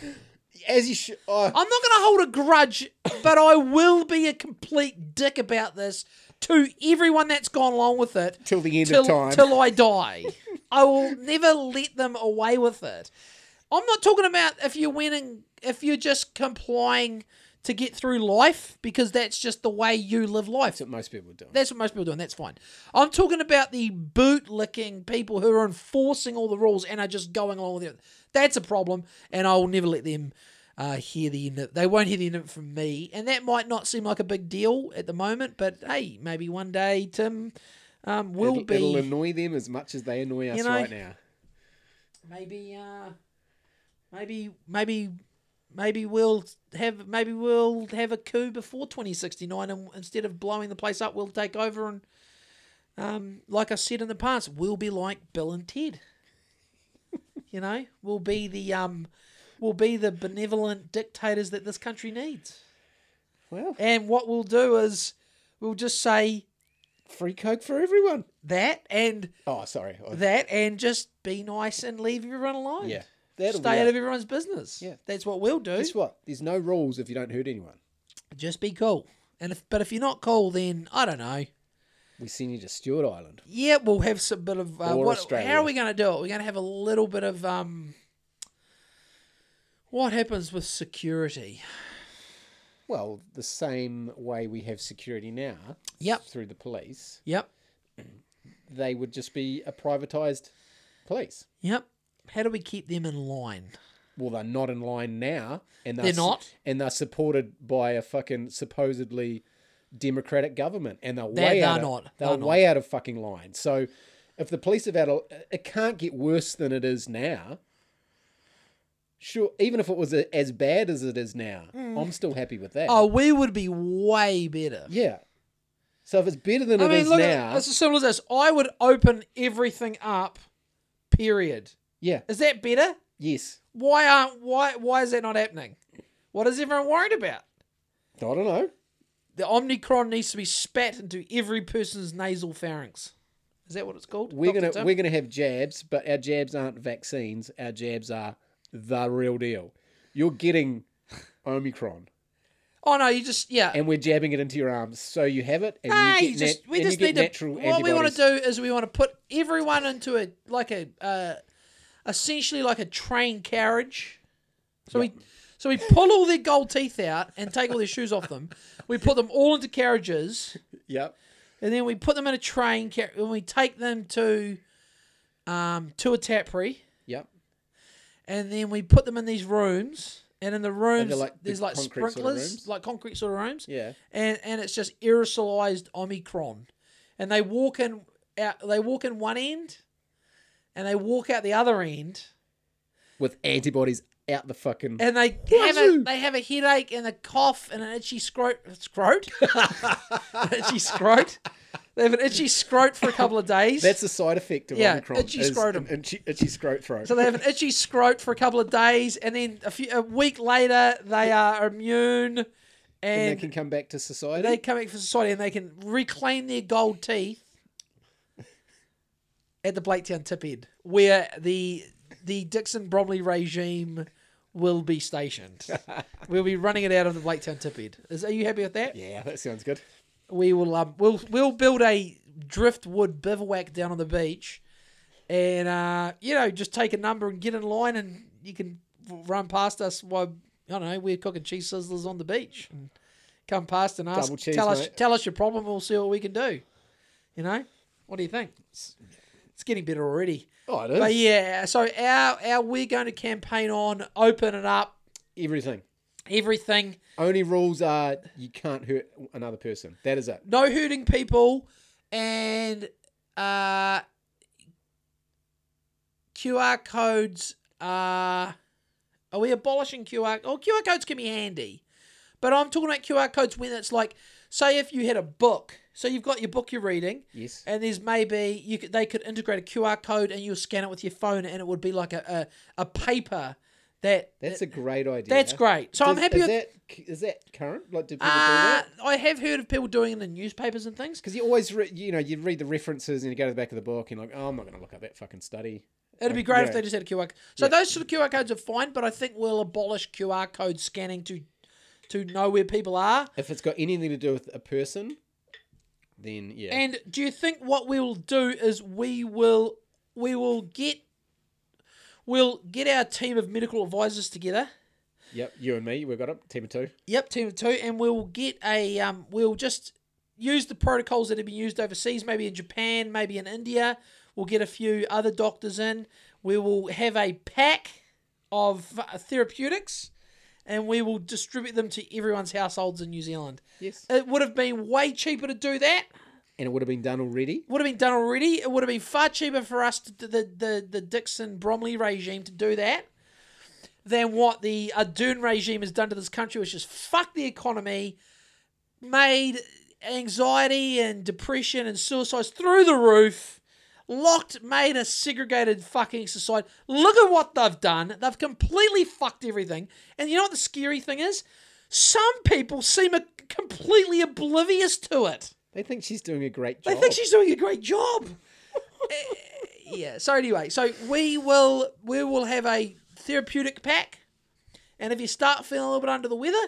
Speaker 2: As you should. Oh,
Speaker 1: I'm not going to hold a grudge, but I will be a complete dick about this to everyone that's gone along with it
Speaker 2: till the end
Speaker 1: till,
Speaker 2: of time.
Speaker 1: till I die. I will never let them away with it. I'm not talking about if you're winning, if you're just complying to get through life because that's just the way you live life.
Speaker 2: That's what most people do.
Speaker 1: That's what most people are doing. That's fine. I'm talking about the bootlicking people who are enforcing all the rules and are just going along with it. That's a problem, and I will never let them uh, hear the end. Of, they won't hear the end of it from me, and that might not seem like a big deal at the moment. But hey, maybe one day Tim um, will
Speaker 2: it'll,
Speaker 1: be.
Speaker 2: it'll annoy them as much as they annoy us
Speaker 1: know-
Speaker 2: right now.
Speaker 1: maybe, uh, maybe, maybe, maybe we'll have maybe we'll have a coup before 2069, and instead of blowing the place up, we'll take over and. um, like I said in the past, we'll be like Bill and Ted. you know, we'll be the um, we'll be the benevolent dictators that this country needs.
Speaker 2: Well,
Speaker 1: And what we'll do is, we'll just say
Speaker 2: free coke for everyone.
Speaker 1: that and
Speaker 2: Oh, sorry. I-
Speaker 1: that, and just be nice and leave everyone alone.
Speaker 2: yeah, that'll
Speaker 1: stay
Speaker 2: be
Speaker 1: out
Speaker 2: it.
Speaker 1: of everyone's business.
Speaker 2: Yeah.
Speaker 1: that's what we'll do.
Speaker 2: Guess what? There's no rules if you don't hurt anyone.
Speaker 1: Just be cool. And if, but if you're not cool, then I don't know.
Speaker 2: We send you to Stewart Island.
Speaker 1: Yeah, we'll have some bit of. Uh,
Speaker 2: Or
Speaker 1: what,
Speaker 2: Australia.
Speaker 1: how are we going to do it? We're going to have a little bit of. um. What happens with security?
Speaker 2: Well, the same way we have security now
Speaker 1: Yep.
Speaker 2: through the police,
Speaker 1: Yep.
Speaker 2: they would just be a privatised police.
Speaker 1: Yep. How do we keep them in line?
Speaker 2: Well, they're not in line now, and they're,
Speaker 1: They're not?
Speaker 2: and they're supported by a fucking supposedly democratic government, and they're
Speaker 1: They-
Speaker 2: way
Speaker 1: they're
Speaker 2: out.
Speaker 1: not.
Speaker 2: Of, they're,
Speaker 1: They're not.
Speaker 2: way out of fucking line. So, if the police have had, a, it can't get worse than it is now. Sure, even if it was a, as bad as it is now, I'm still happy with that.
Speaker 1: Mm. Oh, we would be way better.
Speaker 2: yeah. So if it's better than it
Speaker 1: I
Speaker 2: is
Speaker 1: mean, look,
Speaker 2: now,
Speaker 1: it's as simple as this. I would open everything up. Period.
Speaker 2: yeah,
Speaker 1: Is that better?
Speaker 2: yes.
Speaker 1: Why aren't why why is that not happening? What is everyone worried about?
Speaker 2: I don't know.
Speaker 1: The Omnicron needs to be spat into every person's nasal pharynx. Is that what it's called?
Speaker 2: We're
Speaker 1: Dr.
Speaker 2: gonna
Speaker 1: Tim?
Speaker 2: we're gonna have jabs, but our jabs aren't vaccines. Our jabs are the real deal. You're getting Omicron,
Speaker 1: Oh no, you just yeah.
Speaker 2: and we're jabbing it into your arms, so you have it. And
Speaker 1: Hey,
Speaker 2: you
Speaker 1: Ah, you
Speaker 2: get
Speaker 1: just
Speaker 2: nat-
Speaker 1: we
Speaker 2: and you
Speaker 1: just
Speaker 2: get
Speaker 1: need to.
Speaker 2: natural
Speaker 1: What we want to
Speaker 2: antibodies.
Speaker 1: do is we want to put everyone into a like a uh, essentially like a train carriage. So we so we pull all their gold teeth out and take all their shoes off them. We put them all into carriages.
Speaker 2: Yep.
Speaker 1: and then we put them in a train car- and we take them to um to a tappery
Speaker 2: Yep.
Speaker 1: and then we put them in these rooms and in the rooms
Speaker 2: they're like big
Speaker 1: there's like
Speaker 2: concrete sort of
Speaker 1: sprinklers
Speaker 2: rooms?
Speaker 1: like concrete sort of rooms
Speaker 2: Yeah.
Speaker 1: and and it's just aerosolized omicron and they walk in out they walk in one end and they walk out the other end
Speaker 2: With antibodies out the fucking.
Speaker 1: and they have a
Speaker 2: Wazoo.
Speaker 1: they have a headache and a cough and an itchy scrot
Speaker 2: [LAUGHS]
Speaker 1: scrot [LAUGHS] An itchy scrot they have an itchy scrot for a couple of days
Speaker 2: That's the side effect of
Speaker 1: Yeah,
Speaker 2: Omicron.
Speaker 1: itchy
Speaker 2: is
Speaker 1: scrotum.
Speaker 2: an Itchy, itchy scrot throat.
Speaker 1: So they have an itchy scrote for a couple of days, and then a few a week later they are immune, and,
Speaker 2: and they
Speaker 1: they,
Speaker 2: can come back to society.
Speaker 1: come back for society and they can reclaim their gold teeth at the Blaketown tip end, where the the Dixon Bromley regime will be
Speaker 2: [LAUGHS]
Speaker 1: stationed. we'll be running it out of the Blaketown tip end. Is, are you happy with that?
Speaker 2: yeah, that sounds good.
Speaker 1: we will um we'll we'll build a driftwood bivouac down on the beach, and uh, you know just take a number and get in line, and you can run past us while I don't know we're cooking cheese sizzlers on the beach, and come past and ask
Speaker 2: Mm. Double cheese,
Speaker 1: tell us
Speaker 2: mate.
Speaker 1: tell us your problem, we'll see what we can do. You know, what do you think? It's, it's getting better already,
Speaker 2: Oh, it is.
Speaker 1: but yeah. So our our we're going to campaign on open it up
Speaker 2: Everything.
Speaker 1: everything.
Speaker 2: Only rules are you can't hurt another person. That is it.
Speaker 1: no hurting people and uh QR codes are are we abolishing QR oh QR codes can be handy. But I'm talking about QR codes when it's like say if you had a book. So you've got your book you're reading
Speaker 2: Yes.
Speaker 1: and there's maybe you could, they could integrate a QR code and you'll scan it with your phone and it would be like a a, a paper that
Speaker 2: That's a great idea.
Speaker 1: that's great. So I'm
Speaker 2: Does-
Speaker 1: happy with
Speaker 2: is that. Is that current? Like, do people do
Speaker 1: uh,
Speaker 2: that?
Speaker 1: I have heard of people doing it in the newspapers and things.
Speaker 2: Because you always, re- you know, you read the references and you go to the back of the book and you're like, oh, I'm not going to look up that fucking study.
Speaker 1: It'd be great if
Speaker 2: Yeah.
Speaker 1: they just had a QR. So those sort of QR codes are fine, but I think we'll abolish QR code scanning to to know where people are.
Speaker 2: If it's got anything to do with a person, then yeah,
Speaker 1: And do you think what we'll do is we will we will get we'll get our team of medical advisors together.
Speaker 2: yep, you and me, we've got it, team of two.
Speaker 1: Yep, team of two, and we'll get a um, we'll just use the protocols that have been used overseas, maybe in Japan, maybe in India. We'll get a few other doctors in. We will have a pack of uh, therapeutics, and we will distribute them to everyone's households in New Zealand.
Speaker 2: Yes,
Speaker 1: It would have been way cheaper to do that.
Speaker 2: and it would have been done already.
Speaker 1: Would have been done already. It would have been far cheaper for us to the the the Dixon Bromley regime to do that than what the Ardern regime has done to this country, which is fuck the economy, made anxiety and depression and suicides through the roof, locked, made a segregated fucking society. Look at what they've done. They've completely fucked everything. And you know what the scary thing is? Some people seem a- completely oblivious to it.
Speaker 2: They think she's doing a great
Speaker 1: I
Speaker 2: job.
Speaker 1: think she's doing a great job. Eh, yeah. So anyway, so we will we will have a therapeutic pack, and if you start feeling a little bit under the weather,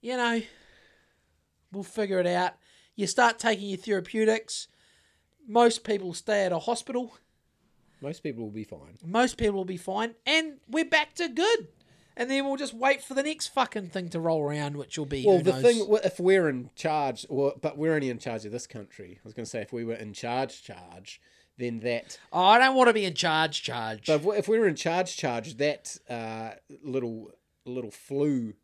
Speaker 1: you know, we'll figure it out. You start taking your therapeutics. Most people stay at a hospital.
Speaker 2: Most people will be fine.
Speaker 1: Most people will be fine, and we're back to good. And then we'll just wait for the next fucking thing to roll around, which will be
Speaker 2: Well,
Speaker 1: who
Speaker 2: the
Speaker 1: knows.
Speaker 2: thing w- if we're in charge, or but we're only in charge of this country. I was going to say if we were in charge, charge, then that.
Speaker 1: oh, I don't want to be in charge, charge.
Speaker 2: But if we- if we were in charge, charge, that uh, little little flu,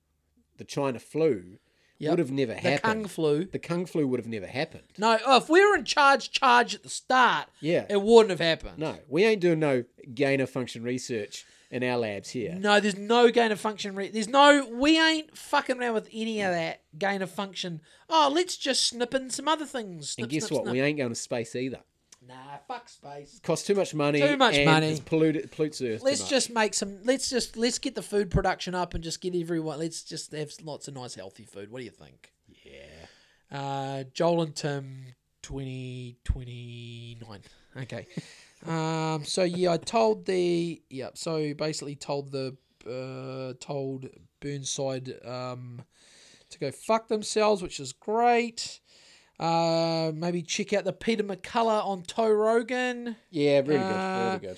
Speaker 2: the China flu,
Speaker 1: Yep.
Speaker 2: would have never
Speaker 1: the
Speaker 2: happened.
Speaker 1: kung flu.
Speaker 2: the kung flu would have never happened.
Speaker 1: No, oh, if we were in charge, charge at the start,
Speaker 2: Yeah.
Speaker 1: it wouldn't have happened.
Speaker 2: No, we ain't doing no gain of function research in our labs here.
Speaker 1: No, there's no gain of function. Re- there's no, we ain't fucking around with any of that gain of function. Oh, let's just snip in some other things. Snip,
Speaker 2: and guess
Speaker 1: snip,
Speaker 2: what?
Speaker 1: snip.
Speaker 2: We ain't going to space either.
Speaker 1: Nah, fuck space.
Speaker 2: Costs too much money.
Speaker 1: Too much
Speaker 2: and
Speaker 1: money.
Speaker 2: It's polluted, pollutes the earth. too
Speaker 1: Let's
Speaker 2: much.
Speaker 1: just make some. Let's just let's get the food production up and just get everyone. Let's just have lots of nice healthy food. What do you think?
Speaker 2: Yeah.
Speaker 1: Uh, Joel and Tim, twenty twenty nine. Okay. um. So yeah, I told the yeah. So basically, told the uh, told Burnside um to go fuck themselves, which is great. Uh, maybe check out the Peter McCullough on Toe Rogan.
Speaker 2: Yeah, really good.
Speaker 1: Uh,
Speaker 2: Really good.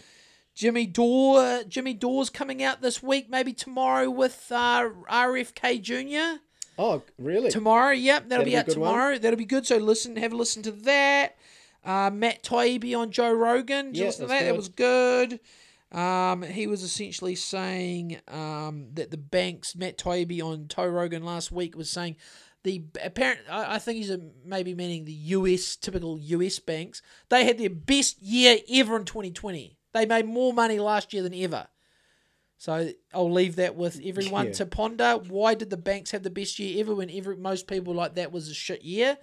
Speaker 1: Jimmy Dore, Jimmy Dore's coming out this week, maybe tomorrow with uh, RFK Jr.
Speaker 2: Oh, really?
Speaker 1: Tomorrow, yep, that'll,
Speaker 2: That'll
Speaker 1: be
Speaker 2: be a
Speaker 1: out
Speaker 2: good one.
Speaker 1: tomorrow. That'll be good. So listen, have a listen to that. Uh, Matt Taibbi on Joe Rogan. Did you
Speaker 2: Yeah,
Speaker 1: listen to that?
Speaker 2: that's
Speaker 1: That was good. Um, he was essentially saying um, that the banks, Matt Taibbi on Joe Rogan last week was saying the apparent. I, I think he's a, maybe meaning the U.S. typical U.S. banks. They had their best year ever in 2020. They made more money last year than ever. So I'll leave that with everyone
Speaker 2: Yeah.
Speaker 1: to ponder. Why did the banks have the best year ever when every most people like that was a shit year?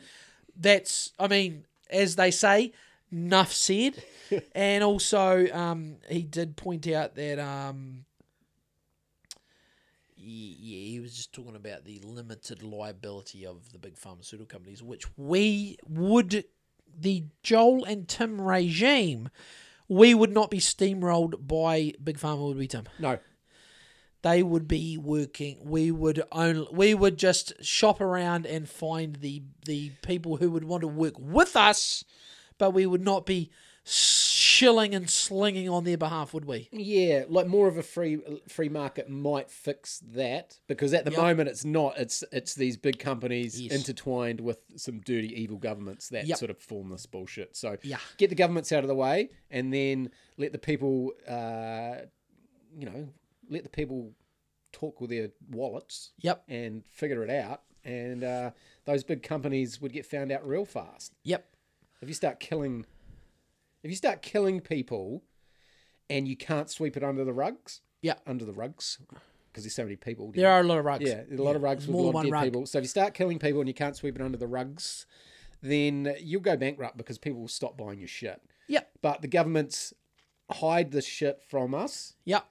Speaker 1: That's I mean, as they say, nuff said. and also, um, he did point out that um, y- yeah, he was just talking about the limited liability of the big pharmaceutical companies, which we would the Joel and Tim regime. We would not be steamrolled by Big Pharma, would we, Tim?
Speaker 2: no.
Speaker 1: they would be working we would only we would just shop around and find the the people who would want to work with us but we would not be shilling and slinging on their behalf would we
Speaker 2: Yeah, like more of a free free market might fix that because at the
Speaker 1: Yep.
Speaker 2: moment it's not. It's it's these big companies
Speaker 1: Yes.
Speaker 2: intertwined with some dirty evil governments that
Speaker 1: Yep.
Speaker 2: sort of form this bullshit. So
Speaker 1: Yeah.
Speaker 2: get the governments out of the way and then let the people, uh, you know, let the people talk with their wallets
Speaker 1: yep
Speaker 2: and figure it out. And uh, those big companies would get found out real fast
Speaker 1: yep
Speaker 2: if you start killing if you start killing people and you can't sweep it under the rugs
Speaker 1: Yeah.
Speaker 2: under the rugs because there's so many people
Speaker 1: there are a lot of rugs
Speaker 2: yeah a lot of rugs
Speaker 1: there's
Speaker 2: with
Speaker 1: more
Speaker 2: a
Speaker 1: than
Speaker 2: lot
Speaker 1: one
Speaker 2: of dead
Speaker 1: rug
Speaker 2: people so if you start killing people and you can't sweep it under the rugs then you'll go bankrupt because people will stop buying your shit
Speaker 1: yep
Speaker 2: but the governments hide this shit from us
Speaker 1: yep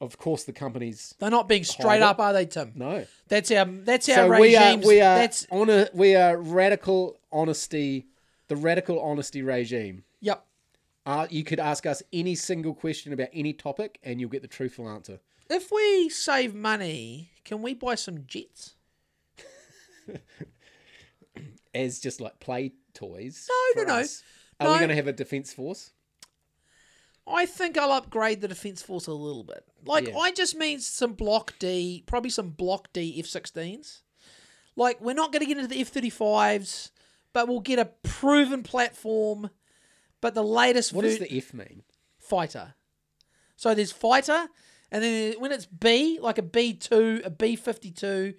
Speaker 2: of course the companies
Speaker 1: they're not being straight
Speaker 2: Hide it.
Speaker 1: up are they tim
Speaker 2: no
Speaker 1: that's our that's our
Speaker 2: so
Speaker 1: regime
Speaker 2: we are we are
Speaker 1: that's
Speaker 2: on a, we are radical honesty the radical honesty regime
Speaker 1: yep
Speaker 2: Uh, you could ask us any single question about any topic, and you'll get the truthful answer.
Speaker 1: if we save money can we buy some jets
Speaker 2: As just like play toys.
Speaker 1: No,
Speaker 2: for
Speaker 1: no, no.
Speaker 2: us. Are we
Speaker 1: No.
Speaker 2: going to have a defense force?
Speaker 1: I think I'll upgrade the defense force a little bit. Like
Speaker 2: Yeah.
Speaker 1: I just mean some block D, probably some block D F16s. Like we're not going to get into the F35s, but we'll get a proven platform. But the latest
Speaker 2: What
Speaker 1: ver-
Speaker 2: does the F mean?
Speaker 1: fighter. So there's fighter, and then when it's B, like a B two, a B fifty two,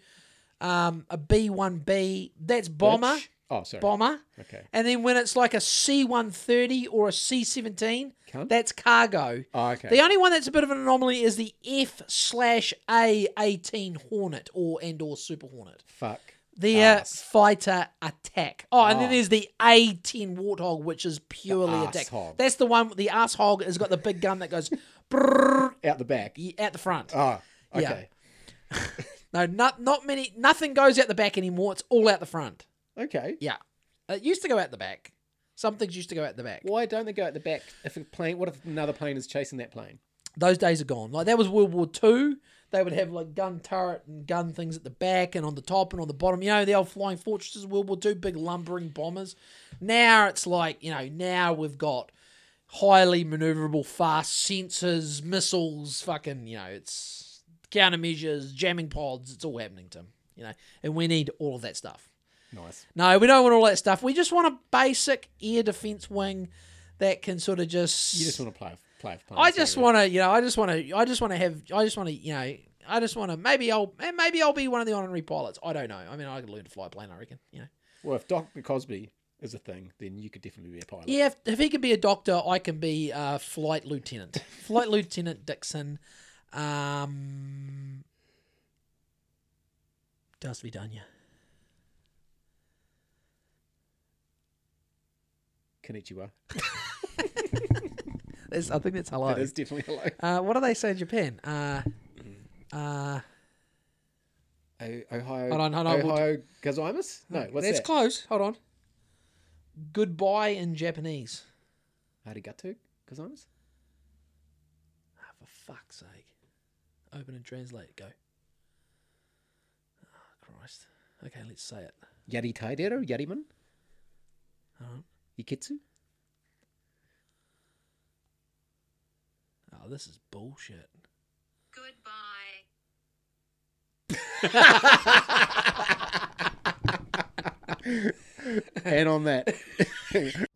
Speaker 1: um, a B one B, that's bomber,
Speaker 2: Bitch. Oh, sorry.
Speaker 1: bomber.
Speaker 2: Okay.
Speaker 1: And then when it's like a C one thirty or a C seventeen,
Speaker 2: Cunt.
Speaker 1: that's cargo.
Speaker 2: Oh, okay.
Speaker 1: The only one that's a bit of an anomaly is the F slash A eighteen Hornet or and or Super Hornet.
Speaker 2: Fuck.
Speaker 1: Their
Speaker 2: Arse.
Speaker 1: fighter attack. Oh, and then
Speaker 2: Ah.
Speaker 1: there's the A ten Warthog, which is purely
Speaker 2: The
Speaker 1: attack.
Speaker 2: asshole.
Speaker 1: That's the one. The ass hog has got the big gun that goes [LAUGHS] brrrr
Speaker 2: Out the back.
Speaker 1: out the front.
Speaker 2: Oh, okay.
Speaker 1: Yeah. No, not not many. Nothing goes out the back anymore. It's all out the front.
Speaker 2: Okay.
Speaker 1: Yeah, it used to go out the back. Some things used to go out the back
Speaker 2: Why don't they go at the back? If a plane, what if another plane is chasing that plane?
Speaker 1: those days are gone. Like that was World War Two. They would have like gun turret and gun things at the back and on the top and on the bottom. You know, the old flying fortresses, World War Two, big lumbering bombers. Now it's like you know, now we've got highly maneuverable, fast sensors, missiles, fucking you know, it's countermeasures, jamming pods. It's all happening, Tim. You know, and we need all of that stuff.
Speaker 2: Nice.
Speaker 1: No, we don't want all that stuff. We just want a basic air defense wing that can sort of just.
Speaker 2: You just want to play, play. play
Speaker 1: I just want to, you know, I just want to, I just want to have, I just want to, you know, I just want to. Maybe I'll, eh, maybe I'll be one of the honorary pilots. I don't know. I mean, I could learn to fly a plane. I reckon. You know.
Speaker 2: Well, if Dr. Cosby is a thing, then you could definitely be a pilot.
Speaker 1: Yeah, if, if he can be a doctor, I can be a flight [LAUGHS] lieutenant. flight lieutenant Dixon. Um, does be done, yeah.
Speaker 2: Konnichiwa.
Speaker 1: There's, I think that's hello.
Speaker 2: That is Mm. definitely hello.
Speaker 1: Uh, what do they say in Japan? Uh, uh,
Speaker 2: O- Ohio.
Speaker 1: Hold on, hold on, we'll
Speaker 2: Ohio Gazaimus? No, what's
Speaker 1: that's
Speaker 2: that?
Speaker 1: close. Hold on. Goodbye in Japanese.
Speaker 2: Arigato Gazaimus?
Speaker 1: Ah, for fuck's sake. Open and translate. Go. Oh, Christ. Okay, let's say it.
Speaker 2: Yari Taidero? Yariman?
Speaker 1: Hold on. [LAUGHS]
Speaker 2: [LAUGHS] Ikitsu?
Speaker 1: Oh, this is bullshit.
Speaker 3: Goodbye.
Speaker 1: [LAUGHS]
Speaker 2: and on that,